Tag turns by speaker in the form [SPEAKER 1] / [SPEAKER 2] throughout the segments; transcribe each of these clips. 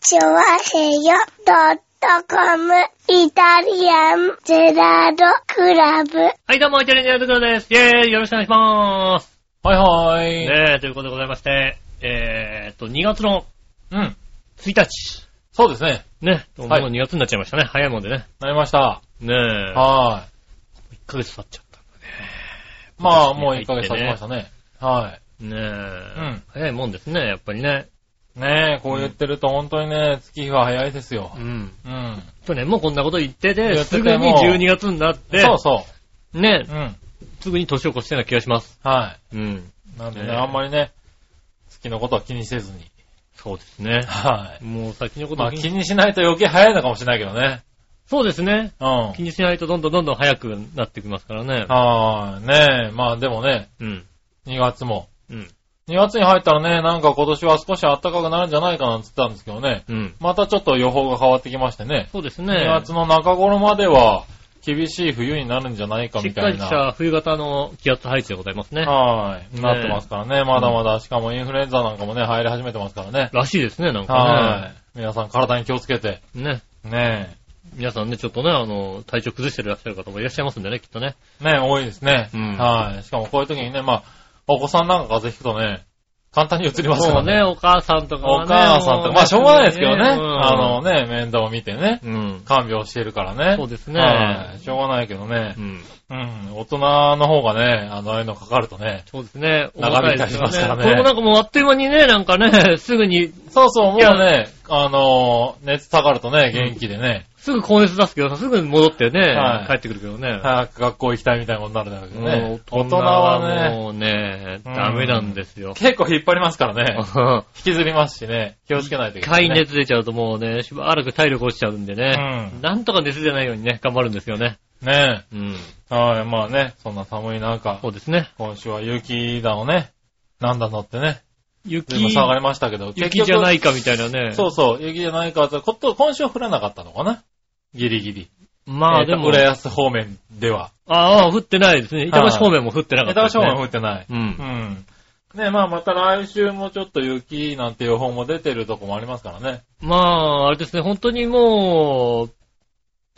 [SPEAKER 1] チョワヘヨドットコムイタリアンゼラードクラブ。
[SPEAKER 2] はい、どうも、イタリアンジェラートクラブです。イェーイ、よろしくお願いします。
[SPEAKER 3] はいはーい。
[SPEAKER 2] ねえ、ということでございまして、えーっと、2月の
[SPEAKER 3] うん。
[SPEAKER 2] 1日。
[SPEAKER 3] そうですね。
[SPEAKER 2] ね、もう
[SPEAKER 3] はい
[SPEAKER 2] 2月になっちゃいましたね。早いもんでね。
[SPEAKER 3] なりました。
[SPEAKER 2] ねえ、1
[SPEAKER 3] は
[SPEAKER 2] ヶ月経っちゃっ
[SPEAKER 3] ーい。まあ、
[SPEAKER 2] 今年に
[SPEAKER 3] もう1ヶ月経ちましたね。は
[SPEAKER 2] た。ねえ、
[SPEAKER 3] ん
[SPEAKER 2] 早いもんですね、やっぱりね。
[SPEAKER 3] い。ねえ、こう言ってると本当にね、月日は早いですよ
[SPEAKER 2] う。ん。
[SPEAKER 3] うん。
[SPEAKER 2] 去年もこんなこと言ってて、
[SPEAKER 3] 言ってて
[SPEAKER 2] すぐに
[SPEAKER 3] もう
[SPEAKER 2] 12月になって、
[SPEAKER 3] そうそ
[SPEAKER 2] ね
[SPEAKER 3] う。うん。
[SPEAKER 2] え、すぐに年を越してな気がします。
[SPEAKER 3] は
[SPEAKER 2] うん。
[SPEAKER 3] い。なんで
[SPEAKER 2] ね
[SPEAKER 3] ね、
[SPEAKER 2] え
[SPEAKER 3] あんまりね、月のことは気にせずに。
[SPEAKER 2] そうですね。
[SPEAKER 3] はい。
[SPEAKER 2] もう先のことを
[SPEAKER 3] まあ、
[SPEAKER 2] 気に
[SPEAKER 3] 気にしないと余計早いのかもしれないけどね。
[SPEAKER 2] そうですね。気
[SPEAKER 3] う
[SPEAKER 2] にしないとどんどんどんどん早くなってきますからね
[SPEAKER 3] ん。。はーい。ねえ、まあでもね、
[SPEAKER 2] うん。
[SPEAKER 3] 2月も。
[SPEAKER 2] うん。
[SPEAKER 3] 2月に入ったらね、なんか今年は少し暖かくなるんじゃないかなって言ってたんですけどね。
[SPEAKER 2] うん。
[SPEAKER 3] またちょっと予報が変わってきましてね。
[SPEAKER 2] そうです
[SPEAKER 3] 2
[SPEAKER 2] ね。
[SPEAKER 3] 月の中頃までは厳しい冬になるんじゃないか
[SPEAKER 2] しっ
[SPEAKER 3] み
[SPEAKER 2] か
[SPEAKER 3] た
[SPEAKER 2] り
[SPEAKER 3] い
[SPEAKER 2] し
[SPEAKER 3] な。
[SPEAKER 2] た冬型の気圧配置でございますね。
[SPEAKER 3] はい。
[SPEAKER 2] ね
[SPEAKER 3] なってますからね。まだまだ、しかもインフルエンザなんかもね、入り始めてますからね。
[SPEAKER 2] らしいですね、なん
[SPEAKER 3] は
[SPEAKER 2] か
[SPEAKER 3] い。皆さん体に気をつけて。
[SPEAKER 2] ね。ね。
[SPEAKER 3] ね
[SPEAKER 2] 皆さんね、ちょっとね、あの、体調崩してらっしゃる方もいらっしゃいますんでね、きっとね。
[SPEAKER 3] え。ねえ、多いですね。
[SPEAKER 2] うん
[SPEAKER 3] はい。しかもこういう時にね、まあ、お子さんなんか風邪ひくとね、簡単に移りますか
[SPEAKER 2] そう
[SPEAKER 3] ら
[SPEAKER 2] ね、
[SPEAKER 3] ね。
[SPEAKER 2] お母さんとかは
[SPEAKER 3] お
[SPEAKER 2] ね。
[SPEAKER 3] 母さんとか、まあしょうがないですけどね。
[SPEAKER 2] うん
[SPEAKER 3] あのね、面倒を見てね。
[SPEAKER 2] うん。
[SPEAKER 3] 看病してるからね。
[SPEAKER 2] そうですね
[SPEAKER 3] はいしょうがないけどね
[SPEAKER 2] う。ん。
[SPEAKER 3] うん。大人の方がね、あの、ああいうのかかるとね。
[SPEAKER 2] そうですね。
[SPEAKER 3] 長引いたりしますからね
[SPEAKER 2] これもなんかもうあっという間にね、なんかね、すぐに、
[SPEAKER 3] そうそう、もう
[SPEAKER 2] いや
[SPEAKER 3] ね、あのー熱下がるとね、元気でね、
[SPEAKER 2] すぐ高熱出すけどさ、すぐ戻ってね、
[SPEAKER 3] はい
[SPEAKER 2] 帰ってくるけどね。
[SPEAKER 3] 早く学校行きたいみたいなことになるんだけど
[SPEAKER 2] も
[SPEAKER 3] ね
[SPEAKER 2] う。
[SPEAKER 3] 大人はね、
[SPEAKER 2] もうね、ダメなんですよ。
[SPEAKER 3] 結構引っ張りますからね。 引きずりますしね、気をつけないとい
[SPEAKER 2] 一
[SPEAKER 3] けな
[SPEAKER 2] 回
[SPEAKER 3] い、ね。
[SPEAKER 2] 熱出ちゃうともうね、しばらく体力落ちちゃうんでね。
[SPEAKER 3] うん
[SPEAKER 2] なんとか熱出ないようにね、頑張るんですよね。
[SPEAKER 3] ね
[SPEAKER 2] うん。
[SPEAKER 3] え。はい、まあね、そんな寒い中
[SPEAKER 2] そ、うですね。
[SPEAKER 3] 今週は雪だをね、なんだのってね、
[SPEAKER 2] 雪、
[SPEAKER 3] 随分下がりましたけど、。
[SPEAKER 2] 雪じゃないいかみたいなね。
[SPEAKER 3] そうそう、雪じゃないかって、こと今週は降らなかったのかなギリギリ。
[SPEAKER 2] ま
[SPEAKER 3] え
[SPEAKER 2] あ
[SPEAKER 3] ー
[SPEAKER 2] でも、
[SPEAKER 3] 浦安方面では。
[SPEAKER 2] ああ、降ってないですね。板
[SPEAKER 3] はい
[SPEAKER 2] 橋方面も降ってなか
[SPEAKER 3] メ
[SPEAKER 2] った
[SPEAKER 3] ダ
[SPEAKER 2] で
[SPEAKER 3] ル
[SPEAKER 2] す
[SPEAKER 3] 賞
[SPEAKER 2] ね。
[SPEAKER 3] は降ってない。
[SPEAKER 2] うん
[SPEAKER 3] うん。ねまあまた来週もちょっと雪なんて予報も出てるとこもありますからね。
[SPEAKER 2] まあ、あれですね、本当にもう、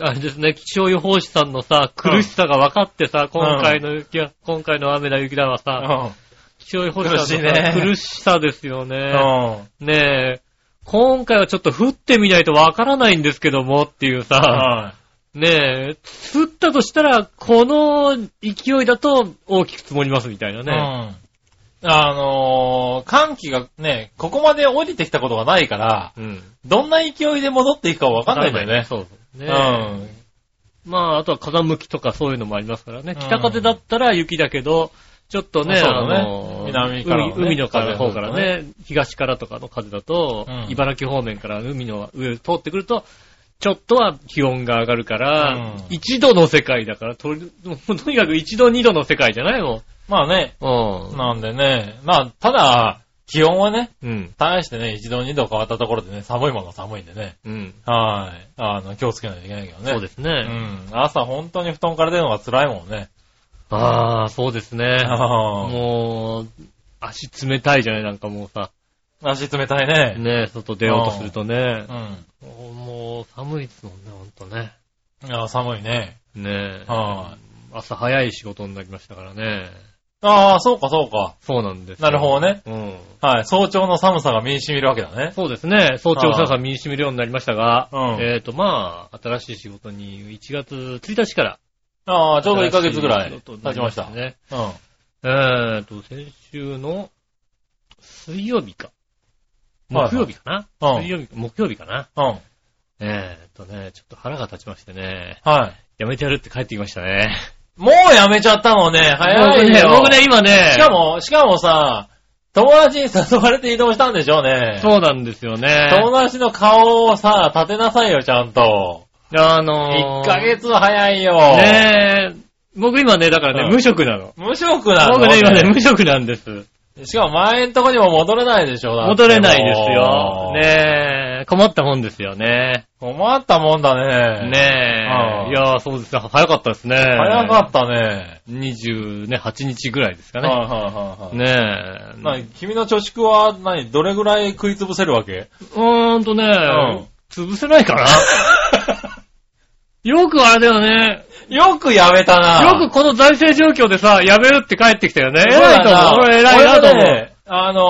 [SPEAKER 2] あれですね、気象予報士さんのさ、苦しさが分かってさ、今回の雪は、今回の雨だ雪だは
[SPEAKER 3] う
[SPEAKER 2] さ、
[SPEAKER 3] ん。
[SPEAKER 2] 気象予報士さんのさ
[SPEAKER 3] 苦しいね
[SPEAKER 2] 苦しさですよね。
[SPEAKER 3] うん。
[SPEAKER 2] ねえ、今回はちょっと降ってみないとわからないんですけどもっていうさ、
[SPEAKER 3] は。
[SPEAKER 2] ねえ、降ったとしたら、この勢いだと大きく積もりますみたいないね。
[SPEAKER 3] うん。あのー寒気がね、ここまで降りてきたことがないから、
[SPEAKER 2] うん。
[SPEAKER 3] どんな勢いで戻っていくかわかんないんだよね。
[SPEAKER 2] そうそう。
[SPEAKER 3] う
[SPEAKER 2] ねえ
[SPEAKER 3] ん。
[SPEAKER 2] まあ、あとは風向きとかそういうのもありますからね。
[SPEAKER 3] うん
[SPEAKER 2] 北風だったら雪だけど、ちょっとね、
[SPEAKER 3] そう
[SPEAKER 2] あ
[SPEAKER 3] だ
[SPEAKER 2] の、
[SPEAKER 3] ね南からのね
[SPEAKER 2] 海海の方から
[SPEAKER 3] 風が
[SPEAKER 2] ね、東からとかの風だと、
[SPEAKER 3] うん
[SPEAKER 2] 茨城方面から海の上通ってくると、ちょっとは気温が上がるから、
[SPEAKER 3] うん
[SPEAKER 2] 一度の世界だから、とり もうとにかく一度二度の世界じゃないも
[SPEAKER 3] まあね、
[SPEAKER 2] ん。うん。
[SPEAKER 3] なんでね、まあ、ただ、気温はね、
[SPEAKER 2] うん。
[SPEAKER 3] 大してね、一度二度変わったところでね、寒いものは寒いんでね。
[SPEAKER 2] うん。
[SPEAKER 3] はい。あの、気をつけないといけないけどね。
[SPEAKER 2] そうです
[SPEAKER 3] う
[SPEAKER 2] ね。
[SPEAKER 3] ん。朝本当に布団から出るのが辛いもんね。
[SPEAKER 2] ああ、そうです ね。
[SPEAKER 3] あー
[SPEAKER 2] もう、足冷たいじゃないなんかもうさ。
[SPEAKER 3] 足冷たいね。
[SPEAKER 2] ね外出ようとするとね
[SPEAKER 3] う。ん。
[SPEAKER 2] もうもう寒いですもんね、ほんとね。
[SPEAKER 3] いや、寒いね。
[SPEAKER 2] ねえ。
[SPEAKER 3] はい
[SPEAKER 2] 朝早い仕事になりましたからね。
[SPEAKER 3] ああ、そうか、そうか。
[SPEAKER 2] そうなんですよ。
[SPEAKER 3] なるほどね。
[SPEAKER 2] うん。
[SPEAKER 3] はい。早朝の寒さが身に染みるわけだね。
[SPEAKER 2] そうですね。早朝朝さん身に染みるようになりましたが、
[SPEAKER 3] うん
[SPEAKER 2] えっ、と、まあ、新しい仕事に1月1日から。
[SPEAKER 3] ああ、ちょうど1ヶ月ぐら
[SPEAKER 2] 新
[SPEAKER 3] い
[SPEAKER 2] し仕事になり
[SPEAKER 3] 経ちました。
[SPEAKER 2] ね。
[SPEAKER 3] うん。
[SPEAKER 2] えっ、と、先週の水曜日か。
[SPEAKER 3] はいはい
[SPEAKER 2] 木曜日かな、
[SPEAKER 3] うん
[SPEAKER 2] 水曜日、木曜日かな
[SPEAKER 3] うん。
[SPEAKER 2] えっ、とね、ちょっと腹が立ちましてね、
[SPEAKER 3] はい。
[SPEAKER 2] やめてやるって帰ってきましたね。
[SPEAKER 3] もうやめちゃったのね。早いよ。
[SPEAKER 2] 僕ね、僕ね、今ね、
[SPEAKER 3] しかも、しかもさ、友達に誘われて移動したんでしょうね。
[SPEAKER 2] そうなんですよね。
[SPEAKER 3] 友達の顔をさ、立てなさいよ、ちゃんと。
[SPEAKER 2] あのー、
[SPEAKER 3] 1ヶ月早いよ。
[SPEAKER 2] ねえ、僕今ね、だからね、
[SPEAKER 3] うん
[SPEAKER 2] 無職なの。
[SPEAKER 3] 無職なの
[SPEAKER 2] 僕ね、今ね、無職なんです。
[SPEAKER 3] しかも前んとこにも戻れないでしょ、だって
[SPEAKER 2] 戻れないですよ。ねえ、ね。困ったもんですよね。
[SPEAKER 3] 困ったもんだね。
[SPEAKER 2] ねえ。
[SPEAKER 3] うん
[SPEAKER 2] いやー、そうですね。早かったですね。
[SPEAKER 3] 早かったね。
[SPEAKER 2] た。28日ぐらいですか
[SPEAKER 3] はいは
[SPEAKER 2] ね。
[SPEAKER 3] いはいは
[SPEAKER 2] ね
[SPEAKER 3] い。
[SPEAKER 2] え。
[SPEAKER 3] なに君の貯蓄は何どれぐらい食いつぶせるわけ
[SPEAKER 2] うーんとね、
[SPEAKER 3] ん
[SPEAKER 2] 潰せないか なよくあれだよね。
[SPEAKER 3] よくやめたな。
[SPEAKER 2] よくこの財政状況でさ、やめるって帰ってきたよね。
[SPEAKER 3] そう
[SPEAKER 2] 偉
[SPEAKER 3] だ
[SPEAKER 2] いと思う。俺偉いなと
[SPEAKER 3] 俺
[SPEAKER 2] 思
[SPEAKER 3] も
[SPEAKER 2] う。
[SPEAKER 3] ね、あの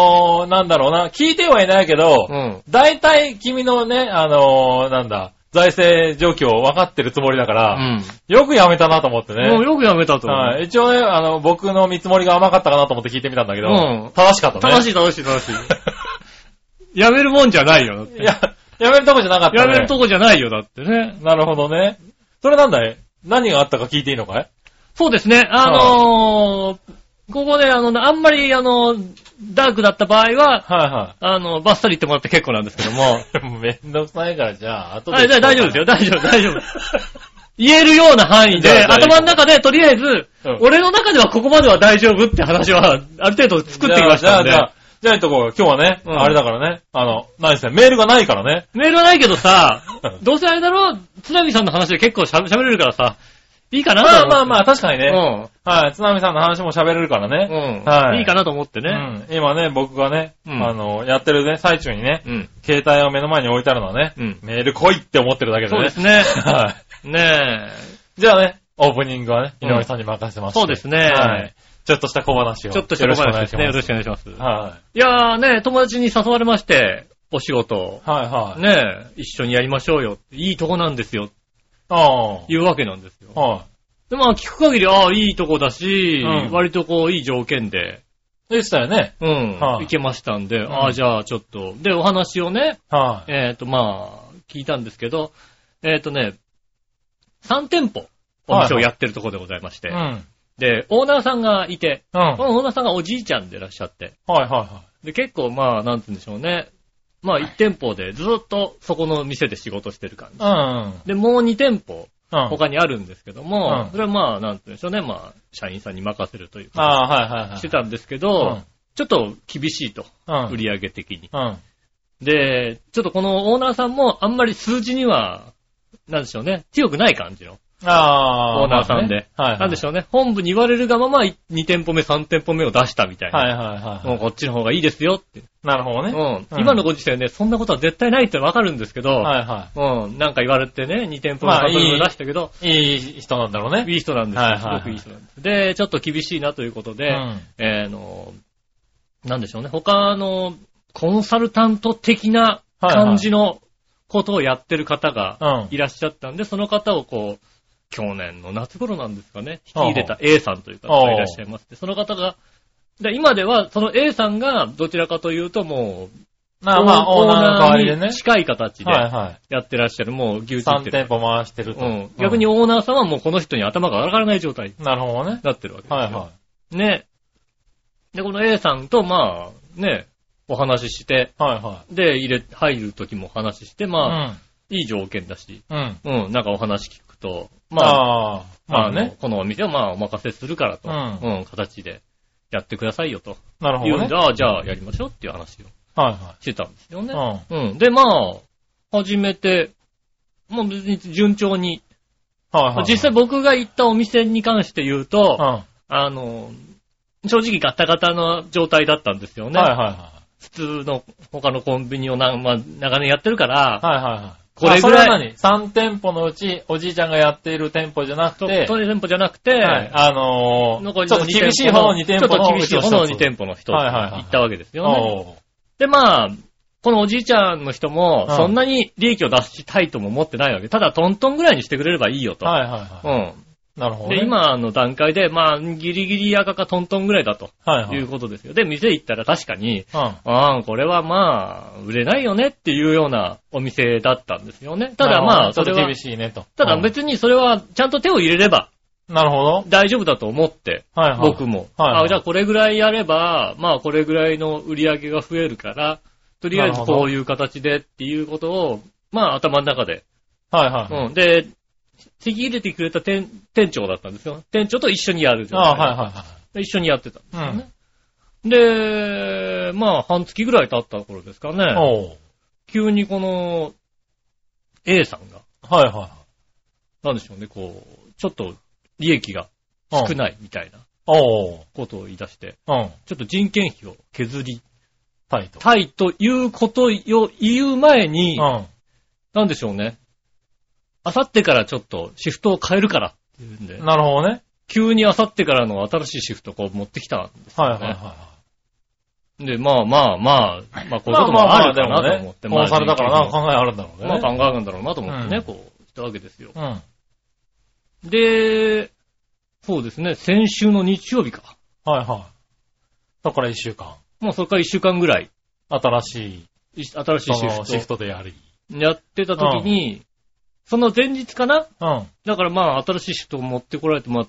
[SPEAKER 3] ー、なんだろうな、聞いてはいないけど、
[SPEAKER 2] うん。
[SPEAKER 3] 大体君のね、あのー、なんだ、財政状況分かってるつもりだから、よくやめたなと思って
[SPEAKER 2] うん。もう
[SPEAKER 3] ね。
[SPEAKER 2] よくやめたと思う。
[SPEAKER 3] はい、一応ね、あの、僕の見積もりが甘かったかなと思って聞いてみたんだけど、
[SPEAKER 2] うん
[SPEAKER 3] 正しかったね。
[SPEAKER 2] 楽し
[SPEAKER 3] い。
[SPEAKER 2] い楽しい楽しい。 やめるもんじゃないよ。だって
[SPEAKER 3] や、やめるとこじゃなかったね。
[SPEAKER 2] やめるとこじゃないよ、だってね。
[SPEAKER 3] なるほどね。それなんだい何があったか聞いていいのかい
[SPEAKER 2] そうですね。あのー、ここで、あの、あんまり、あの、ダークだった場合は、
[SPEAKER 3] はいは
[SPEAKER 2] あの、バッサリ言ってもらって結構なんですけども。
[SPEAKER 3] い。めんどくさいから、じゃあ、後で。
[SPEAKER 2] はい、じゃあ大丈夫ですよ。。大丈夫、大丈夫。言えるような範囲
[SPEAKER 3] じ
[SPEAKER 2] で、
[SPEAKER 3] ゃあ大丈夫
[SPEAKER 2] 頭の中で、とりあえず、
[SPEAKER 3] うん
[SPEAKER 2] 俺の中ではここまでは大丈夫って話は、ある程度作ってきましたんで
[SPEAKER 3] じゃあ、じゃ。あ、じゃあ、とこう、今日はね、
[SPEAKER 2] うん
[SPEAKER 3] あれだからね、あの、何せ、メールがないからね。
[SPEAKER 2] メールはないけどさ
[SPEAKER 3] う、ん
[SPEAKER 2] どうせあれだろ、津波さんの話で結構しゃべ喋れるからさ、いいかなと
[SPEAKER 3] まあ
[SPEAKER 2] 思
[SPEAKER 3] まあま
[SPEAKER 2] あ
[SPEAKER 3] あ、確かにね。
[SPEAKER 2] ま
[SPEAKER 3] はい、津波さんの話も喋れるから
[SPEAKER 2] あう
[SPEAKER 3] ね。
[SPEAKER 2] ん。うん。
[SPEAKER 3] はい
[SPEAKER 2] いいかなと思って
[SPEAKER 3] う
[SPEAKER 2] ね。
[SPEAKER 3] ん。今ね、僕がね、
[SPEAKER 2] うん
[SPEAKER 3] あの、やってるね、最中にね、
[SPEAKER 2] うん。
[SPEAKER 3] 携帯を目の前に置いてあるのはね、
[SPEAKER 2] うん
[SPEAKER 3] メール来いって思ってるだけで
[SPEAKER 2] そう
[SPEAKER 3] ね。
[SPEAKER 2] ですね。
[SPEAKER 3] は
[SPEAKER 2] ね
[SPEAKER 3] い。じゃあね、オープニングはね、井上さんに任せまして
[SPEAKER 2] そうですね
[SPEAKER 3] はい。ちょっとした小話
[SPEAKER 2] え。
[SPEAKER 3] を。
[SPEAKER 2] ちょっとした小話ですね。
[SPEAKER 3] よ
[SPEAKER 2] よ
[SPEAKER 3] ろ
[SPEAKER 2] ろ
[SPEAKER 3] し
[SPEAKER 2] し
[SPEAKER 3] く
[SPEAKER 2] くお願いします。
[SPEAKER 3] お願いします。はい。
[SPEAKER 2] いやーね、友達に誘われまして、お仕事、
[SPEAKER 3] はいはい。ね。
[SPEAKER 2] ねえ、一緒にやりましょうよ。いいとこなんですよ。
[SPEAKER 3] あ
[SPEAKER 2] いうわけなんですよ。
[SPEAKER 3] あ。は
[SPEAKER 2] で、まあ聞く限り、ああ、いいとこだし、
[SPEAKER 3] うん
[SPEAKER 2] 割とこう、いい条件で、
[SPEAKER 3] い。でしたよね。
[SPEAKER 2] うん、
[SPEAKER 3] はい
[SPEAKER 2] いけましたんで、
[SPEAKER 3] ん
[SPEAKER 2] ああ、じゃあちょっと、で、お話をね、
[SPEAKER 3] はい。
[SPEAKER 2] えっ、と、まあ、聞いたんですけど、えっ、とね、3店舗、お店をやってるところでございまして、
[SPEAKER 3] うん。うん。
[SPEAKER 2] で、オーナーさんがいて、
[SPEAKER 3] はい
[SPEAKER 2] このオーナーさんがおじいちゃんでいらっしゃって、
[SPEAKER 3] はいは
[SPEAKER 2] で、結構まあ、なんて言うんでしょうね、まあ、1店舗でずっとそこの店で仕事してる感じ
[SPEAKER 3] い。。うん。
[SPEAKER 2] で、もう2店舗、
[SPEAKER 3] うん。
[SPEAKER 2] 他にあるんですけど
[SPEAKER 3] う
[SPEAKER 2] も
[SPEAKER 3] ん、
[SPEAKER 2] それはまあ、なんて言うんでしょうね、まあ、社員さんに任せるという
[SPEAKER 3] あ
[SPEAKER 2] か、
[SPEAKER 3] あ、はいはいはい。
[SPEAKER 2] してたんですけ
[SPEAKER 3] う
[SPEAKER 2] ど
[SPEAKER 3] ん、
[SPEAKER 2] ちょっと厳しいと、
[SPEAKER 3] うん。
[SPEAKER 2] 売り上げ的に。
[SPEAKER 3] うん。
[SPEAKER 2] で、ちょっとこのオーナーさんもあんまり数字には、なんでしょうね、強くない感じの
[SPEAKER 3] ああ。
[SPEAKER 2] オーナーさんで。
[SPEAKER 3] はいはい。
[SPEAKER 2] なんでし
[SPEAKER 3] ょ
[SPEAKER 2] ょうね、本部に言われるがまま2店舗目、3店舗目を出したみたい
[SPEAKER 3] はい
[SPEAKER 2] な。
[SPEAKER 3] はいはい
[SPEAKER 2] も
[SPEAKER 3] は
[SPEAKER 2] うこっちの方がいいですよって。
[SPEAKER 3] い。なるほど
[SPEAKER 2] う
[SPEAKER 3] ね。
[SPEAKER 2] ん
[SPEAKER 3] うん
[SPEAKER 2] 今のご時世ね、そんなことは絶対ないってわかるんですけど、
[SPEAKER 3] はいは
[SPEAKER 2] うん、なんか言われてね、2店舗目、
[SPEAKER 3] まあ
[SPEAKER 2] 3店舗
[SPEAKER 3] いい
[SPEAKER 2] 目出したけど、
[SPEAKER 3] い。いい人なんだろうね。
[SPEAKER 2] いい人なんですよ。
[SPEAKER 3] はい
[SPEAKER 2] す
[SPEAKER 3] はいはい
[SPEAKER 2] ごくいい人なんです。で、ちょっと厳しいなということで、
[SPEAKER 3] うん
[SPEAKER 2] えーの、なんでしょうね、他のコンサルタント的な感じのことをやってる方
[SPEAKER 3] う
[SPEAKER 2] が
[SPEAKER 3] ん。
[SPEAKER 2] いらっしゃったんで、その方をこう、去年の夏頃なんですかね、引き入れた A さんという方がいらっしゃいまして、その方が、で今ではその A さんがどちらかというともう、
[SPEAKER 3] まあまあ、オーナーの代わりで
[SPEAKER 2] オーナー
[SPEAKER 3] ね
[SPEAKER 2] に。近い形で
[SPEAKER 3] はいは
[SPEAKER 2] やってらっしゃる、もう牛
[SPEAKER 3] い。
[SPEAKER 2] 耳っ
[SPEAKER 3] 3
[SPEAKER 2] てる。
[SPEAKER 3] 店舗回してると。
[SPEAKER 2] うん、逆に
[SPEAKER 3] う
[SPEAKER 2] オーナーさんはもうこの人に頭が上がらない状態に
[SPEAKER 3] ん。なるほどね。
[SPEAKER 2] なってるわけですよ。
[SPEAKER 3] はいは
[SPEAKER 2] ね。で、この A さんと、まあ、ね、お話しして、
[SPEAKER 3] い。はいは
[SPEAKER 2] で、入れ、入る時もお話しして、まあ、
[SPEAKER 3] い。
[SPEAKER 2] いい条件だし、
[SPEAKER 3] うん。うん。
[SPEAKER 2] うん、なんかお話聞くと、まあ、
[SPEAKER 3] まあ、まあ
[SPEAKER 2] の
[SPEAKER 3] ね。
[SPEAKER 2] このお店はまあ、お任せするからと、
[SPEAKER 3] う
[SPEAKER 2] うん、形でやってくださいよと、
[SPEAKER 3] なるほ
[SPEAKER 2] 言
[SPEAKER 3] ど
[SPEAKER 2] うん
[SPEAKER 3] ね
[SPEAKER 2] で、。ああ、じゃあやりましょうっていう話を
[SPEAKER 3] は
[SPEAKER 2] してたんですよ
[SPEAKER 3] い
[SPEAKER 2] ね。
[SPEAKER 3] はい。
[SPEAKER 2] うん。で、まあ、始めて、もう別に順調に、
[SPEAKER 3] うん。はいはい。
[SPEAKER 2] 実際僕が行ったお店に関して言うと、
[SPEAKER 3] うん。
[SPEAKER 2] あの、正直ガタガタの状態だったんですよね。
[SPEAKER 3] はいはいはい。
[SPEAKER 2] 普通の他のコンビニをな、まあ、長年やってるから、
[SPEAKER 3] はいはいはい。
[SPEAKER 2] これぐらい
[SPEAKER 3] あそれは何 ?3 店舗のうち、おじいちゃんがやっている店舗じゃなく
[SPEAKER 2] と
[SPEAKER 3] て、
[SPEAKER 2] トイレ店舗じゃなくて、
[SPEAKER 3] はい、あのー、
[SPEAKER 2] 残
[SPEAKER 3] ちょっ
[SPEAKER 2] りの
[SPEAKER 3] と厳しい方の2店舗
[SPEAKER 2] ちょっ
[SPEAKER 3] の
[SPEAKER 2] と厳しい方の2
[SPEAKER 3] 舗
[SPEAKER 2] 店舗の人
[SPEAKER 3] はいはいはい
[SPEAKER 2] 行ったわけですよね。
[SPEAKER 3] お
[SPEAKER 2] で、まあ、このおじいちゃんの人も、
[SPEAKER 3] うん
[SPEAKER 2] そんなに利益を出したいとも思ってないわけ。ただ、トントンぐらいにしてくれればいいよ
[SPEAKER 3] ー
[SPEAKER 2] と。
[SPEAKER 3] はいはいは
[SPEAKER 2] う
[SPEAKER 3] い。なるほ
[SPEAKER 2] ん。
[SPEAKER 3] ど、ね。
[SPEAKER 2] で、、今の段階で、まあ、ギリギリ赤かトントンぐらいだと
[SPEAKER 3] はいはいい。
[SPEAKER 2] う
[SPEAKER 3] うん。
[SPEAKER 2] ことですよ。で、店行ったら確かに、
[SPEAKER 3] は
[SPEAKER 2] ああ、これはまあ、売れないよねっていうようなお店だったんですよね。ただまあ、
[SPEAKER 3] ち
[SPEAKER 2] そ
[SPEAKER 3] ょっ
[SPEAKER 2] れ
[SPEAKER 3] と
[SPEAKER 2] は
[SPEAKER 3] 厳、しいねと。
[SPEAKER 2] ただ
[SPEAKER 3] うん
[SPEAKER 2] 別にそれはちゃんと手を入れれば
[SPEAKER 3] なるほど。
[SPEAKER 2] 大丈夫だと思って、
[SPEAKER 3] はいはい。
[SPEAKER 2] 僕も。
[SPEAKER 3] はいはい
[SPEAKER 2] あじゃあこれぐらいやれば、まあこれぐらいの売り上げが増えるから、とりあえ
[SPEAKER 3] な
[SPEAKER 2] ず
[SPEAKER 3] るほど
[SPEAKER 2] こういう形でっていうことを、まあ頭の中で。
[SPEAKER 3] はいはい。
[SPEAKER 2] うん。で、席入れてくれた店店長だったんですよ。店長と一緒にやる状態
[SPEAKER 3] ああ、はいは
[SPEAKER 2] で一緒にやってたんです
[SPEAKER 3] いは
[SPEAKER 2] よ
[SPEAKER 3] い。
[SPEAKER 2] ね。で、まあ半月ぐらい経った頃ですかね。
[SPEAKER 3] うん。おう。
[SPEAKER 2] 急にこの、A さんが、
[SPEAKER 3] はいは
[SPEAKER 2] なんでしょうね、こう、ちょっと利益が
[SPEAKER 3] いはい。
[SPEAKER 2] 少
[SPEAKER 3] い。
[SPEAKER 2] ないみたいな
[SPEAKER 3] おう
[SPEAKER 2] ことを言い出して、
[SPEAKER 3] うん。
[SPEAKER 2] ちょっと人件費を削り
[SPEAKER 3] タイト。
[SPEAKER 2] たいということを言う前に、
[SPEAKER 3] うん。
[SPEAKER 2] なんでしょうね。あさってからちょっとシフトを変えるからっていうんで、
[SPEAKER 3] なるほどね。
[SPEAKER 2] 急にあさってからの新しいシフトをこう持ってきたんです
[SPEAKER 3] はい
[SPEAKER 2] よ
[SPEAKER 3] はいはい
[SPEAKER 2] ね。
[SPEAKER 3] は
[SPEAKER 2] で、まあまあまあ、まあこ
[SPEAKER 3] い。
[SPEAKER 2] ういうこともあるかな
[SPEAKER 3] まあまあまあ
[SPEAKER 2] と
[SPEAKER 3] で
[SPEAKER 2] 思
[SPEAKER 3] も
[SPEAKER 2] って、
[SPEAKER 3] ね。コンサルだから
[SPEAKER 2] まあ
[SPEAKER 3] なんか考えあるんだろうね。
[SPEAKER 2] まあ考えるんだろうなと思ってね、
[SPEAKER 3] うん
[SPEAKER 2] こう、したわけですよ。
[SPEAKER 3] うん。
[SPEAKER 2] で、そうですね、先週の日曜日か。
[SPEAKER 3] はいはい。そこから一週間。
[SPEAKER 2] まあそれから一週間ぐらい、
[SPEAKER 3] 新しい、
[SPEAKER 2] い新しい
[SPEAKER 3] そ
[SPEAKER 2] シ
[SPEAKER 3] のシ
[SPEAKER 2] フ
[SPEAKER 3] フ
[SPEAKER 2] ト
[SPEAKER 3] トでやり。
[SPEAKER 2] やってた時に、その前日かな
[SPEAKER 3] うん。
[SPEAKER 2] だからまあ新しいシフトを持ってこられて、まあ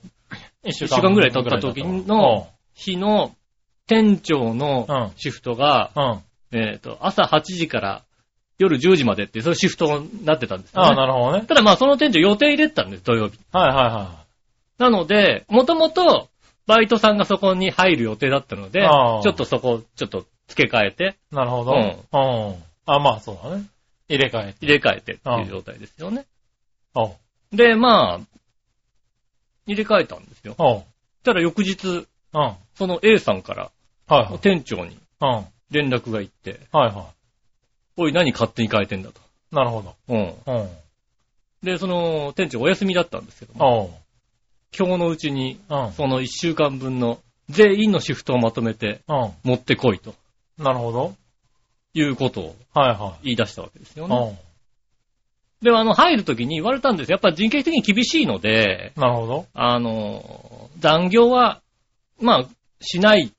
[SPEAKER 3] 一週
[SPEAKER 2] 一週間ぐらい経った時の日の店長の
[SPEAKER 3] うん
[SPEAKER 2] シフトが、
[SPEAKER 3] うん。うん。
[SPEAKER 2] えっ、と、朝8時から夜10時までっていう、そういうシフトになってたんですよ、ね。
[SPEAKER 3] ああ、なるほどね。
[SPEAKER 2] ただまあその店長予定入れてたんです、土曜日。
[SPEAKER 3] はいはいは
[SPEAKER 2] なので、もともと、バイトさんがそこに入る予定だったので、ち
[SPEAKER 3] あー
[SPEAKER 2] ょっとそこ、ちょっと付け替えて、
[SPEAKER 3] い。なるほど。
[SPEAKER 2] う
[SPEAKER 3] うんん。あまあそうだね。入れ替えて。
[SPEAKER 2] 入れ替えてっていう状態ですよね。
[SPEAKER 3] おう。
[SPEAKER 2] で、まあ、入れ替えたんですよ。
[SPEAKER 3] おう。
[SPEAKER 2] ただ翌日、
[SPEAKER 3] うん。はい
[SPEAKER 2] その A さんから、
[SPEAKER 3] はい。
[SPEAKER 2] 店長に
[SPEAKER 3] うん。はい
[SPEAKER 2] 連絡が行って、
[SPEAKER 3] は
[SPEAKER 2] おい、何勝手に変えてんだと。
[SPEAKER 3] い。なるほど。
[SPEAKER 2] うん。
[SPEAKER 3] うん。
[SPEAKER 2] で、その、店長お休みだったんですけども、
[SPEAKER 3] おう。
[SPEAKER 2] 今日のうちに、
[SPEAKER 3] うん。
[SPEAKER 2] その1週間分の全員のシフトをまとめて
[SPEAKER 3] う
[SPEAKER 2] 持ってこいと
[SPEAKER 3] ん。なるほど。
[SPEAKER 2] いうことを
[SPEAKER 3] はいは
[SPEAKER 2] 言い出したわけですよ
[SPEAKER 3] い。
[SPEAKER 2] ね。
[SPEAKER 3] おう。
[SPEAKER 2] で、あの、入るときに言われたんですよやっぱ人件費的に厳しいので、
[SPEAKER 3] なるほど。
[SPEAKER 2] あの、残業は、まあ、しない。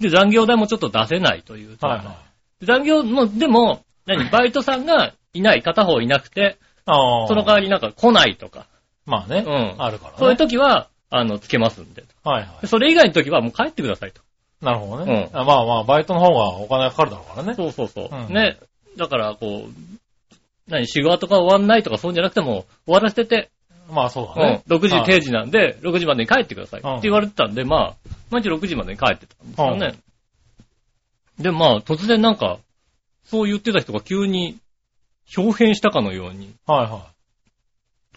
[SPEAKER 2] で、残業代もちょっと出せないという。
[SPEAKER 3] はいは
[SPEAKER 2] 残業も、でも、 何、バイトさんがいない、片方いなくて、
[SPEAKER 3] い。ああ。
[SPEAKER 2] その代わりなんか来ないとか、
[SPEAKER 3] まあ
[SPEAKER 2] う
[SPEAKER 3] ね。
[SPEAKER 2] ん。
[SPEAKER 3] あるからね。
[SPEAKER 2] そういうときは、あの、つけますんで。
[SPEAKER 3] はいは
[SPEAKER 2] でそれ以外のときはもう帰ってくださいと。
[SPEAKER 3] い。なるほどね。
[SPEAKER 2] う
[SPEAKER 3] あまあまあ、バイトの方がお金がかかるだろうからね。
[SPEAKER 2] そうそうそう。
[SPEAKER 3] うん
[SPEAKER 2] ね。だから、こう、何、仕事とか終わんないとかそういうんじゃなくても、終わらせてて、
[SPEAKER 3] まあそうだね。
[SPEAKER 2] うん、6時
[SPEAKER 3] はい
[SPEAKER 2] 定時なんで、6時までに帰ってくださいっ
[SPEAKER 3] うん
[SPEAKER 2] て言われてたんで、まあ、毎日6時までに帰ってたんですよね。で、まあ、突然なんか、そう言ってた人が急に、表変したかのように、
[SPEAKER 3] はいは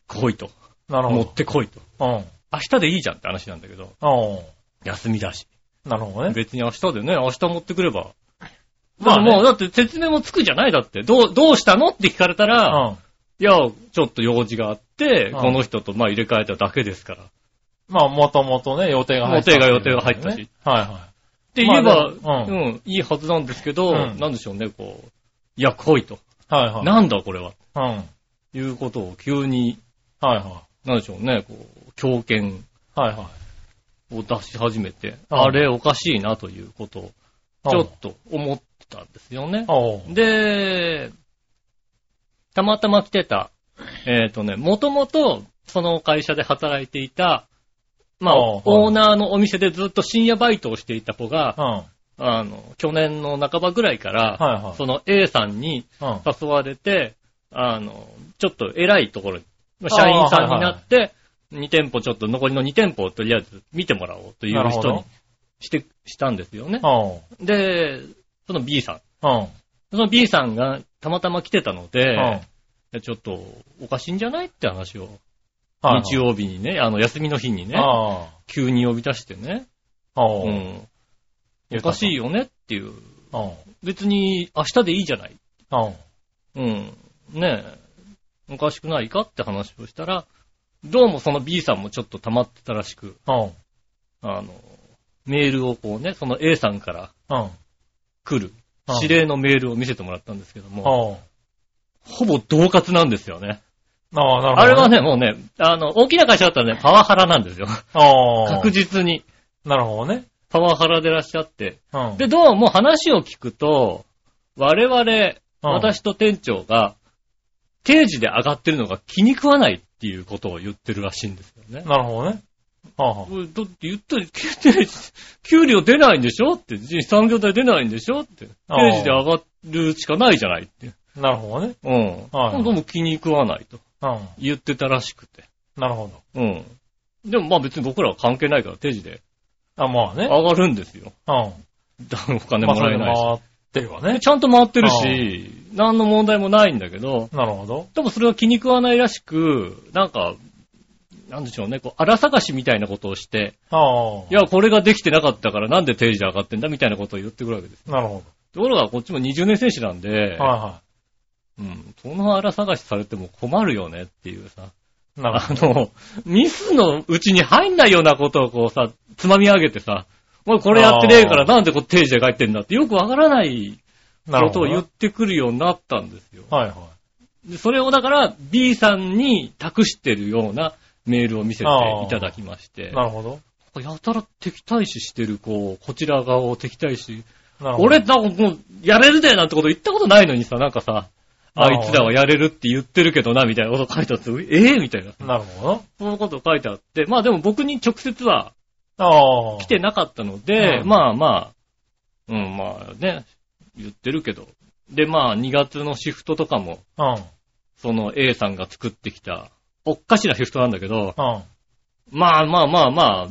[SPEAKER 2] 来いと。
[SPEAKER 3] い。なる
[SPEAKER 2] 持
[SPEAKER 3] ほ
[SPEAKER 2] ってこいと。
[SPEAKER 3] ど。うん。
[SPEAKER 2] 明日でいいじゃんって話なんだけど、
[SPEAKER 3] おう
[SPEAKER 2] 休みだし。
[SPEAKER 3] なるほどね。
[SPEAKER 2] 別に明日でね、明日持ってくれば。ま
[SPEAKER 3] ま
[SPEAKER 2] あ、
[SPEAKER 3] あね
[SPEAKER 2] もう、だって説明もつくじゃないだって。どう、どうしたのって聞かれた
[SPEAKER 3] う
[SPEAKER 2] ら、
[SPEAKER 3] ん。
[SPEAKER 2] いや、ちょっと用事があって、
[SPEAKER 3] うん
[SPEAKER 2] この人とまあ入れ替えただけですから。っ
[SPEAKER 3] まあ、もともとね、予定が入ってたっていう
[SPEAKER 2] 予定が予定が
[SPEAKER 3] こと
[SPEAKER 2] 入
[SPEAKER 3] ね
[SPEAKER 2] ったし。
[SPEAKER 3] はいは
[SPEAKER 2] て言えば、
[SPEAKER 3] まあ
[SPEAKER 2] う
[SPEAKER 3] で
[SPEAKER 2] ん、
[SPEAKER 3] も
[SPEAKER 2] いいはずなんですけど、
[SPEAKER 3] うん
[SPEAKER 2] なんでしょうね、こう、いや、来いと。
[SPEAKER 3] い。はいはい。
[SPEAKER 2] なんだこれは。
[SPEAKER 3] うん。はい
[SPEAKER 2] いうことを急に、
[SPEAKER 3] は
[SPEAKER 2] なんでしょうね、こう、狂犬
[SPEAKER 3] い。はいはい。
[SPEAKER 2] を出し始めて、
[SPEAKER 3] うん
[SPEAKER 2] あれおかしいなということを、ちょっと思ったんですよね。
[SPEAKER 3] おう
[SPEAKER 2] で、たまたま来てた、えっ、とね、もともとその会社で働いていた、まあ、
[SPEAKER 3] おう
[SPEAKER 2] オーナーのお店でずっと深夜バイトをしていた子が
[SPEAKER 3] う、ん。はい
[SPEAKER 2] あの、去年の半ばぐらいから、
[SPEAKER 3] は
[SPEAKER 2] その A さんに
[SPEAKER 3] い。うん。
[SPEAKER 2] 誘われて、あの、ちょっと偉いところに、まあ社員さんになって、2店舗ちょっと残りの2店舗をとりあえず見てもらおうとい
[SPEAKER 3] な
[SPEAKER 2] う
[SPEAKER 3] るほ
[SPEAKER 2] 人
[SPEAKER 3] ど
[SPEAKER 2] にして、したんですよね。
[SPEAKER 3] おう
[SPEAKER 2] で、その B さん。
[SPEAKER 3] うん。
[SPEAKER 2] その B さんがたまたま来てたの
[SPEAKER 3] うん。
[SPEAKER 2] で、ちょっとおかしいんじゃないって話を、
[SPEAKER 3] はい
[SPEAKER 2] 日曜日にね、あの休みの日にね、
[SPEAKER 3] あ
[SPEAKER 2] 急に呼び出してね、
[SPEAKER 3] あ。お
[SPEAKER 2] う、
[SPEAKER 3] うん
[SPEAKER 2] おかしい。よねっていう。
[SPEAKER 3] おう
[SPEAKER 2] 別に明日でいいじゃない。
[SPEAKER 3] おう
[SPEAKER 2] うん。ねえ。おかしくないかって話をしたら、どうもその B さんもちょっと溜まってたらしく、
[SPEAKER 3] おう
[SPEAKER 2] あの、メールをこうね、その A さんから
[SPEAKER 3] うん。
[SPEAKER 2] 来る
[SPEAKER 3] うん、
[SPEAKER 2] 指令のメールを見せてもらったんですけども、
[SPEAKER 3] おう
[SPEAKER 2] ほぼ同喝なんですよね。
[SPEAKER 3] ああ、なるほど。
[SPEAKER 2] あれは。ね、もうね、あの、大きな会社だったらね、パワハラなんですよ。
[SPEAKER 3] おう
[SPEAKER 2] 確実に。
[SPEAKER 3] なるほどね。
[SPEAKER 2] パワハラでいらっしゃって。
[SPEAKER 3] うん。
[SPEAKER 2] で、どうも話を聞くと、我々、
[SPEAKER 3] うん、
[SPEAKER 2] 私と店長が、定時で上がってるのが気に食わないっていうことを言ってるらしいんですよね。
[SPEAKER 3] なるほどね。はあは
[SPEAKER 2] これだって言ったら、定時給料出ないんでしょって、産業代出ないんでしょって。
[SPEAKER 3] あー
[SPEAKER 2] 定時で上がるしかないじゃないって。
[SPEAKER 3] あ。なるほどね。
[SPEAKER 2] うん。
[SPEAKER 3] はいはい
[SPEAKER 2] どうも気に食わないと
[SPEAKER 3] うん。
[SPEAKER 2] 言ってたらしくて。
[SPEAKER 3] なるほど。
[SPEAKER 2] うん。でもまあ別に僕らは関係ないから定時で
[SPEAKER 3] あ、まあね。
[SPEAKER 2] 上がるんですよ。
[SPEAKER 3] うん。
[SPEAKER 2] だお金
[SPEAKER 3] まあ、
[SPEAKER 2] も
[SPEAKER 3] そ
[SPEAKER 2] ら
[SPEAKER 3] れ
[SPEAKER 2] え
[SPEAKER 3] で
[SPEAKER 2] ないし。
[SPEAKER 3] 回ってるわね
[SPEAKER 2] ち。ゃんと回ってるし、何の問題もないんだけど、
[SPEAKER 3] なるほど。
[SPEAKER 2] でもそれは気に食わないらしく、なんか、なんでしょうね、こう、荒探しみたいなことをして、
[SPEAKER 3] あ
[SPEAKER 2] いや、これができてなかったからなんで定時で上がってんだみたいなことを言ってくるわけです。
[SPEAKER 3] あ。なるほ
[SPEAKER 2] ところがこっちも20年選手なんで、
[SPEAKER 3] ど。は
[SPEAKER 2] うん、その荒探しされても困るよねっていうさ、
[SPEAKER 3] いはい。なる
[SPEAKER 2] あ
[SPEAKER 3] ほど。
[SPEAKER 2] の、ミスのうちに入んないようなことをこうさ、つまみ上げてさ、おい、これやってねえから
[SPEAKER 3] あー
[SPEAKER 2] なんでこう定時で帰ってんだってよくわからない
[SPEAKER 3] なる
[SPEAKER 2] こと
[SPEAKER 3] ほ
[SPEAKER 2] を
[SPEAKER 3] ど
[SPEAKER 2] 言
[SPEAKER 3] ね。
[SPEAKER 2] ってく るようになったんですよ。
[SPEAKER 3] はいは
[SPEAKER 2] でそれをだから B さんに託してるようなメールを見せて
[SPEAKER 3] あー
[SPEAKER 2] いただきまして
[SPEAKER 3] い。、なるほど。
[SPEAKER 2] やたら敵対視してる子、こちら側を敵対視、
[SPEAKER 3] なるほど。
[SPEAKER 2] 俺、なんかもう、やれるでなんてこと言ったことないのにさ、なんかさ、
[SPEAKER 3] あ
[SPEAKER 2] あ
[SPEAKER 3] ー
[SPEAKER 2] いつらはやれるって言ってるけどな、みたいなこと書いてあって、ええみたいな。
[SPEAKER 3] なるほど。
[SPEAKER 2] そのこと書いてあって、まあでも僕に直接は
[SPEAKER 3] ああ。
[SPEAKER 2] 来てなかったので、
[SPEAKER 3] うん
[SPEAKER 2] まあまあ、うん、まあね、言ってるけど。で、まあ2月のシフトとかも、
[SPEAKER 3] うん。うん。
[SPEAKER 2] その A さんが作ってきた、おっかしなシフトなんだけど、
[SPEAKER 3] あ
[SPEAKER 2] まあまあまあまあ、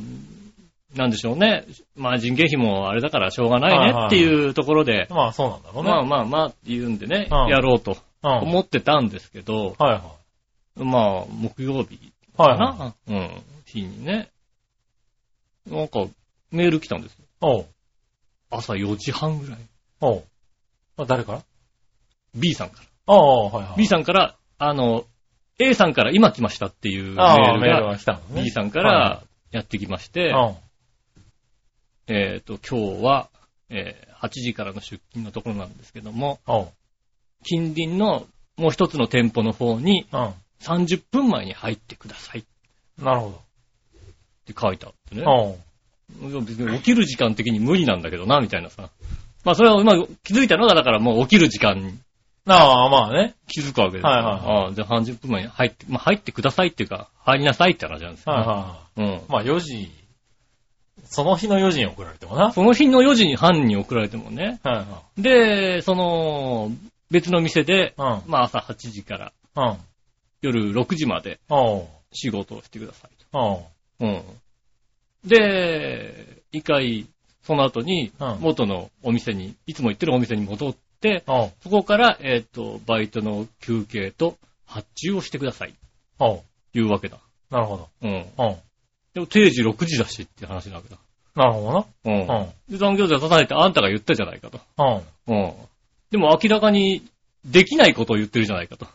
[SPEAKER 2] なんでしょうね。まあ人件費もあれだからしょうがないねっていうところで、
[SPEAKER 3] まあそうなんだろうね。
[SPEAKER 2] まあまあまあっていうんでね、
[SPEAKER 3] うん
[SPEAKER 2] やろうと
[SPEAKER 3] うん。
[SPEAKER 2] 思ってたんですけど、
[SPEAKER 3] はいは
[SPEAKER 2] まあ木曜日
[SPEAKER 3] い。はい
[SPEAKER 2] か
[SPEAKER 3] はい。
[SPEAKER 2] な、うん、日にね、なんかメール来たんですよ。
[SPEAKER 3] おう。
[SPEAKER 2] 朝4時半ぐらい。
[SPEAKER 3] おう。あ誰から
[SPEAKER 2] B さんから。
[SPEAKER 3] ああ、はいはい。
[SPEAKER 2] B さんから、あの、A さんから今来ましたっていうメ
[SPEAKER 3] あ
[SPEAKER 2] ー
[SPEAKER 3] あ、
[SPEAKER 2] ル
[SPEAKER 3] メール
[SPEAKER 2] が
[SPEAKER 3] が来たのね。
[SPEAKER 2] B さんか
[SPEAKER 3] は
[SPEAKER 2] らやってきまして、
[SPEAKER 3] いはい。
[SPEAKER 2] えっ、と、今日は、えー8時からの出勤のところなんですけども、
[SPEAKER 3] うん。おう。
[SPEAKER 2] 近隣のもう一つの店舗の方に
[SPEAKER 3] う
[SPEAKER 2] 30分前に入ってくださいっ
[SPEAKER 3] ん。なるほ
[SPEAKER 2] て書いてあってね。
[SPEAKER 3] ど。
[SPEAKER 2] いや別に起きる時間的に無理なんだけどな、みたいなさ。まあそれは、まあ気づいたのが、だからもう起きる時間に
[SPEAKER 3] うん。ああ、まあね。
[SPEAKER 2] 気づくわけです
[SPEAKER 3] はいはい
[SPEAKER 2] ああ、じゃあ30分前に入って、まあ入ってくださいっていうか、入りなさいって話なんですよ、
[SPEAKER 3] は
[SPEAKER 2] ね。
[SPEAKER 3] いは
[SPEAKER 2] うん
[SPEAKER 3] い。。まあ4時、その日の4時に送られてもな。はい
[SPEAKER 2] その日の4時に班に送られてもね。
[SPEAKER 3] は
[SPEAKER 2] で、その、別の店で、
[SPEAKER 3] い。うん。
[SPEAKER 2] まあ朝8時から
[SPEAKER 3] うん。
[SPEAKER 2] 夜6時まで
[SPEAKER 3] おう。
[SPEAKER 2] 仕事をしてください
[SPEAKER 3] おう。
[SPEAKER 2] と。うん。で、一回、その後に
[SPEAKER 3] うん、
[SPEAKER 2] 元のお店に、いつも行ってるお店に戻って、
[SPEAKER 3] おう。
[SPEAKER 2] そこから、えっ、と、バイトの休憩と発注をしてください。
[SPEAKER 3] おう。
[SPEAKER 2] いうわけだ。
[SPEAKER 3] なるほど。
[SPEAKER 2] うん。
[SPEAKER 3] うん。
[SPEAKER 2] でも定時6時だしって話なわけだ。
[SPEAKER 3] なるほ
[SPEAKER 2] う
[SPEAKER 3] どな。
[SPEAKER 2] ん。で、残業者出されてあんたが言ったじゃないかと。
[SPEAKER 3] うん。うん。
[SPEAKER 2] うん。でも明らかにできないことを言ってるじゃないかと。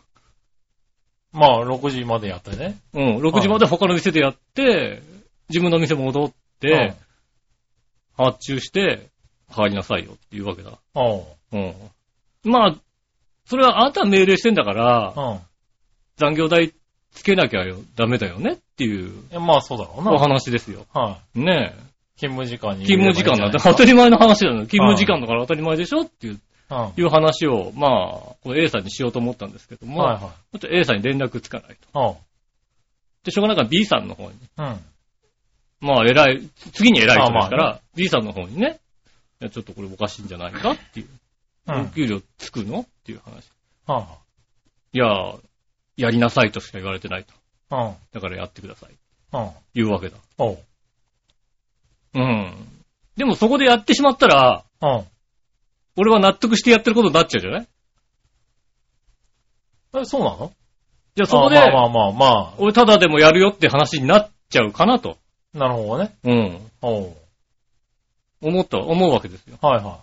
[SPEAKER 3] まあ6時までやってね。
[SPEAKER 2] うん。6時まで他の店でやって、自分の店戻って、発注して、帰りなさいよっていうわけだ。
[SPEAKER 3] うん。おう。
[SPEAKER 2] うん。まあ、それはあなたは命令してんだから、
[SPEAKER 3] うん。
[SPEAKER 2] 残業代つけなきゃよダメだよねっていう
[SPEAKER 3] いやまあそうだろうな。
[SPEAKER 2] お
[SPEAKER 3] はい。
[SPEAKER 2] 話ですよ。ねえ。
[SPEAKER 3] 勤務時間に。
[SPEAKER 2] 勤務時間なんて当たり前の話だよ。勤務時間だから当たり前でしょっていう
[SPEAKER 3] うん。はい
[SPEAKER 2] いう話を、まあ、この A さんにしようと思ったんですけども、
[SPEAKER 3] はい。
[SPEAKER 2] ちょっと A さんに連絡つかないと。
[SPEAKER 3] おう。
[SPEAKER 2] で、しょうがないから B さんの方に。
[SPEAKER 3] うん。
[SPEAKER 2] まあ、偉い、次に偉い人です
[SPEAKER 3] あ
[SPEAKER 2] か
[SPEAKER 3] まあ
[SPEAKER 2] ら、B さんの方にね、いや、ちょっとこれおかしいんじゃないかっていう。
[SPEAKER 3] う
[SPEAKER 2] お
[SPEAKER 3] ん。
[SPEAKER 2] 給料つくのっていう話。
[SPEAKER 3] はい
[SPEAKER 2] や、やりなさいとしか言われてないと。
[SPEAKER 3] い。うん。
[SPEAKER 2] だからやってください。
[SPEAKER 3] うん。
[SPEAKER 2] いうわけだ。
[SPEAKER 3] おう。
[SPEAKER 2] うん。でもそこでやってしまったら、
[SPEAKER 3] うん。
[SPEAKER 2] 俺は納得してやってることになっちゃうじゃない
[SPEAKER 3] え、そうなの
[SPEAKER 2] じゃあそこで、
[SPEAKER 3] あまあまあまあま
[SPEAKER 2] 俺ただでもやるよって話になっちゃうかなと。
[SPEAKER 3] あ。なるほどね。
[SPEAKER 2] うん。
[SPEAKER 3] おう。
[SPEAKER 2] 思った、思うわけですよ。
[SPEAKER 3] はいは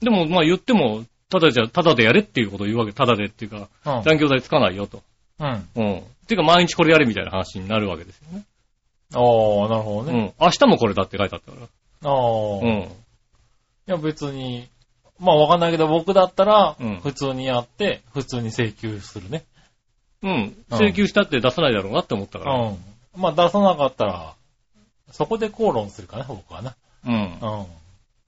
[SPEAKER 2] でも、まあ言っても、ただじゃ、ただでやれっていうことを言うわけ。ただでっていうか、
[SPEAKER 3] い。
[SPEAKER 2] 残業代つかないよと。
[SPEAKER 3] うん。うん。
[SPEAKER 2] うん。ていうか、毎日これやれみたいな話になるわけですよね。
[SPEAKER 3] おー、なるほ
[SPEAKER 2] う
[SPEAKER 3] どね。
[SPEAKER 2] ん。明日もこれだって書いてあったか
[SPEAKER 3] お
[SPEAKER 2] ら。
[SPEAKER 3] ー。
[SPEAKER 2] う
[SPEAKER 3] い
[SPEAKER 2] ん。
[SPEAKER 3] や別に、まあわかんないけど僕だったら
[SPEAKER 2] うん、
[SPEAKER 3] 普通にやって、普通に請求するね。
[SPEAKER 2] うん。
[SPEAKER 3] うん
[SPEAKER 2] 請求したって出さないだろうなって思った
[SPEAKER 3] う
[SPEAKER 2] から。
[SPEAKER 3] ん。まあ出さなかったら、そこで口論するかな、僕はな。
[SPEAKER 2] うん。
[SPEAKER 3] うん。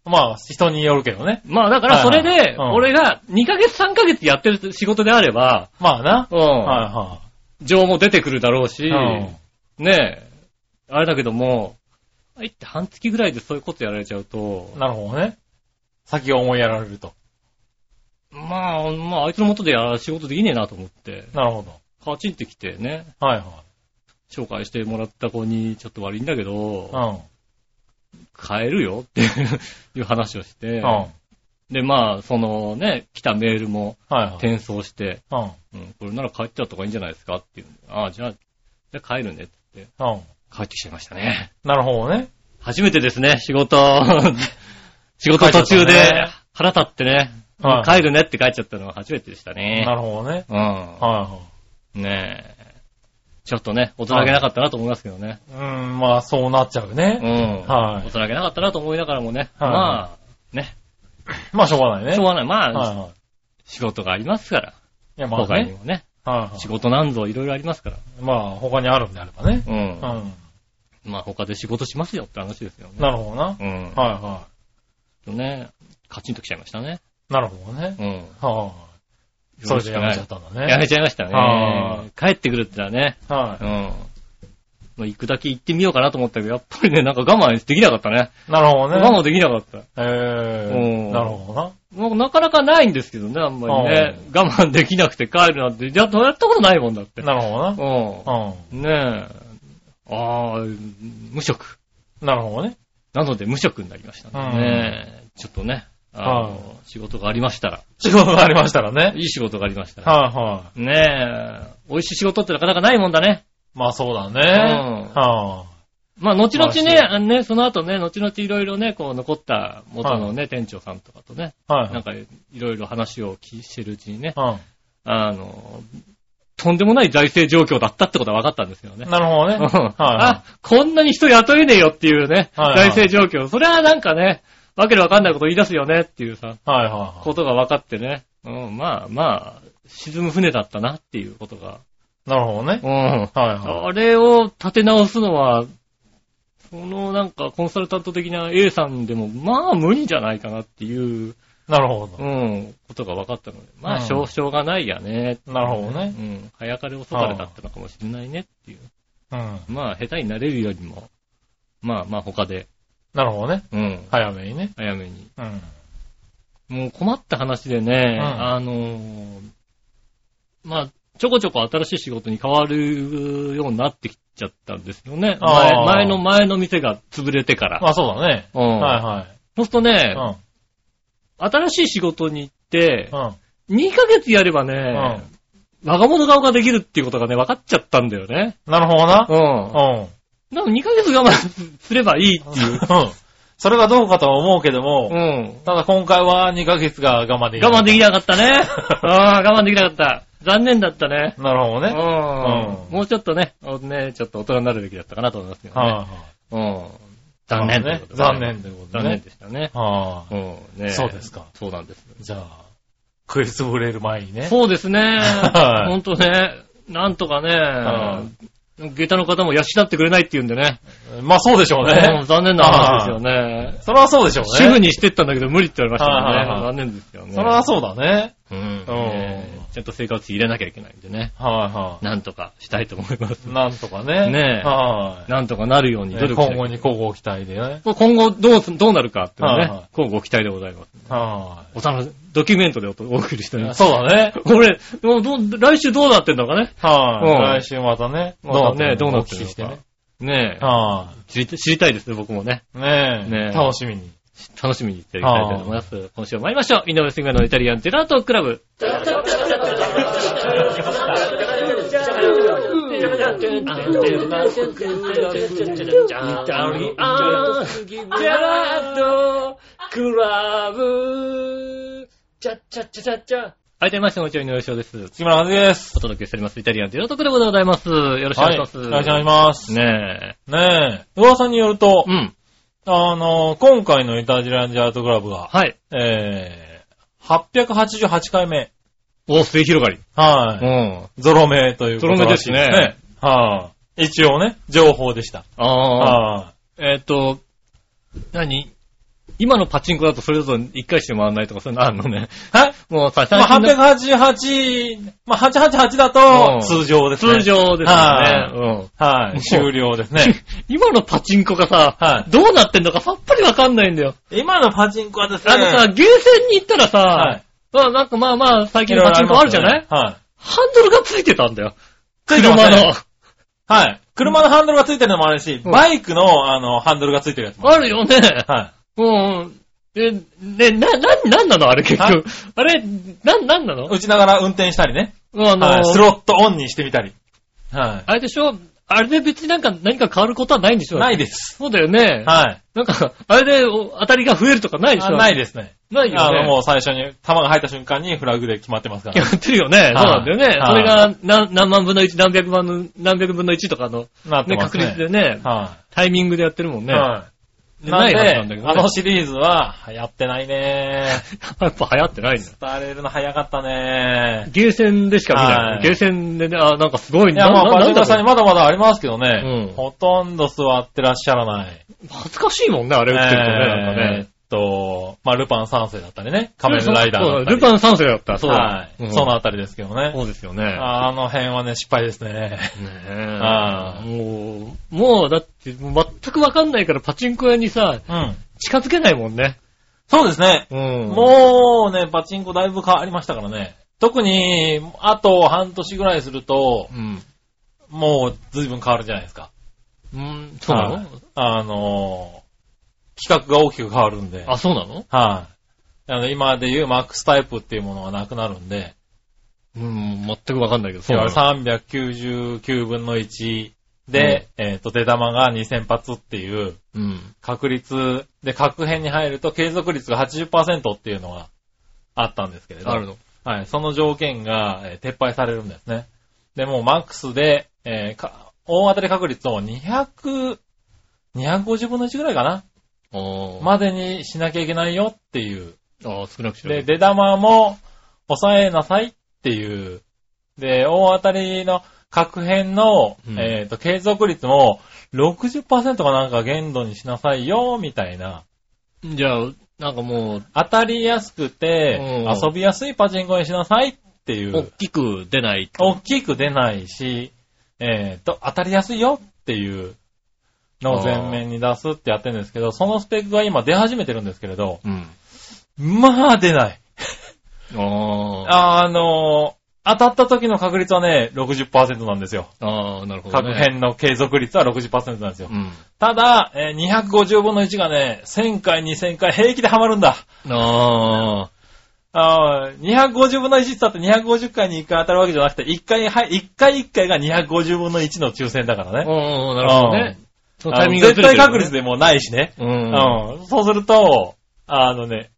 [SPEAKER 3] まあ人によるけどね。
[SPEAKER 2] まあだからそれ
[SPEAKER 3] はいはい
[SPEAKER 2] で、
[SPEAKER 3] うん
[SPEAKER 2] 俺が2ヶ月3ヶ月やってる仕事であれば、
[SPEAKER 3] まあな。
[SPEAKER 2] うん。
[SPEAKER 3] は
[SPEAKER 2] 情も出てくるだろうし、
[SPEAKER 3] いはい。うん
[SPEAKER 2] ねえ、あれだけども、あいって半月ぐらいでそういうことやられちゃうと、
[SPEAKER 3] なるほどね。先を思いやられると。
[SPEAKER 2] まあ、まあ、あいつの元でやら仕事できねえなと思って、
[SPEAKER 3] なるほど。
[SPEAKER 2] カチンってきてね、
[SPEAKER 3] はいは
[SPEAKER 2] 紹介してもらった子にちょっと悪いんだけど、
[SPEAKER 3] い。
[SPEAKER 2] 変えるよっていう話をして、
[SPEAKER 3] うん。うん。
[SPEAKER 2] で、まあ、そのね、来たメールも
[SPEAKER 3] はいはい。
[SPEAKER 2] 転送して、
[SPEAKER 3] うん。うん。
[SPEAKER 2] うん、これなら帰っちゃった方がいいんじゃないですかっていう。ああ、じゃあ、じゃあ帰るねって言って、帰ってきちゃいましたね。
[SPEAKER 3] なるほどね。
[SPEAKER 2] 初めてですね、仕事、 仕事途中
[SPEAKER 3] 帰っちゃった
[SPEAKER 2] で
[SPEAKER 3] ね
[SPEAKER 2] 腹立ってね、
[SPEAKER 3] はい
[SPEAKER 2] 帰るねって帰っちゃったのは初めてでしたね。
[SPEAKER 3] なるほどね。
[SPEAKER 2] う
[SPEAKER 3] は
[SPEAKER 2] ん。ねえ。ちょっとね、大人げなかったなと思いますけどね。
[SPEAKER 3] いはい。うん、まあそうなっちゃう
[SPEAKER 2] う
[SPEAKER 3] ね。
[SPEAKER 2] ん。
[SPEAKER 3] はい
[SPEAKER 2] 大人げなかったなと思いながらもね、
[SPEAKER 3] はい
[SPEAKER 2] まあ、ね、
[SPEAKER 3] まあしょうがないね。
[SPEAKER 2] しょうがない。ま
[SPEAKER 3] はい
[SPEAKER 2] あ、
[SPEAKER 3] はい。
[SPEAKER 2] 仕事がありますから。
[SPEAKER 3] いや、まあ
[SPEAKER 2] 他に
[SPEAKER 3] ね。
[SPEAKER 2] もね、
[SPEAKER 3] はいは
[SPEAKER 2] 仕事なんぞいろいろありますから。
[SPEAKER 3] い。まあ他にあるんであればね。
[SPEAKER 2] う。
[SPEAKER 3] うんん。
[SPEAKER 2] まあ他で仕事しますよって話ですよね。
[SPEAKER 3] なるほどな。はい
[SPEAKER 2] うん。
[SPEAKER 3] は
[SPEAKER 2] とね、カチンときちゃいましたね。
[SPEAKER 3] い。なるほどね。
[SPEAKER 2] うん。
[SPEAKER 3] はい。それでやめちゃったんだ
[SPEAKER 2] や
[SPEAKER 3] ね。
[SPEAKER 2] めちゃいました
[SPEAKER 3] あ
[SPEAKER 2] ね。帰ってくるってのはね、
[SPEAKER 3] は
[SPEAKER 2] うん。もう行くだけ行ってみようかなと思ったけど、やっぱりね、なんか我慢できなかったね。
[SPEAKER 3] い。なるほどね。
[SPEAKER 2] 我慢できなかった。
[SPEAKER 3] え
[SPEAKER 2] う
[SPEAKER 3] ー。
[SPEAKER 2] ん
[SPEAKER 3] なるほどな。
[SPEAKER 2] もうなかなかないんですけどね、あんまりね。我慢できなくて帰るなんて、じゃあやったことないもんだって。
[SPEAKER 3] なるほどな。
[SPEAKER 2] う。
[SPEAKER 3] うん
[SPEAKER 2] ねえ。ああ、無職。
[SPEAKER 3] ん。なるほどね。
[SPEAKER 2] なので無職になりましたね。ねえちょっとね、あの、仕事がありましたら、
[SPEAKER 3] 仕事がありましたらね。
[SPEAKER 2] いい仕事がありましたら、
[SPEAKER 3] はいは
[SPEAKER 2] ねえ、美味しい仕事ってなかなかないもんだね。
[SPEAKER 3] い。まあそうだね。
[SPEAKER 2] うん
[SPEAKER 3] は
[SPEAKER 2] まあ、後々ね、
[SPEAKER 3] ま
[SPEAKER 2] あのね、その後ね、後々いろいろね、こう残った元のね、店長さんとかとね、
[SPEAKER 3] い。はい
[SPEAKER 2] なんかいろいろ話を聞いてるうちにね、
[SPEAKER 3] はい。
[SPEAKER 2] あの、とんでもない財政状況だったってことが分かったんですよ
[SPEAKER 3] う
[SPEAKER 2] ね
[SPEAKER 3] ん。。なるほどね。
[SPEAKER 2] うん
[SPEAKER 3] はい
[SPEAKER 2] あ
[SPEAKER 3] は、
[SPEAKER 2] こんなに人雇えねえよっていうね、
[SPEAKER 3] はいはい
[SPEAKER 2] 財政状況。それはなんかね、わけのわかんないこと言い出すよねっていうさ、
[SPEAKER 3] い。はいはいは
[SPEAKER 2] ことが分かってね、うん、まあまあ、沈む船だったなっていうことが。
[SPEAKER 3] い。なるほどね
[SPEAKER 2] う。ん。
[SPEAKER 3] はいは
[SPEAKER 2] あれを立て直すのは、そのなんかコンサルタント的な A さんでも、まあ無理じゃないかなっていう、
[SPEAKER 3] い。なるほ
[SPEAKER 2] う
[SPEAKER 3] ど。
[SPEAKER 2] ん、ことが分かったので、まあ
[SPEAKER 3] うん
[SPEAKER 2] しょう、しょうがないやね。
[SPEAKER 3] なるほど
[SPEAKER 2] う
[SPEAKER 3] ね。
[SPEAKER 2] ん、早かれ遅かれだったのかもしれないねっていう。
[SPEAKER 3] うん。
[SPEAKER 2] まあ下手になれるよりも、まあまあ他で、
[SPEAKER 3] なるほどね。
[SPEAKER 2] うん、
[SPEAKER 3] 早めにね。
[SPEAKER 2] 早めに。
[SPEAKER 3] うん。
[SPEAKER 2] もう困った話でね、
[SPEAKER 3] うん
[SPEAKER 2] あのーまあ、ちょこちょこ新しい仕事に変わるようになってきちゃったんですよね。前
[SPEAKER 3] あー
[SPEAKER 2] 前の前の店が潰れてから。
[SPEAKER 3] まあそうだね。
[SPEAKER 2] うん
[SPEAKER 3] はいは
[SPEAKER 2] そうするとね
[SPEAKER 3] い。、うん。
[SPEAKER 2] 新しい仕事に行って
[SPEAKER 3] う、ん。
[SPEAKER 2] 2ヶ月やれば
[SPEAKER 3] う
[SPEAKER 2] ね、
[SPEAKER 3] ん。
[SPEAKER 2] 我が物顔ができるっていうことがね、分かっちゃったんだよね。
[SPEAKER 3] なるほどな
[SPEAKER 2] う。ん。
[SPEAKER 3] うん。
[SPEAKER 2] でも2ヶ月我慢すればいいっていう。
[SPEAKER 3] うん。それがどうかとは思うけど
[SPEAKER 2] う
[SPEAKER 3] も、
[SPEAKER 2] ん。
[SPEAKER 3] ただ今回は2ヶ月が我慢でき
[SPEAKER 2] 我慢でき
[SPEAKER 3] な
[SPEAKER 2] なかった ね。ああ、我慢できなかった。残念だったね。
[SPEAKER 3] い。なるほどね。
[SPEAKER 2] う
[SPEAKER 3] うん
[SPEAKER 2] んもうちょっとね、あのね、ちょっと大人になるべきだったかなと思いますけど
[SPEAKER 3] はい
[SPEAKER 2] ね。
[SPEAKER 3] はい。
[SPEAKER 2] うん残念
[SPEAKER 3] まあ
[SPEAKER 2] と
[SPEAKER 3] ね
[SPEAKER 2] いうことで
[SPEAKER 3] 残念ということで
[SPEAKER 2] 残
[SPEAKER 3] ね
[SPEAKER 2] 念でしたね。
[SPEAKER 3] は
[SPEAKER 2] う
[SPEAKER 3] い。
[SPEAKER 2] んね
[SPEAKER 3] そうですか
[SPEAKER 2] そうなんです。
[SPEAKER 3] じゃあ、食いつぶれる前にね。
[SPEAKER 2] そうですね。
[SPEAKER 3] はい
[SPEAKER 2] ほんとね、なんとかね、下駄の方も養ってくれないって言うんでね。
[SPEAKER 3] まあそうでしょ
[SPEAKER 2] う
[SPEAKER 3] う
[SPEAKER 2] ん
[SPEAKER 3] ね。
[SPEAKER 2] 残念な話ですよね。
[SPEAKER 3] それはそうでしょうね。
[SPEAKER 2] 主婦にしてったんだけど無理って言われました
[SPEAKER 3] はいはい
[SPEAKER 2] か
[SPEAKER 3] はい
[SPEAKER 2] らね。残念ですよね。
[SPEAKER 3] それはそうだね。
[SPEAKER 2] うん。
[SPEAKER 3] うん
[SPEAKER 2] ねちゃんと生活費入れなきゃいけないんでね。
[SPEAKER 3] はいは
[SPEAKER 2] なんとかしたいと思います。
[SPEAKER 3] い。なんとかね。
[SPEAKER 2] ねえ
[SPEAKER 3] は
[SPEAKER 2] なんとかなるよう
[SPEAKER 3] い。
[SPEAKER 2] に努
[SPEAKER 3] ね
[SPEAKER 2] 力しなきゃいけな
[SPEAKER 3] 今
[SPEAKER 2] い
[SPEAKER 3] 後に交互期待でね。
[SPEAKER 2] 今後どうす、どうなるかっていうのね、
[SPEAKER 3] はいはい
[SPEAKER 2] こうご期待でございます。
[SPEAKER 3] は
[SPEAKER 2] お楽しドキュメントでおお送りしており
[SPEAKER 3] い。
[SPEAKER 2] ます。
[SPEAKER 3] そうだね。
[SPEAKER 2] これ、もうどう来週どうなってんのかね
[SPEAKER 3] は
[SPEAKER 2] うん
[SPEAKER 3] い。来週またね。
[SPEAKER 2] またね、どうなってる
[SPEAKER 3] るのかお聞
[SPEAKER 2] の
[SPEAKER 3] きしてね
[SPEAKER 2] か。。ねえ
[SPEAKER 3] は
[SPEAKER 2] 知り、知りたいですね、僕もね。
[SPEAKER 3] い。ねえ。
[SPEAKER 2] ねえ
[SPEAKER 3] 楽しみに。
[SPEAKER 2] 楽しみにしていきたいと思います。今週も参りましょう。井上杉村のイタリアンジェラートクラブ。はい、どうも、こんにちは、井上翔です。
[SPEAKER 3] 杉村和樹です。
[SPEAKER 2] お届けしております。イタリアンジェラートクラブでございます。よろしくお願いします。
[SPEAKER 3] はい。よろしくお願いします。
[SPEAKER 2] ね
[SPEAKER 3] ねえ。噂によると
[SPEAKER 2] え。う、ん。
[SPEAKER 3] あの、今回のイタジランジアートクラブが、
[SPEAKER 2] はい。
[SPEAKER 3] えー、888回目。
[SPEAKER 2] お、末広がり。
[SPEAKER 3] は
[SPEAKER 2] う
[SPEAKER 3] い。
[SPEAKER 2] ん。
[SPEAKER 3] ゾロ目というこ
[SPEAKER 2] ゾ
[SPEAKER 3] と
[SPEAKER 2] ロ目
[SPEAKER 3] ら
[SPEAKER 2] で
[SPEAKER 3] し
[SPEAKER 2] す
[SPEAKER 3] い
[SPEAKER 2] ね
[SPEAKER 3] ですね。はい。一応ね、情報でした。
[SPEAKER 2] ああ。
[SPEAKER 3] は
[SPEAKER 2] えっと、何今のパチンコだとそれぞれ一回しか回らないとかそういうのあるのね。
[SPEAKER 3] い。 はい。
[SPEAKER 2] もうさ、最
[SPEAKER 3] まあ、
[SPEAKER 2] 近の
[SPEAKER 3] 888、まあ、888だ
[SPEAKER 2] うん
[SPEAKER 3] と、通常ですね。
[SPEAKER 2] 通。常です
[SPEAKER 3] はい
[SPEAKER 2] よね。
[SPEAKER 3] はい。終了です
[SPEAKER 2] うん
[SPEAKER 3] ね。。
[SPEAKER 2] 今のパチンコがさ
[SPEAKER 3] は、い
[SPEAKER 2] どうなってんのかさっぱりわかんないんだよ。
[SPEAKER 3] 今のパチンコはですね、
[SPEAKER 2] あのさ、ゲーセンに行ったら
[SPEAKER 3] は
[SPEAKER 2] さ
[SPEAKER 3] い、
[SPEAKER 2] まあなんかまあまあ、最近のパチンコあるじゃない
[SPEAKER 3] はい。
[SPEAKER 2] ハンドルがついてたんだよ。
[SPEAKER 3] ついてま
[SPEAKER 2] 車
[SPEAKER 3] すね
[SPEAKER 2] の。
[SPEAKER 3] はい。車のハンドルがついてるのもあるし、
[SPEAKER 2] うん
[SPEAKER 3] バイクの、あの、ハンドルがついてるやつも
[SPEAKER 2] あるよね。
[SPEAKER 3] はい。
[SPEAKER 2] うん。え、ね、な、な、なんなのあれ結局。あれ、な、なんなの
[SPEAKER 3] 打ちながら運転したりね。
[SPEAKER 2] あの、
[SPEAKER 3] はい。スロットオンにしてみたり。は
[SPEAKER 2] あれでしょあれで別になんか何か変わることはないんでし
[SPEAKER 3] い。
[SPEAKER 2] ょ。
[SPEAKER 3] ないいです。
[SPEAKER 2] そうだよね。
[SPEAKER 3] はい。
[SPEAKER 2] なんか、あれでお当たりが増えるとかないでし
[SPEAKER 3] あ
[SPEAKER 2] ょ
[SPEAKER 3] ない
[SPEAKER 2] で。
[SPEAKER 3] ですね。
[SPEAKER 2] ないよね。
[SPEAKER 3] あの、もう最初に、球が入った瞬間にフラグで決まってますから。
[SPEAKER 2] やってるよね。そうなんだよね。
[SPEAKER 3] はい
[SPEAKER 2] それが何何万分の1、何百万の、何百分の1とかの、
[SPEAKER 3] なって
[SPEAKER 2] ね、
[SPEAKER 3] ます
[SPEAKER 2] 確
[SPEAKER 3] ね。
[SPEAKER 2] 率でね、
[SPEAKER 3] は
[SPEAKER 2] タイミングでやってるもん
[SPEAKER 3] い。
[SPEAKER 2] ね。
[SPEAKER 3] はい。
[SPEAKER 2] で
[SPEAKER 3] な
[SPEAKER 2] ないはずなんん
[SPEAKER 3] で
[SPEAKER 2] だけ、ど
[SPEAKER 3] あ
[SPEAKER 2] ね
[SPEAKER 3] の。シリーズは、やってないね。
[SPEAKER 2] やっぱ流行ってないんだ。
[SPEAKER 3] 伝えれるの早かったね。
[SPEAKER 2] ゲーセンでしか見ない。
[SPEAKER 3] はい
[SPEAKER 2] ゲーセンでね、あ、なんかすごい
[SPEAKER 3] いや、
[SPEAKER 2] な
[SPEAKER 3] まあ、
[SPEAKER 2] な
[SPEAKER 3] パ
[SPEAKER 2] な
[SPEAKER 3] チ
[SPEAKER 2] ん
[SPEAKER 3] ン
[SPEAKER 2] だ
[SPEAKER 3] コさんに
[SPEAKER 2] ろ
[SPEAKER 3] まだまだありますけどね
[SPEAKER 2] う。ん
[SPEAKER 3] ほとんど座ってらっしゃらない。
[SPEAKER 2] う恥ずかしいもんね、あれ打ってるとね、なんか
[SPEAKER 3] えー
[SPEAKER 2] ね
[SPEAKER 3] っ。と、まあ、ルパン三世だったりね。仮面ライダー
[SPEAKER 2] そ
[SPEAKER 3] だ
[SPEAKER 2] うだ
[SPEAKER 3] ったり。
[SPEAKER 2] ルパン三世だった、そう
[SPEAKER 3] は
[SPEAKER 2] だ。
[SPEAKER 3] い。
[SPEAKER 2] ん
[SPEAKER 3] そのあたりですけどね。
[SPEAKER 2] そうですよね。
[SPEAKER 3] あの辺はね、失敗ですね。
[SPEAKER 2] ね
[SPEAKER 3] あ
[SPEAKER 2] え
[SPEAKER 3] あ。
[SPEAKER 2] もう、もうだって、もう全くわかんないからパチンコ屋にさ、
[SPEAKER 3] うん。
[SPEAKER 2] 近づけないもんね。
[SPEAKER 3] そうですね。
[SPEAKER 2] うん。
[SPEAKER 3] もうね、パチンコだいぶ変わりましたからね。特に、あと半年ぐらいすると
[SPEAKER 2] う、ん。
[SPEAKER 3] もう随分変わるじゃないですか。
[SPEAKER 2] うん、そうな
[SPEAKER 3] はい
[SPEAKER 2] の
[SPEAKER 3] あのー、企画が大きく変わるんで。
[SPEAKER 2] あ、そうなの
[SPEAKER 3] はい。なので今で言うマックスタイプっていうものがなくなるんで、
[SPEAKER 2] うん、全くわかんないけど、
[SPEAKER 3] いわゆ
[SPEAKER 2] な
[SPEAKER 3] る
[SPEAKER 2] のあ
[SPEAKER 3] 399分の1で、えっ、と、出玉が2000発っていう
[SPEAKER 2] うん。
[SPEAKER 3] 確率で、確変に入ると継続率が80%っていうのがあったんですけれど。
[SPEAKER 2] あるの。
[SPEAKER 3] はい。その条件が、えー撤廃されるんですね。で、もうマックスで、えーか大当たり確率を200、250分の1ぐらいかな
[SPEAKER 2] ああ。
[SPEAKER 3] までにしなきゃいけないよっていう。
[SPEAKER 2] ああ、少なくちゃ。
[SPEAKER 3] で、出玉も抑えなさいっていう。で、大当たりの確変の、
[SPEAKER 2] うん
[SPEAKER 3] えっ、と、継続率も60%かなんか限度にしなさいよ、みたいな。
[SPEAKER 2] じゃあ、なんかもう、
[SPEAKER 3] 当たりやすくて、
[SPEAKER 2] うん
[SPEAKER 3] 遊びやすいパチンコにしなさいってい
[SPEAKER 2] 大
[SPEAKER 3] う。
[SPEAKER 2] きく出ない。
[SPEAKER 3] 大きく出ないし、えっ、と、当たりやすいよっていうのを前面に出すってやってるんですけど、そのスペックが今出始めてるんですけれど、
[SPEAKER 2] うん。
[SPEAKER 3] まあ出ない。
[SPEAKER 2] ああ。
[SPEAKER 3] あの当たった時の確率はね、60%なんですよ。
[SPEAKER 2] ああ、なるほど、
[SPEAKER 3] 確
[SPEAKER 2] ね。。
[SPEAKER 3] 変の継続率は60%なんですよ
[SPEAKER 2] う。ん。
[SPEAKER 3] ただ、えー250分の1がね、1000回、2000回平気でハマるんだ。
[SPEAKER 2] ああ。
[SPEAKER 3] あー250分の1って言ったって250回に1回当たるわけじゃなくて、1回、はい、1回1回が250分の1の抽選だからね。
[SPEAKER 2] うん、なるほどね。そのタイミング
[SPEAKER 3] あ
[SPEAKER 2] がずれて
[SPEAKER 3] の絶対
[SPEAKER 2] るから
[SPEAKER 3] 確率
[SPEAKER 2] ね。
[SPEAKER 3] でもうないしね。うん。そうすると、あのね、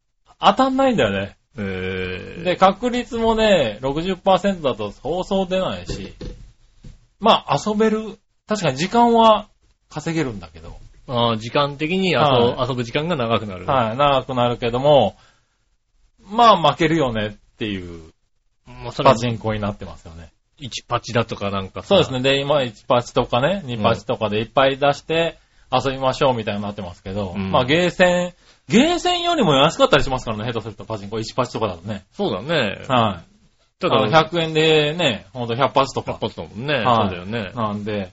[SPEAKER 3] 当たんないんだよね。
[SPEAKER 2] うん。え
[SPEAKER 3] で、確率もね、60%だとそうそう出ないし、まあ遊べる、確かに時間は稼げるんだけど、
[SPEAKER 2] ー、ああ、時間的に遊,、
[SPEAKER 3] は
[SPEAKER 2] 遊ぶ時間が長くなる。
[SPEAKER 3] はい、長くなるけども、まあ負けるよねっていう
[SPEAKER 2] もうそれ
[SPEAKER 3] パチンコになってますよね。
[SPEAKER 2] 1パチだとかなんかさ
[SPEAKER 3] そうです。ね。で、今1パチとかね、2パチとかでいっぱい出して遊びましょうみたいになってますけど、
[SPEAKER 2] うん
[SPEAKER 3] まあゲーセン、ゲーセンよりも安かったりしますからね、下手するとパチンコ1パチとかだとね。
[SPEAKER 2] そうだね。
[SPEAKER 3] はい。
[SPEAKER 2] た
[SPEAKER 3] あの
[SPEAKER 2] だ、
[SPEAKER 3] 100円でね、ほんと100発とか
[SPEAKER 2] 100。発だもんね。
[SPEAKER 3] は
[SPEAKER 2] そ
[SPEAKER 3] い
[SPEAKER 2] うだよね。
[SPEAKER 3] なんで、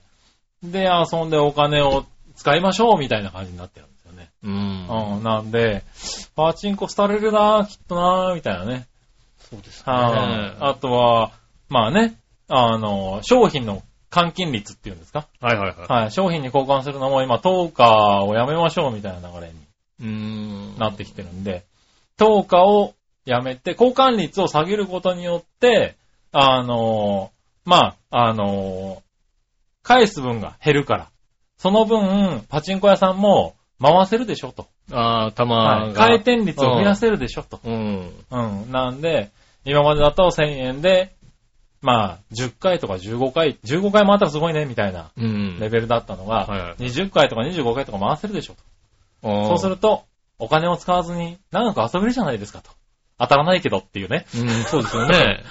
[SPEAKER 3] で、遊んでお金を使いましょうみたいな感じになってるんですよね。
[SPEAKER 2] うん。
[SPEAKER 3] うん、なんで、パチンコ廃れるなぁ、きっとなぁ、みたいなね。
[SPEAKER 2] そうですね。
[SPEAKER 3] はいあとは、まあね、あの、商品の換金率っていうんですか。
[SPEAKER 2] はいはいは
[SPEAKER 3] はい、商品に交換するのも今、トーカーをやめましょうみたいな流れ
[SPEAKER 2] い。
[SPEAKER 3] に
[SPEAKER 2] うーん。
[SPEAKER 3] なってきてるんで、トーカーをやめて、交換率を下げることによって、あのーまあ、あのー返す分が減るから、その分、パチンコ屋さんも回せるでしょと。
[SPEAKER 2] ああ、
[SPEAKER 3] は
[SPEAKER 2] 玉
[SPEAKER 3] い
[SPEAKER 2] が。
[SPEAKER 3] 回転率を増やせるでしょと。
[SPEAKER 2] うん。
[SPEAKER 3] うん。なんで、今までだと1000円で、まあ、10回とか15回、15回回ったらすごいね、みたいな
[SPEAKER 2] うん。
[SPEAKER 3] レベルだったのが、
[SPEAKER 2] はいはい
[SPEAKER 3] 20回とか25回とか回せるでしょと。そ
[SPEAKER 2] そう
[SPEAKER 3] すると、お金を使わずに長く遊べるじゃないですかと。当たらないけどっていうね。
[SPEAKER 2] うん、そうですよ ね。